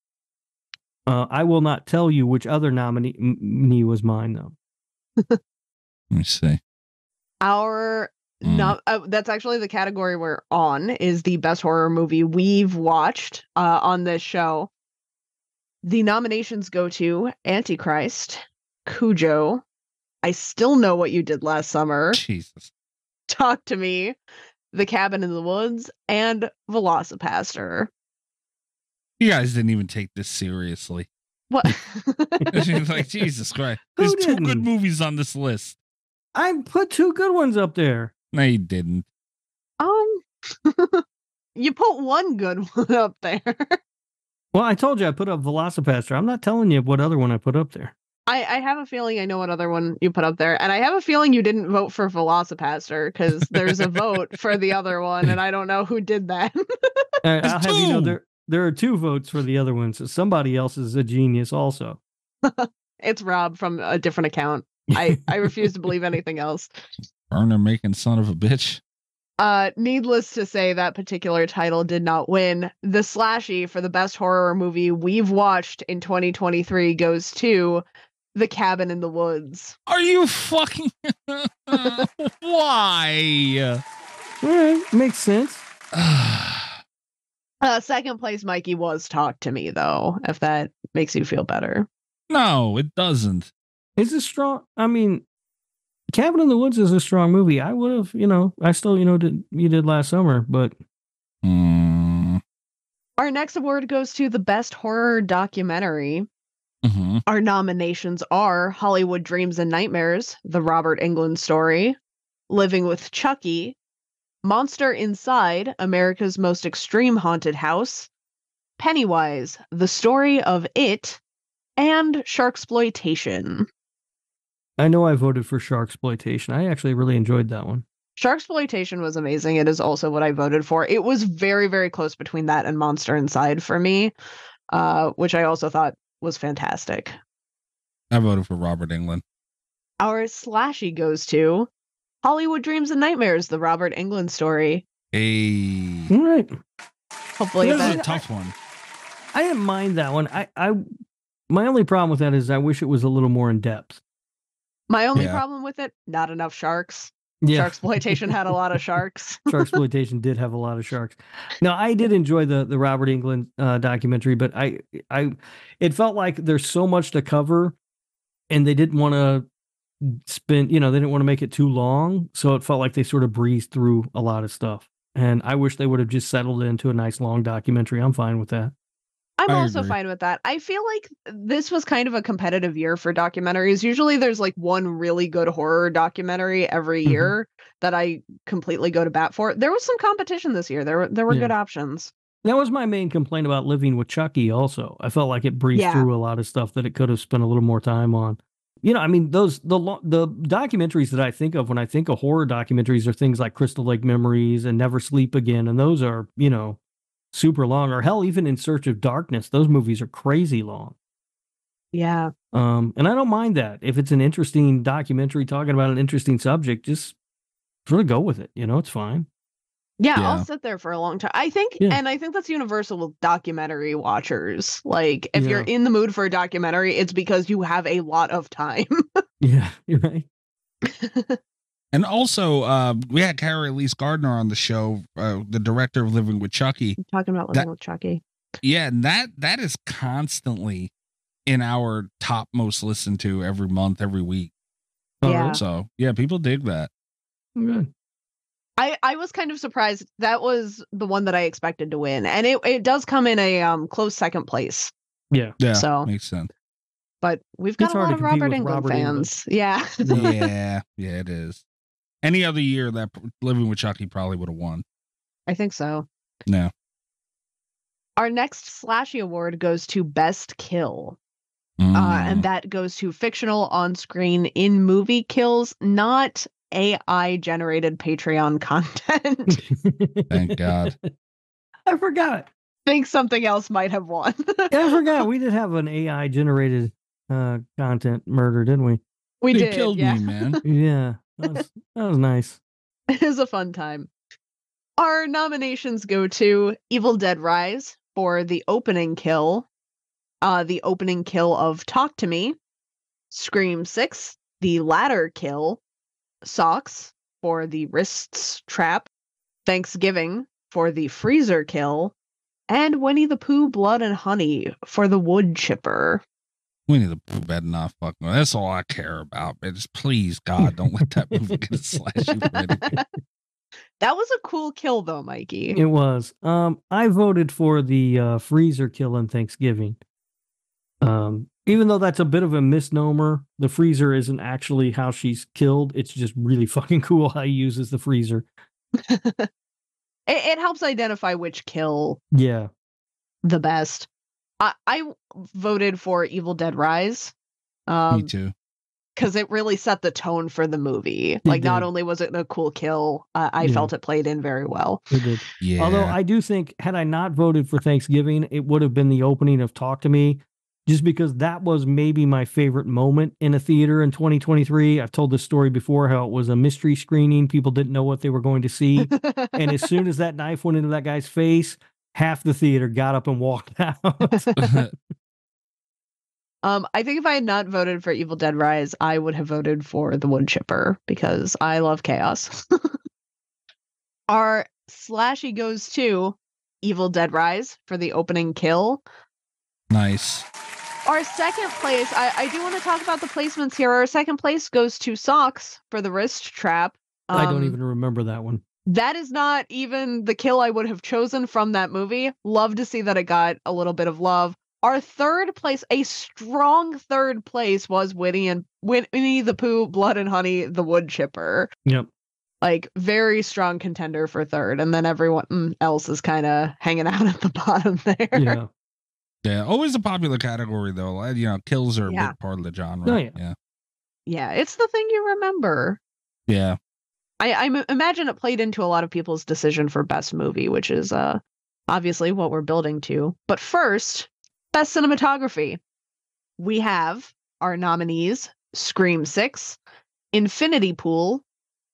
D: Uh, I will not tell you which other nominee m- nominee was mine though.
C: Let me see.
E: Our
C: Mm.
E: no, uh, that's actually the category we're on is the best horror movie we've watched uh, on this show. The nominations go to Antichrist, Cujo, I still know what you did last summer,
C: Jesus.
E: Talk to Me, The Cabin in the Woods, and Velocipaster.
C: You guys didn't even take this seriously.
E: What?
C: It's like, Jesus Christ.
D: Who
C: There's two good
D: didn't?
C: movies on this list.
D: I put two good ones up there.
C: No, you didn't.
E: um, you put one good one up there.
D: Well, I told you I put up Velocipaster. I'm not telling you what other one I put up there.
E: I, I have a feeling I know what other one you put up there, and I have a feeling you didn't vote for Velocipaster because there's a vote for the other one, and I don't know who did that.
D: Uh,
C: There's
D: I'll have you know
C: two.
D: there there are two votes for the other one, so somebody else is a genius also.
E: it's Rob from a different account. I, I refuse to believe anything else.
C: Burner making son of a bitch.
E: Uh, needless to say, that particular title did not win. The slashy for the best horror movie we've watched in 2023 goes to The Cabin in the Woods.
C: Are you fucking why?
D: All right, makes sense.
E: Uh, second place, Mikey was Talk to Me, though, if that makes you feel better.
C: no, it doesn't.
D: It's a strong. I mean, Cabin in the Woods is a strong movie. I would have, you know, I still, you know, did you did last summer, but
C: Mm,
E: Our next award goes to the best horror documentary.
C: mhm.
E: Our nominations are Hollywood Dreams and Nightmares, The Robert Englund Story, Living with Chucky, Monster Inside, America's Most Extreme Haunted House, Pennywise, The Story of It, and Sharksploitation.
D: I know I voted for Shark Exploitation. I actually really enjoyed that one.
E: Sharksploitation was amazing. It is also what I voted for. It was very, very close between that and Monster Inside for me, uh, which I also thought was fantastic.
C: I voted for Robert England.
E: Our slashy goes to Hollywood Dreams and Nightmares, the Robert Englund story.
C: Hey.
D: All right,
E: Hopefully,
C: This
E: that-
C: is a tough one.
D: I didn't mind that one. I, I, my only problem with that is I wish it was a little more in depth.
E: my only
C: Yeah.
E: problem with it, not enough sharks.
D: Yeah,
E: Shark exploitation had a lot of sharks.
D: shark exploitation did have a lot of sharks. Now I did enjoy the the Robert England uh, documentary, but I I it felt like there's so much to cover and they didn't want to spend, you know, they didn't want to make it too long. So it felt like they sort of breezed through a lot of stuff. And I wish they would have just settled into a nice long documentary. I'm fine with that.
E: I'm
C: I
E: also
C: agree.
E: fine with that. I feel like this was kind of a competitive year for documentaries. Usually there's like one really good horror documentary every
C: Mm-hmm.
D: Mhm.
E: year that I completely go to bat for. There was some competition this year. There were there were
D: Yeah.
E: good options.
D: That was my main complaint about living with Chucky. Also, I felt like it breezed
E: Yeah.
D: through a lot of stuff that it could have spent a little more time on. You know, I mean, those the lo- the documentaries that I think of when I think of horror documentaries are things like Crystal Lake Memories and Never Sleep Again, and those are you know super long. Or hell, even In Search of Darkness, those movies are crazy long.
E: Yeah.
D: Um, and I don't mind that if it's an interesting documentary talking about an interesting subject, just sort of go with it. You know, it's fine.
E: Yeah,
C: Yeah.
E: I'll sit there for a long time. I think
D: Yeah.
E: and I think that's universal with documentary watchers. Like if you're
D: Yeah.
E: in the mood for a documentary, it's because you have a lot of time.
D: Yeah, you're right.
C: And also, uh, we had Carrie Elise Gardner on the show, uh, the director of Living with Chucky.
E: Talking about
C: That-
E: living with Chucky.
C: Yeah, and that that is constantly in our top most listened to every month, every week. Oh,
D: All
E: Yeah.
D: right.
C: So yeah, people dig that.
D: Okay.
E: I, I was kind of surprised. That was the one that I expected to win, and it, it does come in a um close second place.
D: Yeah.
C: Yeah,
E: So-
C: makes sense.
E: But we've got
D: It's
E: a
D: hard
E: lot
D: to
E: of
D: compete
E: Robert
D: with
E: Englund
D: Robert Englund.
E: fans. Yeah,
C: yeah, yeah, it is. Any other year that p- Living with Chucky probably would have won.
E: I think so. Uh,
C: No.
E: Our next Slashy Award goes to Best Kill, uh,
C: Mm.
E: and that goes to fictional on-screen in movie kills, not AI-generated Patreon content.
C: Thank God.
D: I forgot.
E: think something else might have won.
D: I forgot. We did have an AI generated uh content murder, didn't we?
E: we
C: You
E: did.
C: killed
E: yeah.
C: me, man.
D: Yeah. That was, that was nice.
E: It was a fun time. Our nominations go to Evil Dead Rise for the opening kill, uh, the opening kill of Talk to Me, Scream 6, the latter kill, Socks for the wrists trap, Thanksgiving for the freezer kill, and Winnie the Pooh Blood and Honey for the wood chipper.
C: Winnie the Pooh better not fuck. with- That's all I care about. man. Just please, God, don't let that movie get a slashy. rating.
E: That was a cool kill though, Mikey.
D: It was. Um I voted for the uh freezer kill on Thanksgiving. Um even though that's a bit of a misnomer, the freezer isn't actually how she's killed. It's just really fucking cool how he uses the freezer.
E: It, it helps identify which kill
D: Yeah.
E: the best. I, I voted for Evil Dead Rise
C: Me
E: um
C: too.
E: because it really set the tone for the movie. Like, not
D: did.
E: only was it a cool kill, uh, I
D: Yeah.
E: felt it played in very well.
D: It did.
C: Yeah.
D: Although I do think, had I not voted for Thanksgiving, it would have been the opening of Talk to Me, just because that was maybe my favorite moment in a theater in 2023. I've told this story before how it was a mystery screening. People didn't know what they were going to see. and as soon as that knife went into that guy's face, half the theater got up and walked out.
E: um, I think if I had not voted for Evil Dead Rise, I would have voted for The Wood Chipper because I love chaos. Our slashy goes to Evil Dead Rise for the opening kill.
C: nice.
E: Our second place, I, I do want to talk about the placements here. Our second place goes to Socks for the wrist trap.
D: I don't
E: Um,
D: even remember that one.
E: That is not even the kill I would have chosen from that movie. Love to see that it got a little bit of love. Our third place, a strong third place, was Winnie and Winnie the Pooh, Blood and Honey, the Wood Chipper.
D: Yep.
E: Like very strong contender for third, and then everyone else is kind of hanging out at the bottom there.
D: Yeah.
C: Yeah. Always a popular category though. Like, You know, kills are a
E: Yeah.
C: big part of the genre.
D: Oh, yeah.
C: yeah.
E: yeah, it's the thing you remember.
C: Yeah.
E: I, I m- imagine it played into a lot of people's decision for best movie, which is uh, obviously what we're building to. But first, best cinematography. We have our nominees Scream 6, Infinity Pool,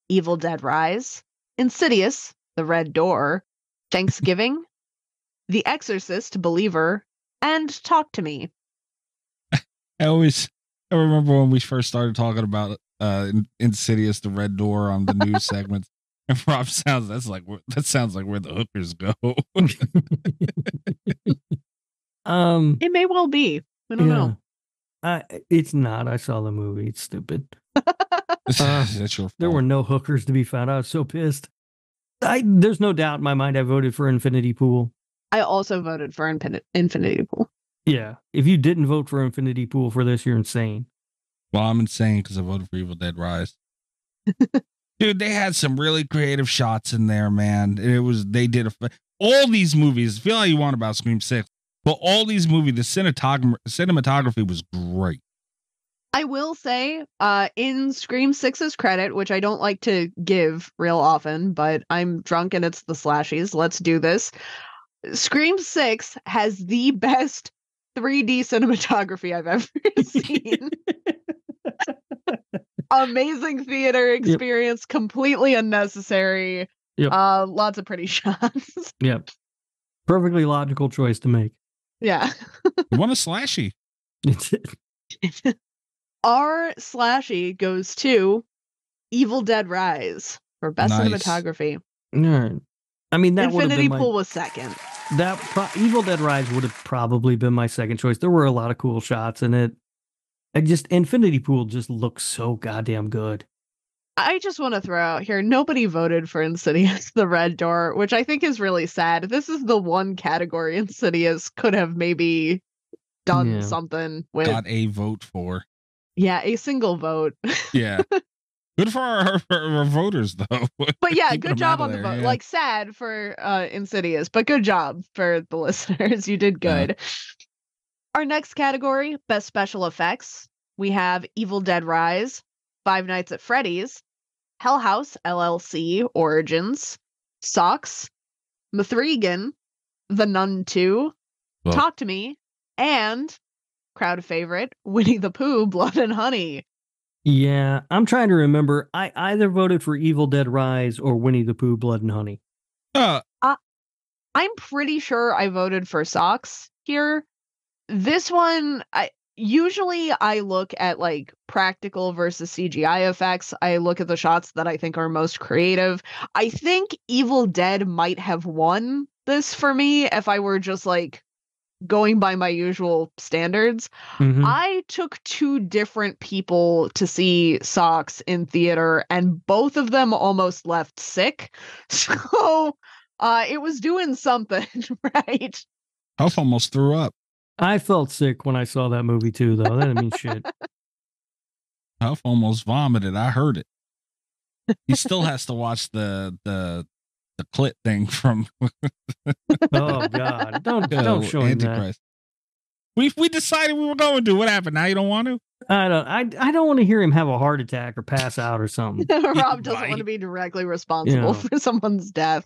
E: Evil Dead Rise, Insidious, The Red Door, Thanksgiving, The Exorcist, Believer, and Talk to Me.
C: I always I remember when we first started talking about uh In- Insidious the Red Door on the news segments. And Rob sounds that's like where- that sounds like where the hookers go.
D: Um,
E: It may well be. We don't know.
D: I, it's not. I saw the movie. It's stupid. Uh,
C: That's your fault.
D: There were no hookers to be found. I was so pissed. I there's no doubt in my mind I voted for Infinity Pool.
E: I also voted for Infin- Infinity Pool.
D: Yeah. If you didn't vote for Infinity Pool for this, you're insane.
C: Well, I'm insane because I voted for Evil Dead Rise. Dude, they had some really creative shots in there, man. It was they did a f- all these movies. Feel how you want about Scream Six, but all these movies, the cinematography cinematography was great.
E: I will say, uh, in Scream Six's credit, which I don't like to give real often, but I'm drunk and it's the slashies. Let's do this. Scream Six has the best 3D cinematography I've ever seen. Amazing theater experience, completely unnecessary.
D: Yep.
E: Uh, lots of pretty shots.
D: Yep. Perfectly logical choice to make.
E: yeah.
C: You want a slashy?
D: It's
E: R slashy goes to Evil Dead Rise for best
C: Nice.
E: cinematography.
D: All right. I mean, that would have
E: Infinity
D: been my,
E: Pool was second.
D: that pro- Evil Dead Rise would have probably been my second choice. There were a lot of cool shots in it. I just Infinity Pool just looks so goddamn good.
E: I just want to throw out here nobody voted for Insidious the Red Door, which I think is really sad. This is the one category Insidious could have maybe done
D: Yeah.
E: something with.
C: Got a vote for.
E: Yeah, a single vote.
C: Yeah. Good for our, for our voters though.
E: But yeah,
C: Keeping 'em
E: good job
C: outta
E: on the
C: there,
E: vote.
C: yeah.
E: Like sad for uh Insidious, but good job for the listeners. You did
C: Yeah.
E: good. Our next category, best special effects. We have Evil Dead Rise, Five Nights at Freddy's, Hell House LLC Origins, Socks, Mithrigan, The Nun 2,
C: Well-
E: Talk to Me, and crowd favorite, Winnie the Pooh, Blood and Honey.
D: Yeah, I'm trying to remember. I either voted for Evil Dead Rise or Winnie the Pooh Blood and Honey.
C: Uh,
E: I'm pretty sure I voted for socks here. This one, I usually I look at like practical versus CGI effects. I look at the shots that I think are most creative. I think Evil Dead might have won this for me if I were just like going by my usual standards.
D: Mhm.
E: I took two different people to see Socks in theater, and both of them almost left sick. So uh, it was doing something, right?
C: Huff almost threw up.
D: I felt sick when I saw that movie too, though. That didn't mean shit.
C: Huff almost vomited. I heard it. He still has to watch the the the clit thing from
D: Oh God! Don't
C: uh,
D: don't show him that.
C: Antichrist. We we decided we were going to. What happened? Now you don't want to?
D: I don't. I I don't want to hear him have a heart attack or pass out or something.
E: Rob doesn't want
C: right.
E: to be directly responsible
D: Yeah.
E: for someone's death.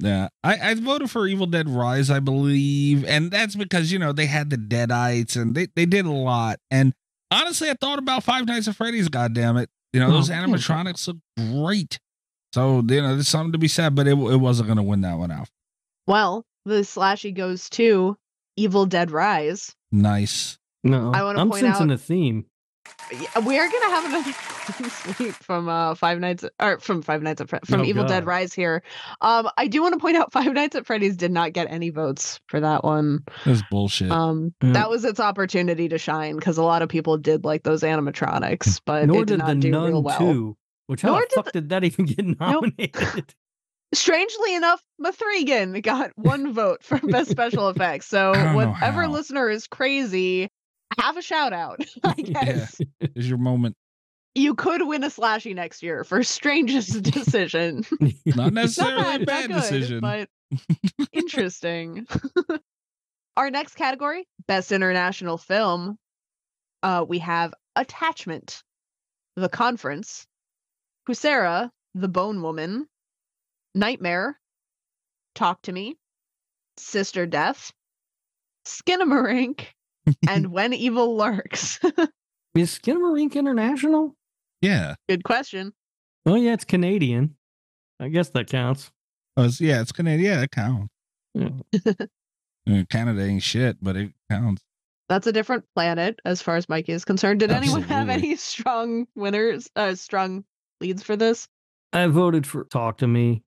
C: Yeah, I, I voted for Evil Dead Rise, I believe, and that's because you know they had the Deadites and they they did a lot. And honestly, I thought about Five Nights at Freddy's. God damn it, you know
D: Oh,
C: those
D: yeah.
C: animatronics look great. So you know there's something to be said, but it it wasn't going to win that one out.
E: Well, the slashy goes to Evil Dead Rise.
C: Nice.
D: No,
E: I wanna
D: I'm
E: point
D: sensing
E: out-
D: a theme.
E: Yeah, We are gonna have another sleep from uh Five Nights or from Five Nights at Fre- from
D: Oh,
E: Evil Dead
D: God.
E: Rise here. Um, I do want to point out Five Nights at Freddy's did not get any votes for that one.
C: That's bullshit.
E: Um,
D: Yeah.
E: that was its opportunity to shine because a lot of people did like those animatronics, but
D: Mm. Nor
E: it did,
D: did,
E: not
D: the
E: do
D: Nun
E: real well.
D: too. Which how
E: Nor
D: the
E: did
D: fuck
E: the-
D: did that even get nominated?
E: Strangely enough, Mathrigan got one vote for best special effects. So
C: I don't know
E: whatever
C: how.
E: listener is crazy, have a shout out. I
D: Yeah.
E: guess
C: is your moment
E: you could win a slashy next year for strangest decision.
C: not
E: not
C: necessarily a
E: bad,
C: bad
E: not good,
C: decision?
E: but interesting. Our next category, best international film, uh, we have Attachment, The Conference, Husera, The Bone Woman, Nightmare, Talk to Me, Sister Death, Skinamarink, and When Evil Lurks.
D: Is Skinnamarink International?
C: yeah,
E: Good question.
D: Oh yeah, it's Canadian. I guess that counts.
C: Oh, it's- yeah, it's Canadian. Yeah, it counts.
D: Yeah.
E: Mm.
C: I mean, Canada ain't shit, but it counts.
E: That's a different planet as far as Mikey is concerned. Did anyone have
C: Absolutely.
E: any strong winners, uh, strong leads for this?
D: I voted for Talk to Me.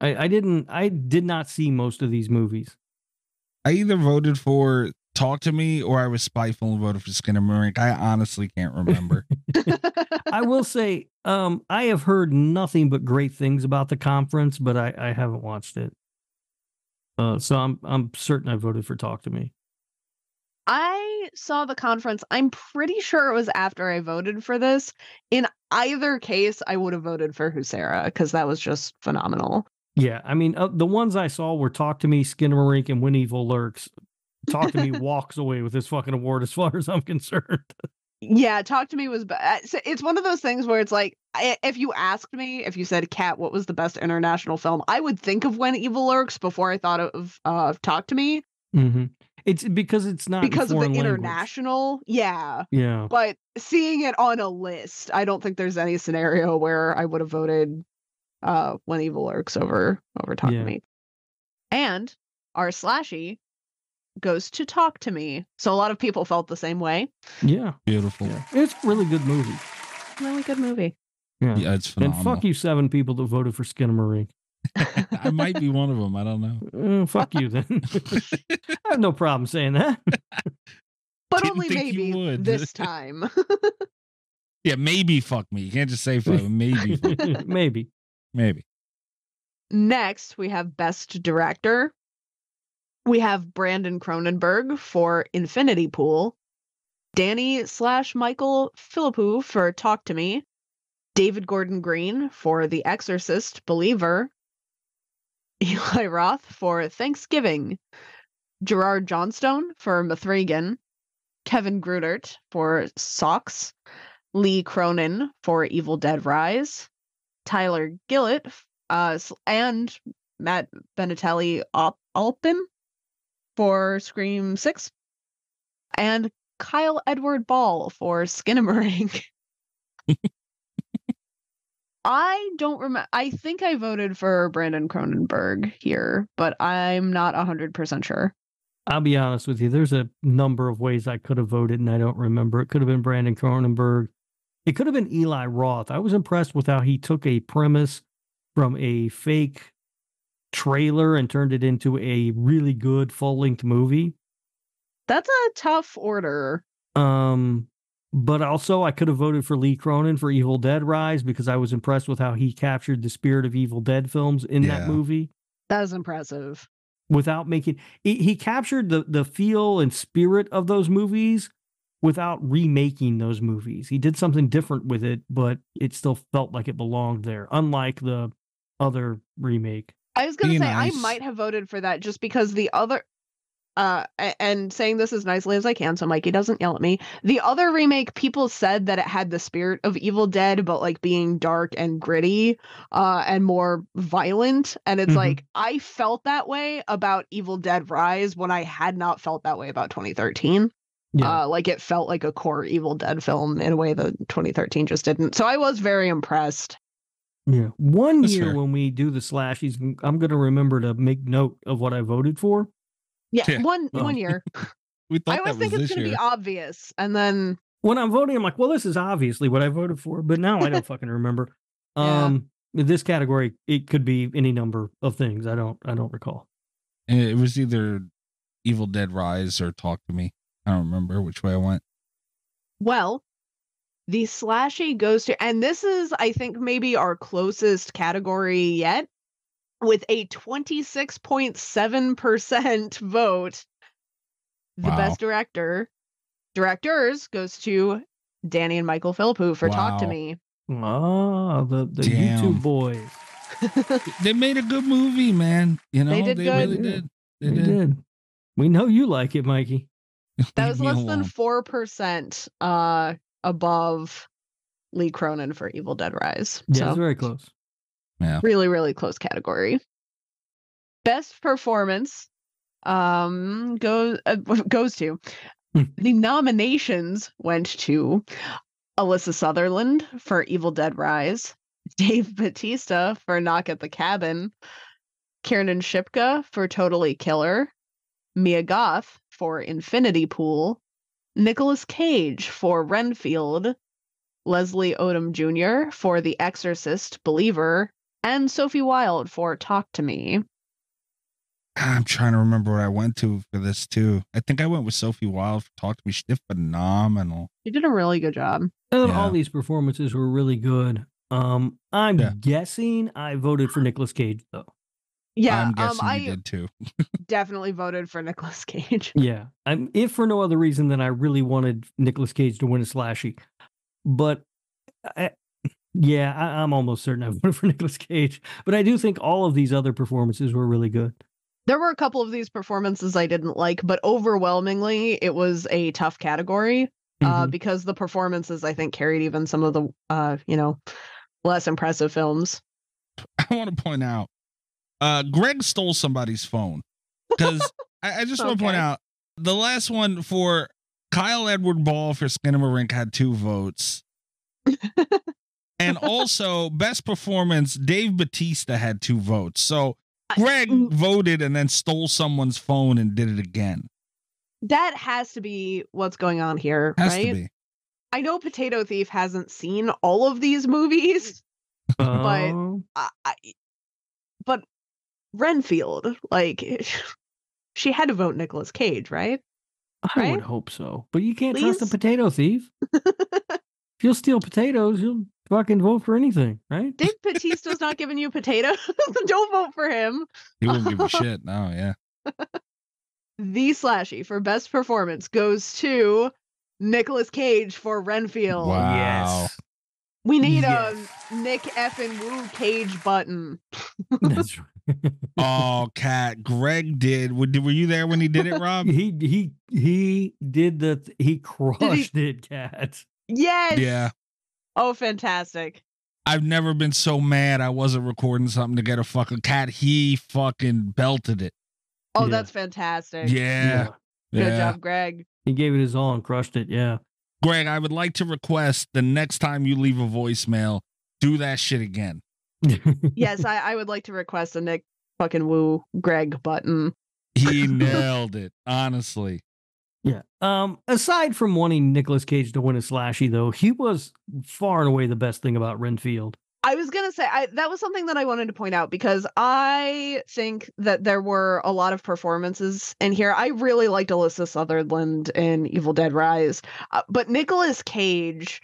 D: I, I didn't. I did not see most of these movies.
C: I either voted for talked to me or I was spiteful and voted for Skinner Marink. I honestly can't remember.
D: I will say, um, I have heard nothing but great things about the conference, but I, I haven't watched it. Uh, so I'm I'm certain I voted for Talk to Me.
E: I saw the conference. I'm pretty sure it was after I voted for this. In either case, I would have voted for Husera because that was just phenomenal.
D: Yeah, I mean, uh, the ones I saw were Talk to Me, Skinner Marink, and When Evil Lurks. Talk to Me walks away with this fucking award, as far as I'm concerned.
E: Yeah, Talk to Me was. Be- uh, so it's one of those things where it's like, I, if you asked me, if you said, Kat, what was the best international film? I would think of When Evil Lurks before I thought of uh, Talk to Me
D: Mm-hmm. It's because it's not in
E: because of the
D: foreign language.
E: international. Yeah.
D: Yeah,
E: But seeing it on a list, I don't think there's any scenario where I would have voted uh when evil lurks over over talk
D: Yeah.
E: to me. And our slashy goes to talk to me. So a lot of people felt the same way.
D: yeah,
C: Beautiful.
D: yeah. It's a really good movie.
E: Really good movie.
D: Yeah.
C: Yeah, it's
D: And
C: phenomenal.
D: fuck you, seven people that voted for Skinner Marink.
C: I might be one of them. I don't know.
D: Uh, fuck you then. I have no problem saying that.
E: But
C: Didn't
E: only
C: think you
E: maybe
C: would.
E: this time.
C: Yeah, maybe fuck me. You can't just say fuck. me. Maybe, fuck-
D: Maybe.
C: maybe.
E: Next, we have Best Director. We have Brandon Cronenberg for Infinity Pool, Danny slash Michael Philippou for Talk to Me, David Gordon Green for The Exorcist Believer, Eli Roth for Thanksgiving, Gerard Johnstone for Mithrigan, Kevin Grudert for Socks, Lee Cronin for Evil Dead Rise, Tyler Gillett uh, s- and Matt Benatelli Al- Alpin for Scream Six, and Kyle Edward Ball for Skinamarink. I don't remember. I think I voted for Brandon Cronenberg here, but I'm not 100% sure.
D: I'll be honest with you. There's a number of ways I could have voted, and I don't remember. It could have been Brandon Cronenberg. It could have been Eli Roth. I was impressed with how he took a premise from a fake trailer and turned it into a really good full length movie.
E: That's a tough order.
D: Um, but also, I could have voted for Lee Cronin for Evil Dead Rise because I was impressed with how he captured the spirit of Evil Dead films in
C: Yeah.
D: that movie.
E: That is impressive.
D: without making he, he captured the the feel and spirit of those movies without remaking those movies. He did something different with it, but it still felt like it belonged there, unlike the other remake.
E: I was gonna
C: Be
E: say I
C: nice.
E: might have voted for that just because the other uh a- and saying this as nicely as I can so Mikey doesn't yell at me. The other remake people said that it had the spirit of Evil Dead but like being dark and gritty uh and more violent and it's
C: Mm-hmm.
D: Mhm.
E: like I felt that way about Evil Dead Rise when I had not felt that way about 2013. Uh, like it felt like a core Evil Dead film in a way that 2013 just didn't. So I was very impressed.
D: yeah. One
C: That's
D: year
C: fair.
D: when we do the slashies, I'm going to remember to make note of what I voted for.
E: Yeah,
C: Yeah.
E: one
D: Oh.
E: one year.
C: We thought
E: I always
C: that
E: think
C: was
E: it's
C: this
E: going to
C: year.
E: be obvious, and then
D: When I'm voting, I'm like, well, this is obviously what I voted for, but now I don't fucking remember.
E: Yeah.
D: Um, this category, it could be any number of things. I don't, I don't recall.
C: it was either Evil Dead Rise or Talk to Me. I don't remember which way I went.
E: well, the slashy goes to, and this is, I think, maybe our closest category yet, with a twenty six point seven percent vote. The
C: Wow.
E: best director, directors goes to Danny and Michael Philippou for Talk to
C: Wow.
E: Me.
D: Ah, the, the
C: Damn.
D: YouTube boys.
C: They made a good movie, man. You know,
E: They
C: they,
E: did good.
C: really
D: Yeah.
C: did. They
D: They
C: did.
D: did. We know you like it, Mikey.
E: That
C: Leave
E: was
C: me
E: less
C: alone.
E: than four percent uh, above Lee Cronin for Evil Dead Rise.
D: Yeah,
E: so
D: it's very close.
E: really really close category best performance um goes uh, goes to
D: Hmm.
E: the nominations went to Alyssa Sutherland for Evil Dead Rise, Dave Batista for Knock at the Cabin, Kiernan Shipka for Totally Killer, Mia Goth for Infinity Pool, Nicolas Cage for Renfield, Leslie Odom Jr. for The Exorcist Believer, and Sophie Wilde for Talk to Me.
C: I'm trying to remember what I went to for this too. I think I went with Sophie Wild for Talk to Me. She did phenomenal.
E: You did a really good job.
D: Uh,
C: Yeah.
D: All these performances were really good. Um, I'm
C: Yeah.
D: guessing I voted for Nicolas Cage though.
E: Yeah,
C: I'm guessing
E: um, I
C: you did too.
E: definitely voted for Nicolas Cage.
D: Yeah, I'm if for no other reason than I really wanted Nicolas Cage to win a slashy, but I, yeah, I, I'm almost certain I voted for Nicolas Cage. But I do think all of these other performances were really good.
E: There were a couple of these performances I didn't like, but overwhelmingly it was a tough category uh,
C: Mm-hmm.
D: Mhm.
E: because the performances I think carried even some of the uh, you know less impressive films.
C: I want to point out, uh, Greg stole somebody's phone because I, I just want to point
E: Okay.
C: out the last one for Kyle Edward Ball for Skinamarink had two votes, and also best performance Dave Batista had two votes. So
E: I-
C: Greg
E: mm.
C: voted and then stole someone's phone and did it again.
E: That has to be what's going on here,
C: Has
E: right?
C: to be.
E: I know Potato Thief hasn't seen all of these movies, But-
D: Um,
E: I, I, e, but Renfield, like, she had to vote Nicolas Cage, right?
D: I
E: Right?
D: would hope so. But you can't trust a
E: Please?
D: potato thief. if you'll steal potatoes, you'll fucking vote for anything, right?
E: Dave Batista's not giving you potatoes. Don't vote for him.
C: He wouldn't give a shit. No, yeah.
E: The slashy for best performance goes to Nicolas Cage for Renfield.
C: Wow.
E: We need
D: Yes.
E: a Nick effing Woo Cage button.
D: That's right.
C: Oh, cat. Greg did. Were, did- were you there when he did it, Rob?
D: he he he did the th- he crushed it, cat.
E: Yes.
C: yeah.
E: Oh, fantastic.
C: I've never been so mad I wasn't recording something to get a fucking cat. He fucking belted it.
E: Oh,
D: Yeah.
E: that's fantastic.
C: Yeah.
E: Good
C: yeah.
E: job, Greg.
D: He gave it his all and crushed it. Yeah.
C: Greg, I would like to request the next time you leave a voicemail, do that shit again.
E: Yes, I, I would like to request a Nick fucking Woo Greg button.
C: He nailed it, honestly.
D: Yeah. Um, aside from wanting Nicolas Cage to win a slashy, though, he was far and away the best thing about Renfield.
E: I was gonna say I, that was something that I wanted to point out because I think that there were a lot of performances in here. I really liked Alyssa Sutherland in Evil Dead Rise, uh, but Nicolas Cage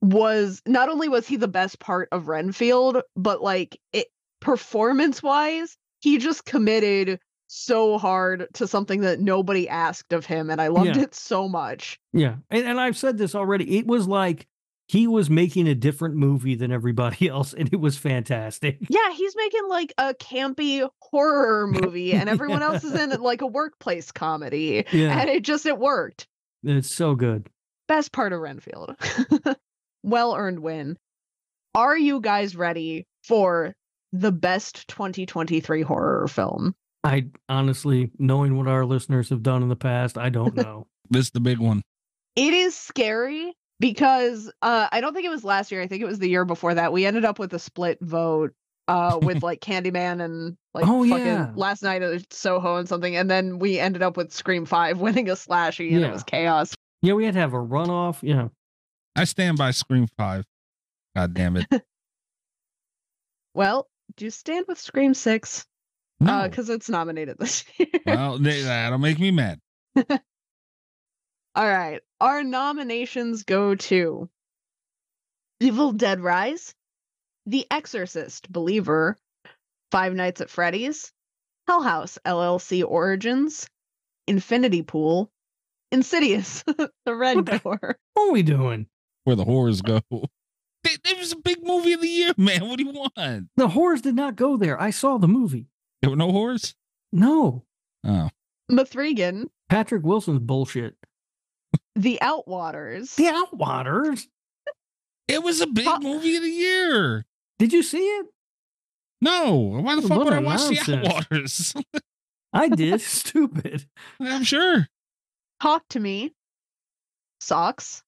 E: was not only was he the best part of Renfield, but like it performance wise, he just committed so hard to something that nobody asked of him, and I loved
D: Yeah.
E: it so much.
D: Yeah. And, and I've said this already. It was like he was making a different movie than everybody else, and it was fantastic.
E: Yeah, he's making like a campy horror movie, and everyone else is in like a workplace comedy.
D: Yeah.
E: And it just it worked.
D: It's so good.
E: Best part of Renfield. well earned win. Are you guys ready for the best 2023 horror film?
D: I honestly, knowing what our listeners have done in the past, I don't know.
C: This is the big one.
E: It is scary because uh, I don't think it was last year. I think it was the year before that. We ended up with a split vote uh, with like Candyman and like
D: Oh,
E: fucking
D: yeah.
E: last night at Soho and something. And then we ended up with Scream 5 winning a slashy and
D: Yeah.
E: it was chaos.
D: yeah, we had to have a runoff. Yeah.
C: I stand by Scream 5. God damn it.
E: Uh, Well, do you stand with Scream 6?
C: No.
E: Because it's nominated this year.
C: well, th- that'll make me mad.
E: All right. Our nominations go to Evil Dead Rise, The Exorcist Believer, Five Nights at Freddy's, Hell House LLC Origins, Infinity Pool, Insidious, The Red
D: What the-
E: Door.
D: What are we doing?
C: Where the horrors go. It, it was a big movie of the year, man. What do you want?
D: The horrors did not go there. I saw the movie.
C: There were no horrors?
D: No.
C: Oh.
E: Mithrigan,
D: Patrick Wilson's bullshit.
E: The Outwaters.
D: The Outwaters.
C: It was a big
E: Huh.
C: movie of the year.
D: Did you see it?
C: No, why the fuck
D: What
C: would
D: a
C: I watch the
D: nonsense.
C: Outwaters?
D: I did. Stupid.
C: I'm sure.
E: Talk to Me, Socks,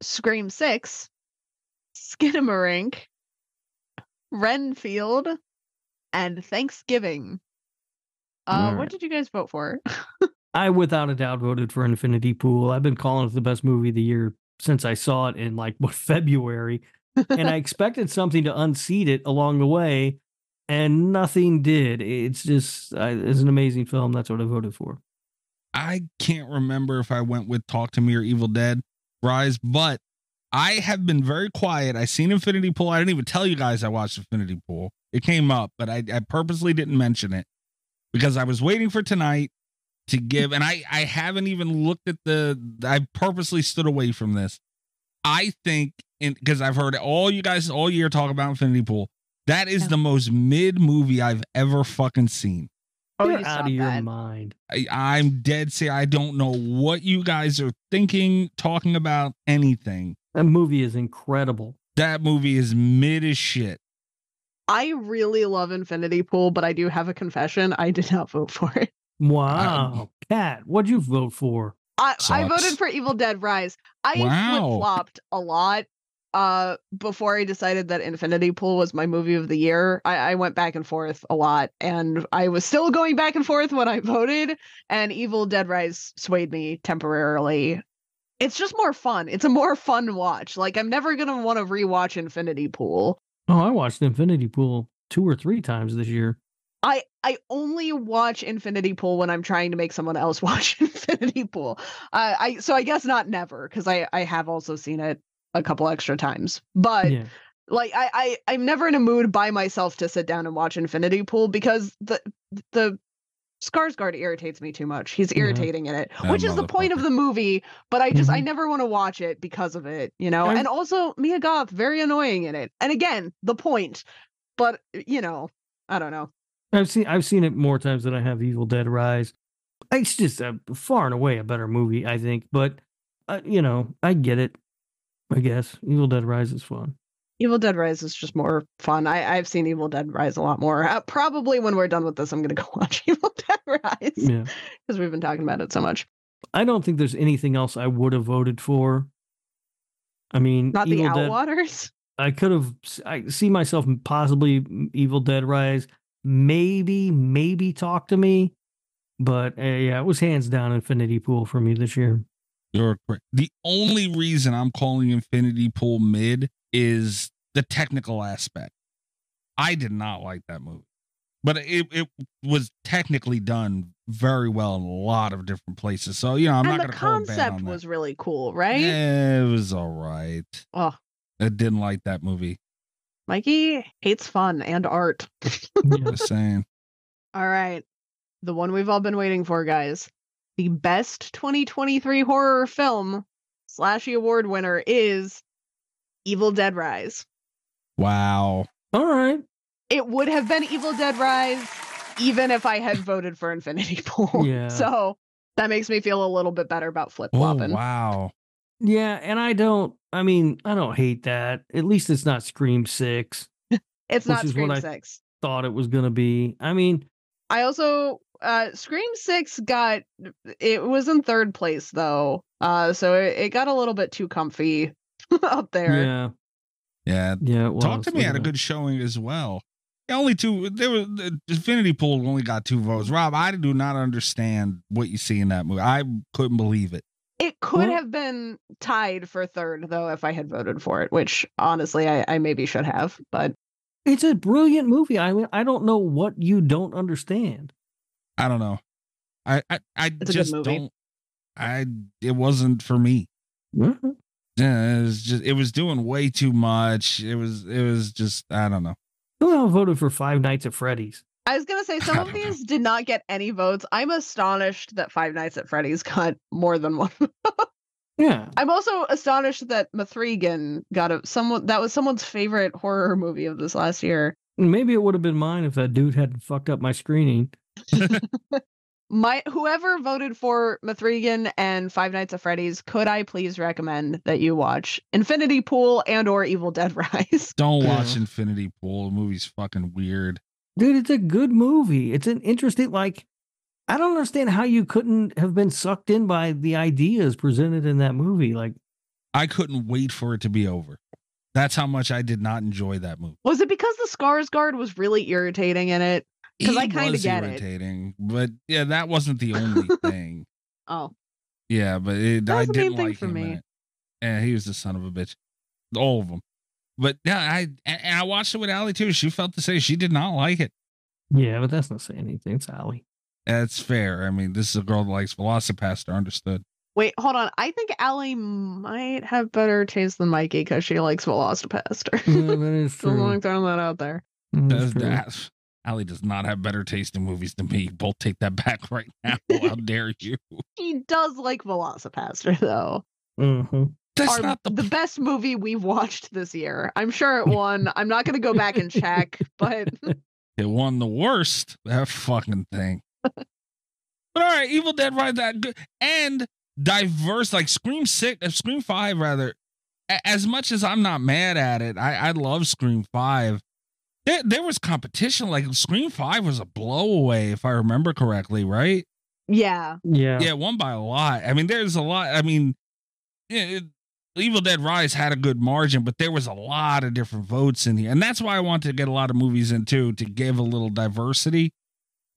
E: Scream 6, Skinamarink, Renfield, and Thanksgiving. Uh, What
D: Alright.
E: did you guys vote for?
D: I without a doubt voted for Infinity Pool. I've been calling it the best movie of the year since I saw it in like what February, and I expected something to unseat it along the way, and nothing did. It's just I, it's an amazing film. That's what I voted for.
C: I can't remember if I went with Talk to Me or Evil Dead Rise, but I have been very quiet. I seen Infinity Pool. I didn't even tell you guys I watched Infinity Pool. It came up, but I, I purposely didn't mention it because I was waiting for tonight to give, and I I haven't even looked at the. I purposely stood away from this. I think, because I've heard all you guys all year talk about Infinity Pool. That is
H: Yeah.
C: the most mid movie I've ever fucking seen.
D: You're
K: you
D: out
K: saw
D: of your
K: that.
D: mind.
C: I, I'm dead serious. I don't know what you guys are thinking, talking about anything.
D: That movie is incredible.
C: That movie is mid as shit.
E: I really love Infinity Pool, but I do have a confession. I did not vote for it.
D: Wow, Cat, what'd you vote for?
E: I, I
C: Sucks.
E: voted for Evil Dead Rise. I
C: Wow.
E: flip flopped a lot uh, before I decided that Infinity Pool was my movie of the year. I, I went back and forth a lot, and I was still going back and forth when I voted, and Evil Dead Rise swayed me temporarily. It's just more fun. It's a more fun watch. Like, I'm never going to want to rewatch Infinity Pool.
D: Oh, I watched Infinity Pool two or three times this year.
E: I I only watch Infinity Pool when I'm trying to make someone else watch Infinity Pool. Uh, I so I guess not never because I I have also seen it a couple extra times, but
D: yeah,
E: like I, I I'm never in a mood by myself to sit down and watch Infinity Pool because the the Skarsgård irritates me too much. He's
D: Yeah.
E: irritating in it,
C: That
E: which is the point of
C: motherfucker.
E: the movie. But I just I
D: Mhm.
E: never want to watch it because of it, you know.
D: I-
E: and also Mia Goth very annoying in it. And again, the point. But you know, I don't know.
D: I've seen I've seen it more times than I have Evil Dead Rise. It's just a far and away a better movie, I think. But uh, you know, I get it. I guess Evil Dead Rise is fun.
E: Evil Dead Rise is just more fun. I, I've seen Evil Dead Rise a lot more. Uh, probably when we're done with this, I'm going to go watch Evil Dead Rise because
D: Yeah,
E: we've been talking about it so much.
D: I don't think there's anything else I would have voted for. I mean,
E: Not
D: Evil
E: the
D: Dead.
E: Outwaters.
D: I could have. I see myself possibly Evil Dead Rise. Maybe, maybe talk to me. But uh, yeah, it was hands down Infinity Pool for me this year.
C: You're correct. The only reason I'm calling Infinity Pool mid is the technical aspect. I did not like that movie, but it, it was technically done very well in a lot of different places. So, you know, I'm
E: and
C: not going
E: the
C: to call it bad
E: concept
C: on that.
E: was really cool, right?
C: Yeah, it was all right.
E: Oh,
C: I didn't like that movie.
E: Mikey hates fun and art.
D: Yeah.
C: Just saying.
E: All right. The one we've all been waiting for, guys. The best 2023 horror film slashy award winner is Evil Dead Rise.
C: Wow.
D: All right.
E: it would have been Evil Dead Rise, even if I had voted for Infinity Pool.
D: Yeah.
E: So that makes me feel a little bit better about flip
C: Oh,
E: flopping.
C: wow.
D: Yeah, and I don't. I mean, I don't hate that. At least it's not Scream Six.
E: It's
D: Which
E: not
D: is what
E: Scream
D: I-
E: Six.
D: Thought it was gonna be. I mean,
E: I also uh Scream Six got it was in third place though. Uh so it, it got a little bit too comfy up there.
D: yeah,
C: Yeah.
D: yeah. It was.
C: Talk to me
D: Look
C: had a
D: at
C: good showing as well. The Only two. There was the Infinity Pool only got two votes. Rob, I do not understand what you see in that movie. I couldn't believe it.
E: It could
D: Well-
E: have been tied for third though if I had voted for it, which honestly I, I maybe should have, but
D: that. It's a brilliant movie. I mean, I don't know what you don't understand.
C: I don't know. I I, I
E: good
C: just
E: movie.
C: don't. I it wasn't for me.
D: Mhm.
C: Yeah, it was just it was doing way too much. It was it was just I don't know.
D: Who all voted for Five Nights at Freddy's?
E: I was gonna say some of these did not get any votes. I'm astonished that Five Nights at Freddy's got more than one.
D: Yeah,
E: I'm also astonished that Mithrigan got a someone that was someone's favorite horror movie of this last year.
D: maybe it would have been mine if that dude hadn't fucked up my screening.
E: My whoever voted for Mithrigan and Five Nights at Freddy's, could I please recommend that you watch Infinity Pool and or Evil Dead Rise?
C: Don't
D: Yeah.
C: watch Infinity Pool. The movie's fucking weird.
D: Dude, it's a good movie. It's an interesting. Like, I don't understand how you couldn't have been sucked in by the ideas presented in that movie. Like,
C: I couldn't wait for it to be over. That's how much I did not enjoy that movie.
E: Was it because the Skarsgård was really irritating in it? 'Cause I
C: He
E: kinda
C: was
E: get it.
C: irritating, but yeah, that wasn't the only thing.
E: Oh,
C: Yeah, but it,
E: That
C: I
E: was the main
C: didn't
E: thing
C: like
E: for
C: him. in
E: me.
C: it. Yeah, he was the son of a bitch. All of them. But yeah, I and and I watched it with Allie too. She felt the same. She did not like it.
D: Yeah, but that's not saying anything. It's Allie.
C: That's fair. I mean, this is a girl that likes Velocipaster. Understood.
E: Wait, hold on. I think Allie might have better taste than Mikey because she likes Velocipaster.
D: Yeah, that is
E: Still
D: true.
E: want throwing that out there.
D: That
C: Does
D: is true.
C: that? Allie does not have better taste in movies than me. Both take that back right now. How dare you?
E: She does like Velocipaster though.
D: Mhm.
C: That's
E: Our-
C: not the,
E: the best movie we've watched this year. I'm sure it won. I'm not gonna go back and check, but
C: It won the worst. That fucking thing. but all right, Evil Dead Rise that good and diverse, like Scream Six, uh, Scream Five rather. A- as much as I'm not mad at it, I, I love Scream Five. There, there was competition. Like Scream Five was a blowaway, if I remember correctly, right?
E: yeah.
D: Yeah.
C: Yeah, won by a lot. I mean, there's a lot. I mean, yeah, it, Evil Dead Rise had a good margin, but there was a lot of different votes in here, and that's why I wanted to get a lot of movies in too to give a little diversity,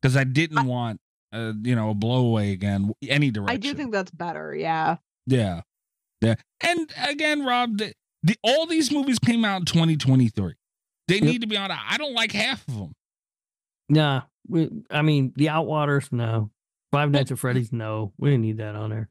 C: because I didn't
E: I-
C: want, uh, you know, a blowaway again any direction.
E: I do think that's better, yeah.
C: yeah, yeah. And again, Rob, the, the all these movies came out in 2023. They
D: Yep.
C: need to be on. I don't like half of them.
D: Nah. We, I mean, the Outwaters, no. Five Nights at Freddy's, no. We didn't need that on there.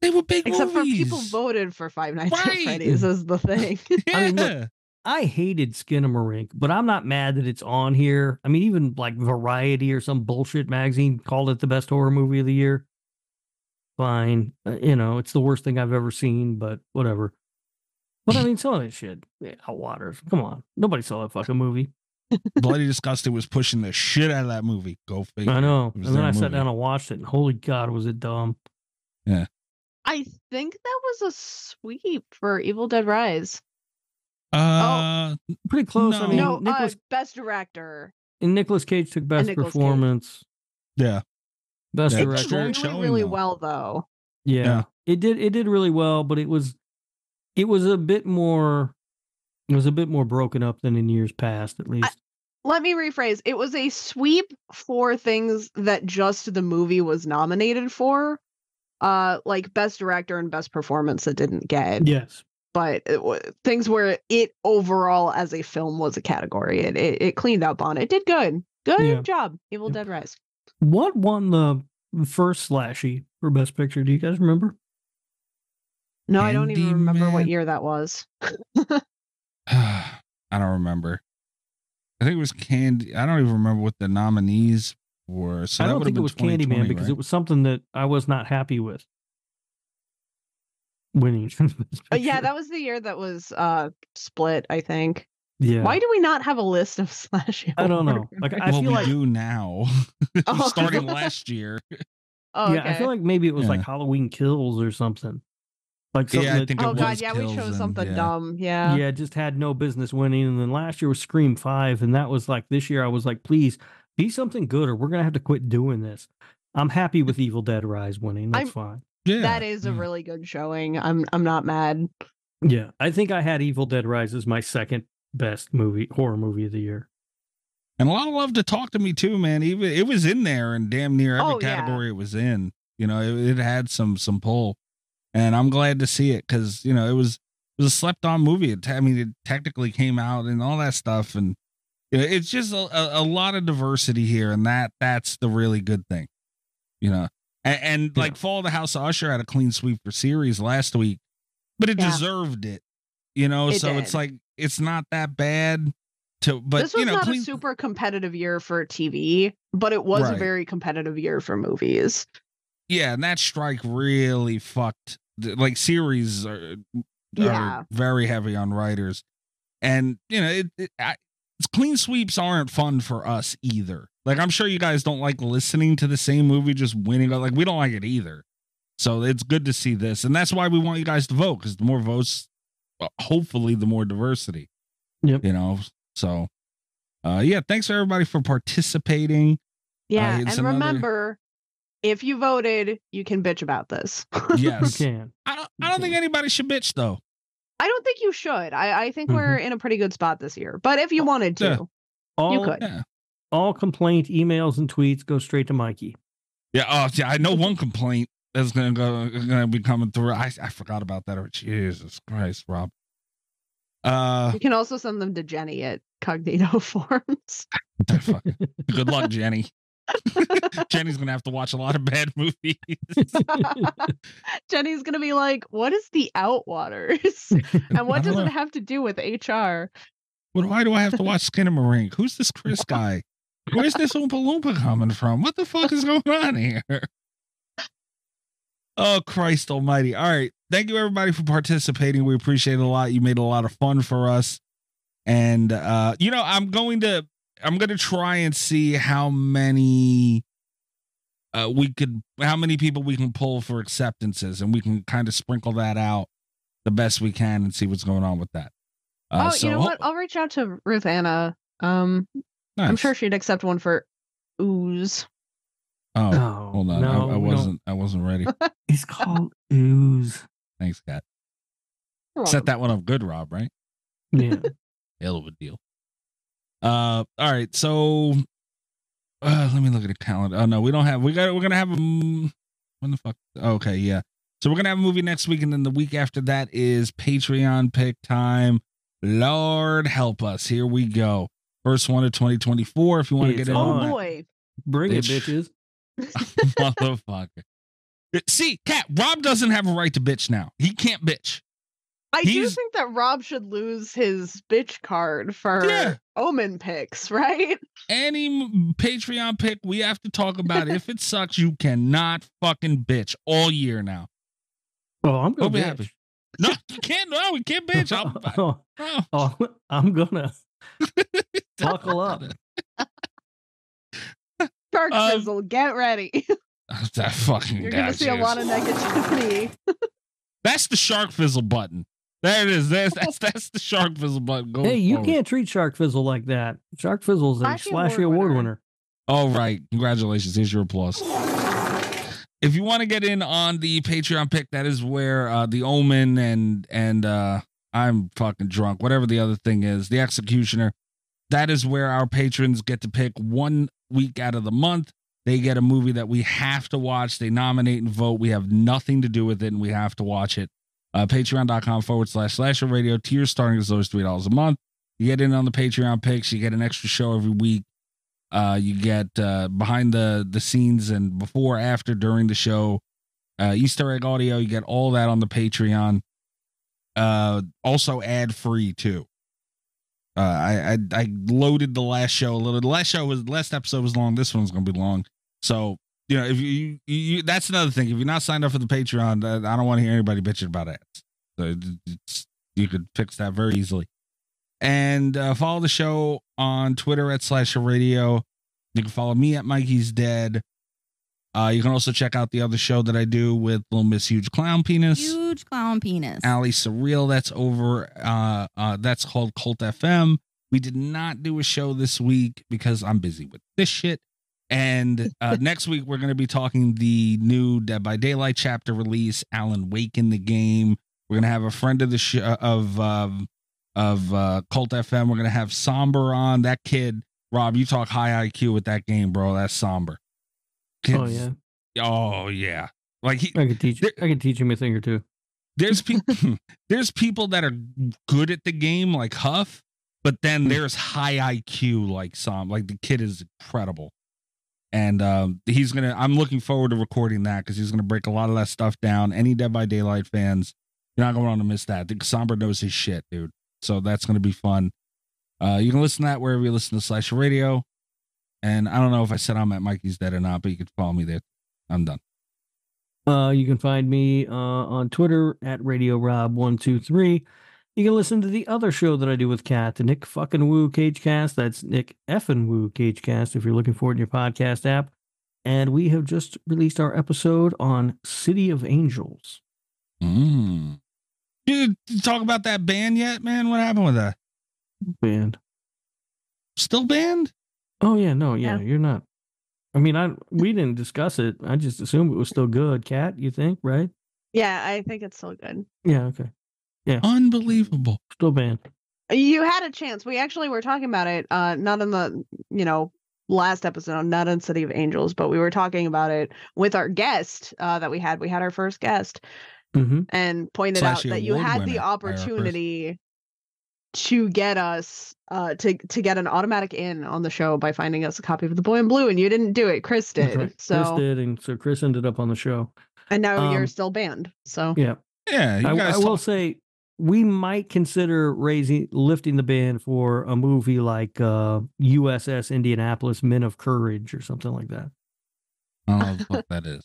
C: They were big
E: Except for
C: movies.
E: people voted for Five Nights
C: Right.
E: at Freddy's is the thing.
C: Yeah.
D: I mean, look, I hated Skinamarink, but I'm not mad that it's on here. I mean, even like Variety or some bullshit magazine called it the best horror movie of the year. Fine. Uh, you know, it's the worst thing I've ever seen, but whatever. But I mean, some of that shit. Yeah, Waters. Come on. Nobody saw that fucking movie.
C: Bloody Disgusting was pushing the shit out of that movie. Go figure.
D: I know.
C: It was
D: And then
C: their
D: I
C: movie.
D: sat down and watched it, and holy God, was it dumb.
E: I think that was a sweep for Evil Dead Rise.
C: Uh,
D: Pretty close.
C: No.
D: I mean,
E: no,
D: Nicholas,
E: uh, best director.
D: and Nicolas Cage took best
E: Nicolas Cage.
D: performance,
C: yeah.
D: best
C: Yeah,
D: director.
C: strong
E: Really,
C: showing,
E: really
C: though.
E: well though.
D: Yeah.
C: Yeah.
D: It did it did really well, but it was it was a bit more it was a bit more broken up than in years past at least.
E: Let me rephrase. It was a sweep for things that just the movie was nominated for, uh, like best director and best performance that didn't get.
D: yes.
E: But it, wa- things where it overall as a film was a category. It it, it cleaned up on it. Did good. Good
D: Yeah.
E: job, Evil
D: Yep.
E: Dead Rise.
D: What won the first slashy for best picture? Do you guys remember?
E: No, I don't even
C: Andy
E: remember
C: Mann.
E: what year that was.
C: I don't remember. I think it was Candy. I don't even remember what the nominees were. So
D: I
C: that
D: don't
C: would've
D: think it
C: been
D: was Candyman
C: 2020,
D: because
C: right?
D: it was something that I was not happy with. Winning. Best
E: Uh, yeah,
D: Picture.
E: that was the year that was uh split, I think.
D: yeah.
E: Why do we not have a list of slash?
D: I don't know. Like, I
C: well,
D: feel
C: we
D: like-
C: do now,
E: Oh.
C: starting last year.
E: oh,
D: Yeah, I feel like maybe it was like
C: Yeah.
D: Halloween Kills or something. Like something
C: Yeah, I
D: that-
C: think it
E: oh god,
C: was
E: yeah, we
C: Kills
E: chose
C: and-
E: something
C: yeah.
E: dumb. Yeah.
D: yeah. just had no business winning. And then last year was Scream Five, and that was like this year. I was like, please be something good, or we're gonna have to quit doing this. I'm happy with Evil Dead Rise winning. That's
E: I'm-
D: fine.
C: Yeah, Hmm.
E: That is a really good showing. I'm I'm not mad.
D: Yeah, I think I had Evil Dead Rise as my second best movie horror movie of the year.
C: and a lot of love to talk to me too, man. Even it was in there, and damn near every
E: Oh, yeah.
C: category it was in. You know, it, it had some some pull, and I'm glad to see it because you know it was it was a slept on movie. It, te- I mean, it technically came out and all that stuff, and you know, it's just a, a, a lot of diversity here, and that that's the really good thing, you know. And, and
D: Yeah.
C: like Fall of the House of Usher had a clean sweep for series last week, but it
E: Yeah.
C: deserved it, you know.
E: It
C: so it's
E: did.
C: like it's not that bad. To but
E: this was
C: you know,
E: not
C: clean-
E: a super competitive year for TV, but it was
C: Right.
E: a very competitive year for movies.
C: yeah, and that strike really fucked. the- Like series are, are
E: Yeah.
C: very heavy on writers, and you know it. it I, it's- clean sweeps aren't fun for us either. Like I'm sure you guys don't like listening to the same movie just winning. Like we don't like it either. So it's good to see this, and that's why we want you guys to vote because the more votes, uh, hopefully, the more diversity.
D: Yep.
C: You know. So, uh, yeah. Thanks for everybody for participating.
E: Yeah,
C: it's
E: and
C: another-
E: remember, if you voted, you can bitch about this.
D: You
C: Yes.
D: can.
C: I don't. I don't think anybody should bitch though.
E: I don't think you should. I, I think we're in a pretty good spot this year. But if you wanted to,
C: Mm-hmm. Oh, Yeah.
D: All
E: could.
C: Yeah.
D: all complaint emails and tweets go straight to Mikey.
C: Yeah. Oh, yeah. I know one complaint that's gonna go gonna be coming through. I I forgot about that. Jesus Christ, Rob. Uh,
E: You can also send them to Jenny at Cognito Forms.
C: fuck. good luck, Jenny. Jenny's gonna have to watch a lot of bad movies.
E: Jenny's gonna be like, "What is the outwaters, and what does it have to do with HR?"
C: But why do I have to watch Skinnamarink? Who's this Chris guy? Where's this Oompa Loompa coming from? What the fuck is going on here? Oh, Christ almighty. All right. Thank you, everybody, for participating. We appreciate it a lot. You made a lot of fun for us. And, uh, you know, I'm going to, I'm going to try and see how many, uh, we could, how many people we can pull for acceptances and we can kind of sprinkle that out the best we can and see what's going on with that. Uh,
E: oh,
C: so
E: you know
C: ho-
E: what? I'll reach out to Ruth Anna. Um, I'm
C: nice.
E: sure she'd accept one for ooze.
C: Oh,
D: No,
C: Hold on,
D: no,
C: I, I
D: no.
C: wasn't. I wasn't ready.
D: It's called ooze.
C: Thanks, Kat.
E: You're
C: Set
E: welcome.
C: that one up good, Rob. Right?
D: Yeah.
C: Hell of a deal. Uh, all right. So, uh, let me look at the calendar. Oh no, we don't have. We got. We're gonna have. Um, when the fuck? Okay, yeah. So we're gonna have a movie next week, and then the week after that is Patreon pick time. Lord help us. Here we go. First one of 2024. If you want to
D: It's
C: get in, on
E: Oh
C: that.
D: on.
E: boy,
D: Bring it,
C: Bitch.
D: bitches.
C: motherfucker. See, Cat Rob doesn't have a right to bitch now. He can't bitch.
E: I do
C: He's-
E: think that Rob should lose his bitch card for
C: Yeah.
E: omen picks, right?
C: Any m- Patreon pick we have to talk about. it. if it sucks, you cannot fucking bitch all year now.
D: Oh, I'm gonna
C: Hope you're
D: bitch.
C: happy. No, you can't. No, we can't bitch. I'll, I-
D: oh,
C: no.
D: oh, I'm gonna buckle up.
E: Shark
C: Um,
E: sizzle, get ready.
C: That fucking
E: You're gonna
C: guy,
E: see a lot
C: cheers.
E: of negativity.
C: That's the shark fizzle button. There it is. That's that's that's the shark fizzle button. Go
D: Hey, you
C: forward.
D: can't treat Shark Fizzle like that. Shark Fizzle's a
E: Slashy
D: slashy
E: award
D: award
E: winner.
D: winner.
C: All right. Congratulations. Here's your applause. If you want to get in on the Patreon pick, that is where uh, the Omen and and uh, I'm fucking drunk. Whatever the other thing is, the Executioner. That is where our patrons get to pick one week out of the month. They get a movie that we have to watch. They nominate and vote. We have nothing to do with it, and we have to watch it. Uh, Patreon.com forward slash slasher radio. Tiers starting as low as three dollars a month. You get in on the Patreon picks. You get an extra show every week. Uh, you get uh, behind the the scenes and before, after, during the show, uh, Easter egg audio. You get all that on the Patreon. Uh, also ad free too. Uh, I, I I loaded the last show a little. The last show was the last episode was long. This one's gonna be long. So you know if you you, you that's another thing. If you're not signed up for the Patreon, uh, I don't want to hear anybody bitching about ads. So it- it's, you could fix that very easily. And uh, follow the show on Twitter at Slasher Radio. You can follow me at Mikey's Dead. Uh, you can also check out the other show that I do with Little Miss Huge Clown Penis,
H: Huge clown penis.
C: Ali Surreal. That's over. Uh, uh, that's called Cult FM. We did not do a show this week because I'm busy with this shit. And uh, next week we're going to be talking the new Dead by Daylight chapter release, Alan Wake in the game. We're going to have a friend of the sh- uh, of um, of uh, Cult FM. We're going to have Somber on. That kid, Rob, you talk high IQ with that game, bro. That's Somber.
D: Oh
C: Kid's-
D: yeah,
C: Oh yeah. Like he,
D: I could teach.
C: There-
D: I could teach him a thing or two.
C: there's people there's people that are good at the game like Huff, but then there's high IQ like Som. Like the kid is incredible. And um, he's gonna I'm looking forward to recording that because he's gonna break a lot of that stuff down. Any Dead by Daylight fans, you're not gonna want to miss that. The Somber knows his shit, dude. So that's gonna be fun. Uh, you can listen to that wherever you listen to Slash Radio. And I don't know if I said I'm at Mikey's Dead or not, but you can follow me there. I'm done.
D: Uh, you can find me uh, on Twitter at Radio Rob One Two Three. You can listen to the other show that I do with Kat, the Nick Fucking Woo Cagecast. That's Nick Effin Woo Cagecast. If you're looking for it in your podcast app, and we have just released our episode on City of Angels.
C: Mm. You didn't talk about that band yet, man? What happened with that?
D: And
C: Still banned?
D: oh yeah, no, yeah, you're not. I mean, I we didn't discuss it. I just assumed it was still good. Kat, you think right?
E: yeah, I think it's still good.
D: Yeah, okay.
C: Unbelievable.
D: Still banned.
E: You had a chance. We actually were talking about it, uh, not in the you know last episode, not in City of Angels, but we were talking about it with our guest uh, that we had. We had our first guest
D: Mm-hmm.
E: and pointed
C: Slash
E: out
C: the
E: that you
C: award
E: had
C: winner,
E: the
C: our first-
E: opportunity to get us uh to to get an automatic in on the show by finding us a copy of the boy in blue and you didn't do it chris
D: That's
E: did
D: right.
E: so
D: Chris did, and so Chris ended up on the show.
E: and now
D: Um,
E: you're still banned so
D: Yeah,
C: Yeah, you
D: I,
C: guys
D: I will
C: talk-
D: say we might consider raising lifting the ban for a movie like uh, USS Indianapolis Men of Courage or something like that.
C: I don't know what that is.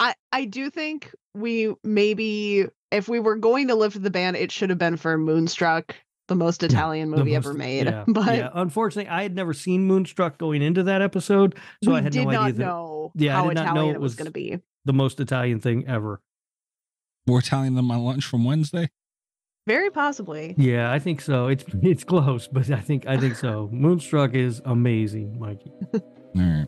E: i i do think we maybe if we were going to lift the ban it should have been for moonstruck the most italian
D: The
E: movie
D: most-
E: ever made
D: yeah,
E: but
D: yeah. unfortunately, I had never seen Moonstruck going into that episode, so
E: we
D: I had
E: did
D: no idea
E: not
D: that
E: know
D: Yeah, I
E: how
D: did not know
E: italian
D: it
E: it was,
D: was-
E: going to be
D: the most Italian thing ever.
C: More Italian than my lunch from Wednesday.
E: very possibly
D: Yeah, I think so. It's it's close, but I think I think so. Moonstruck is amazing, Mikey.
C: All right.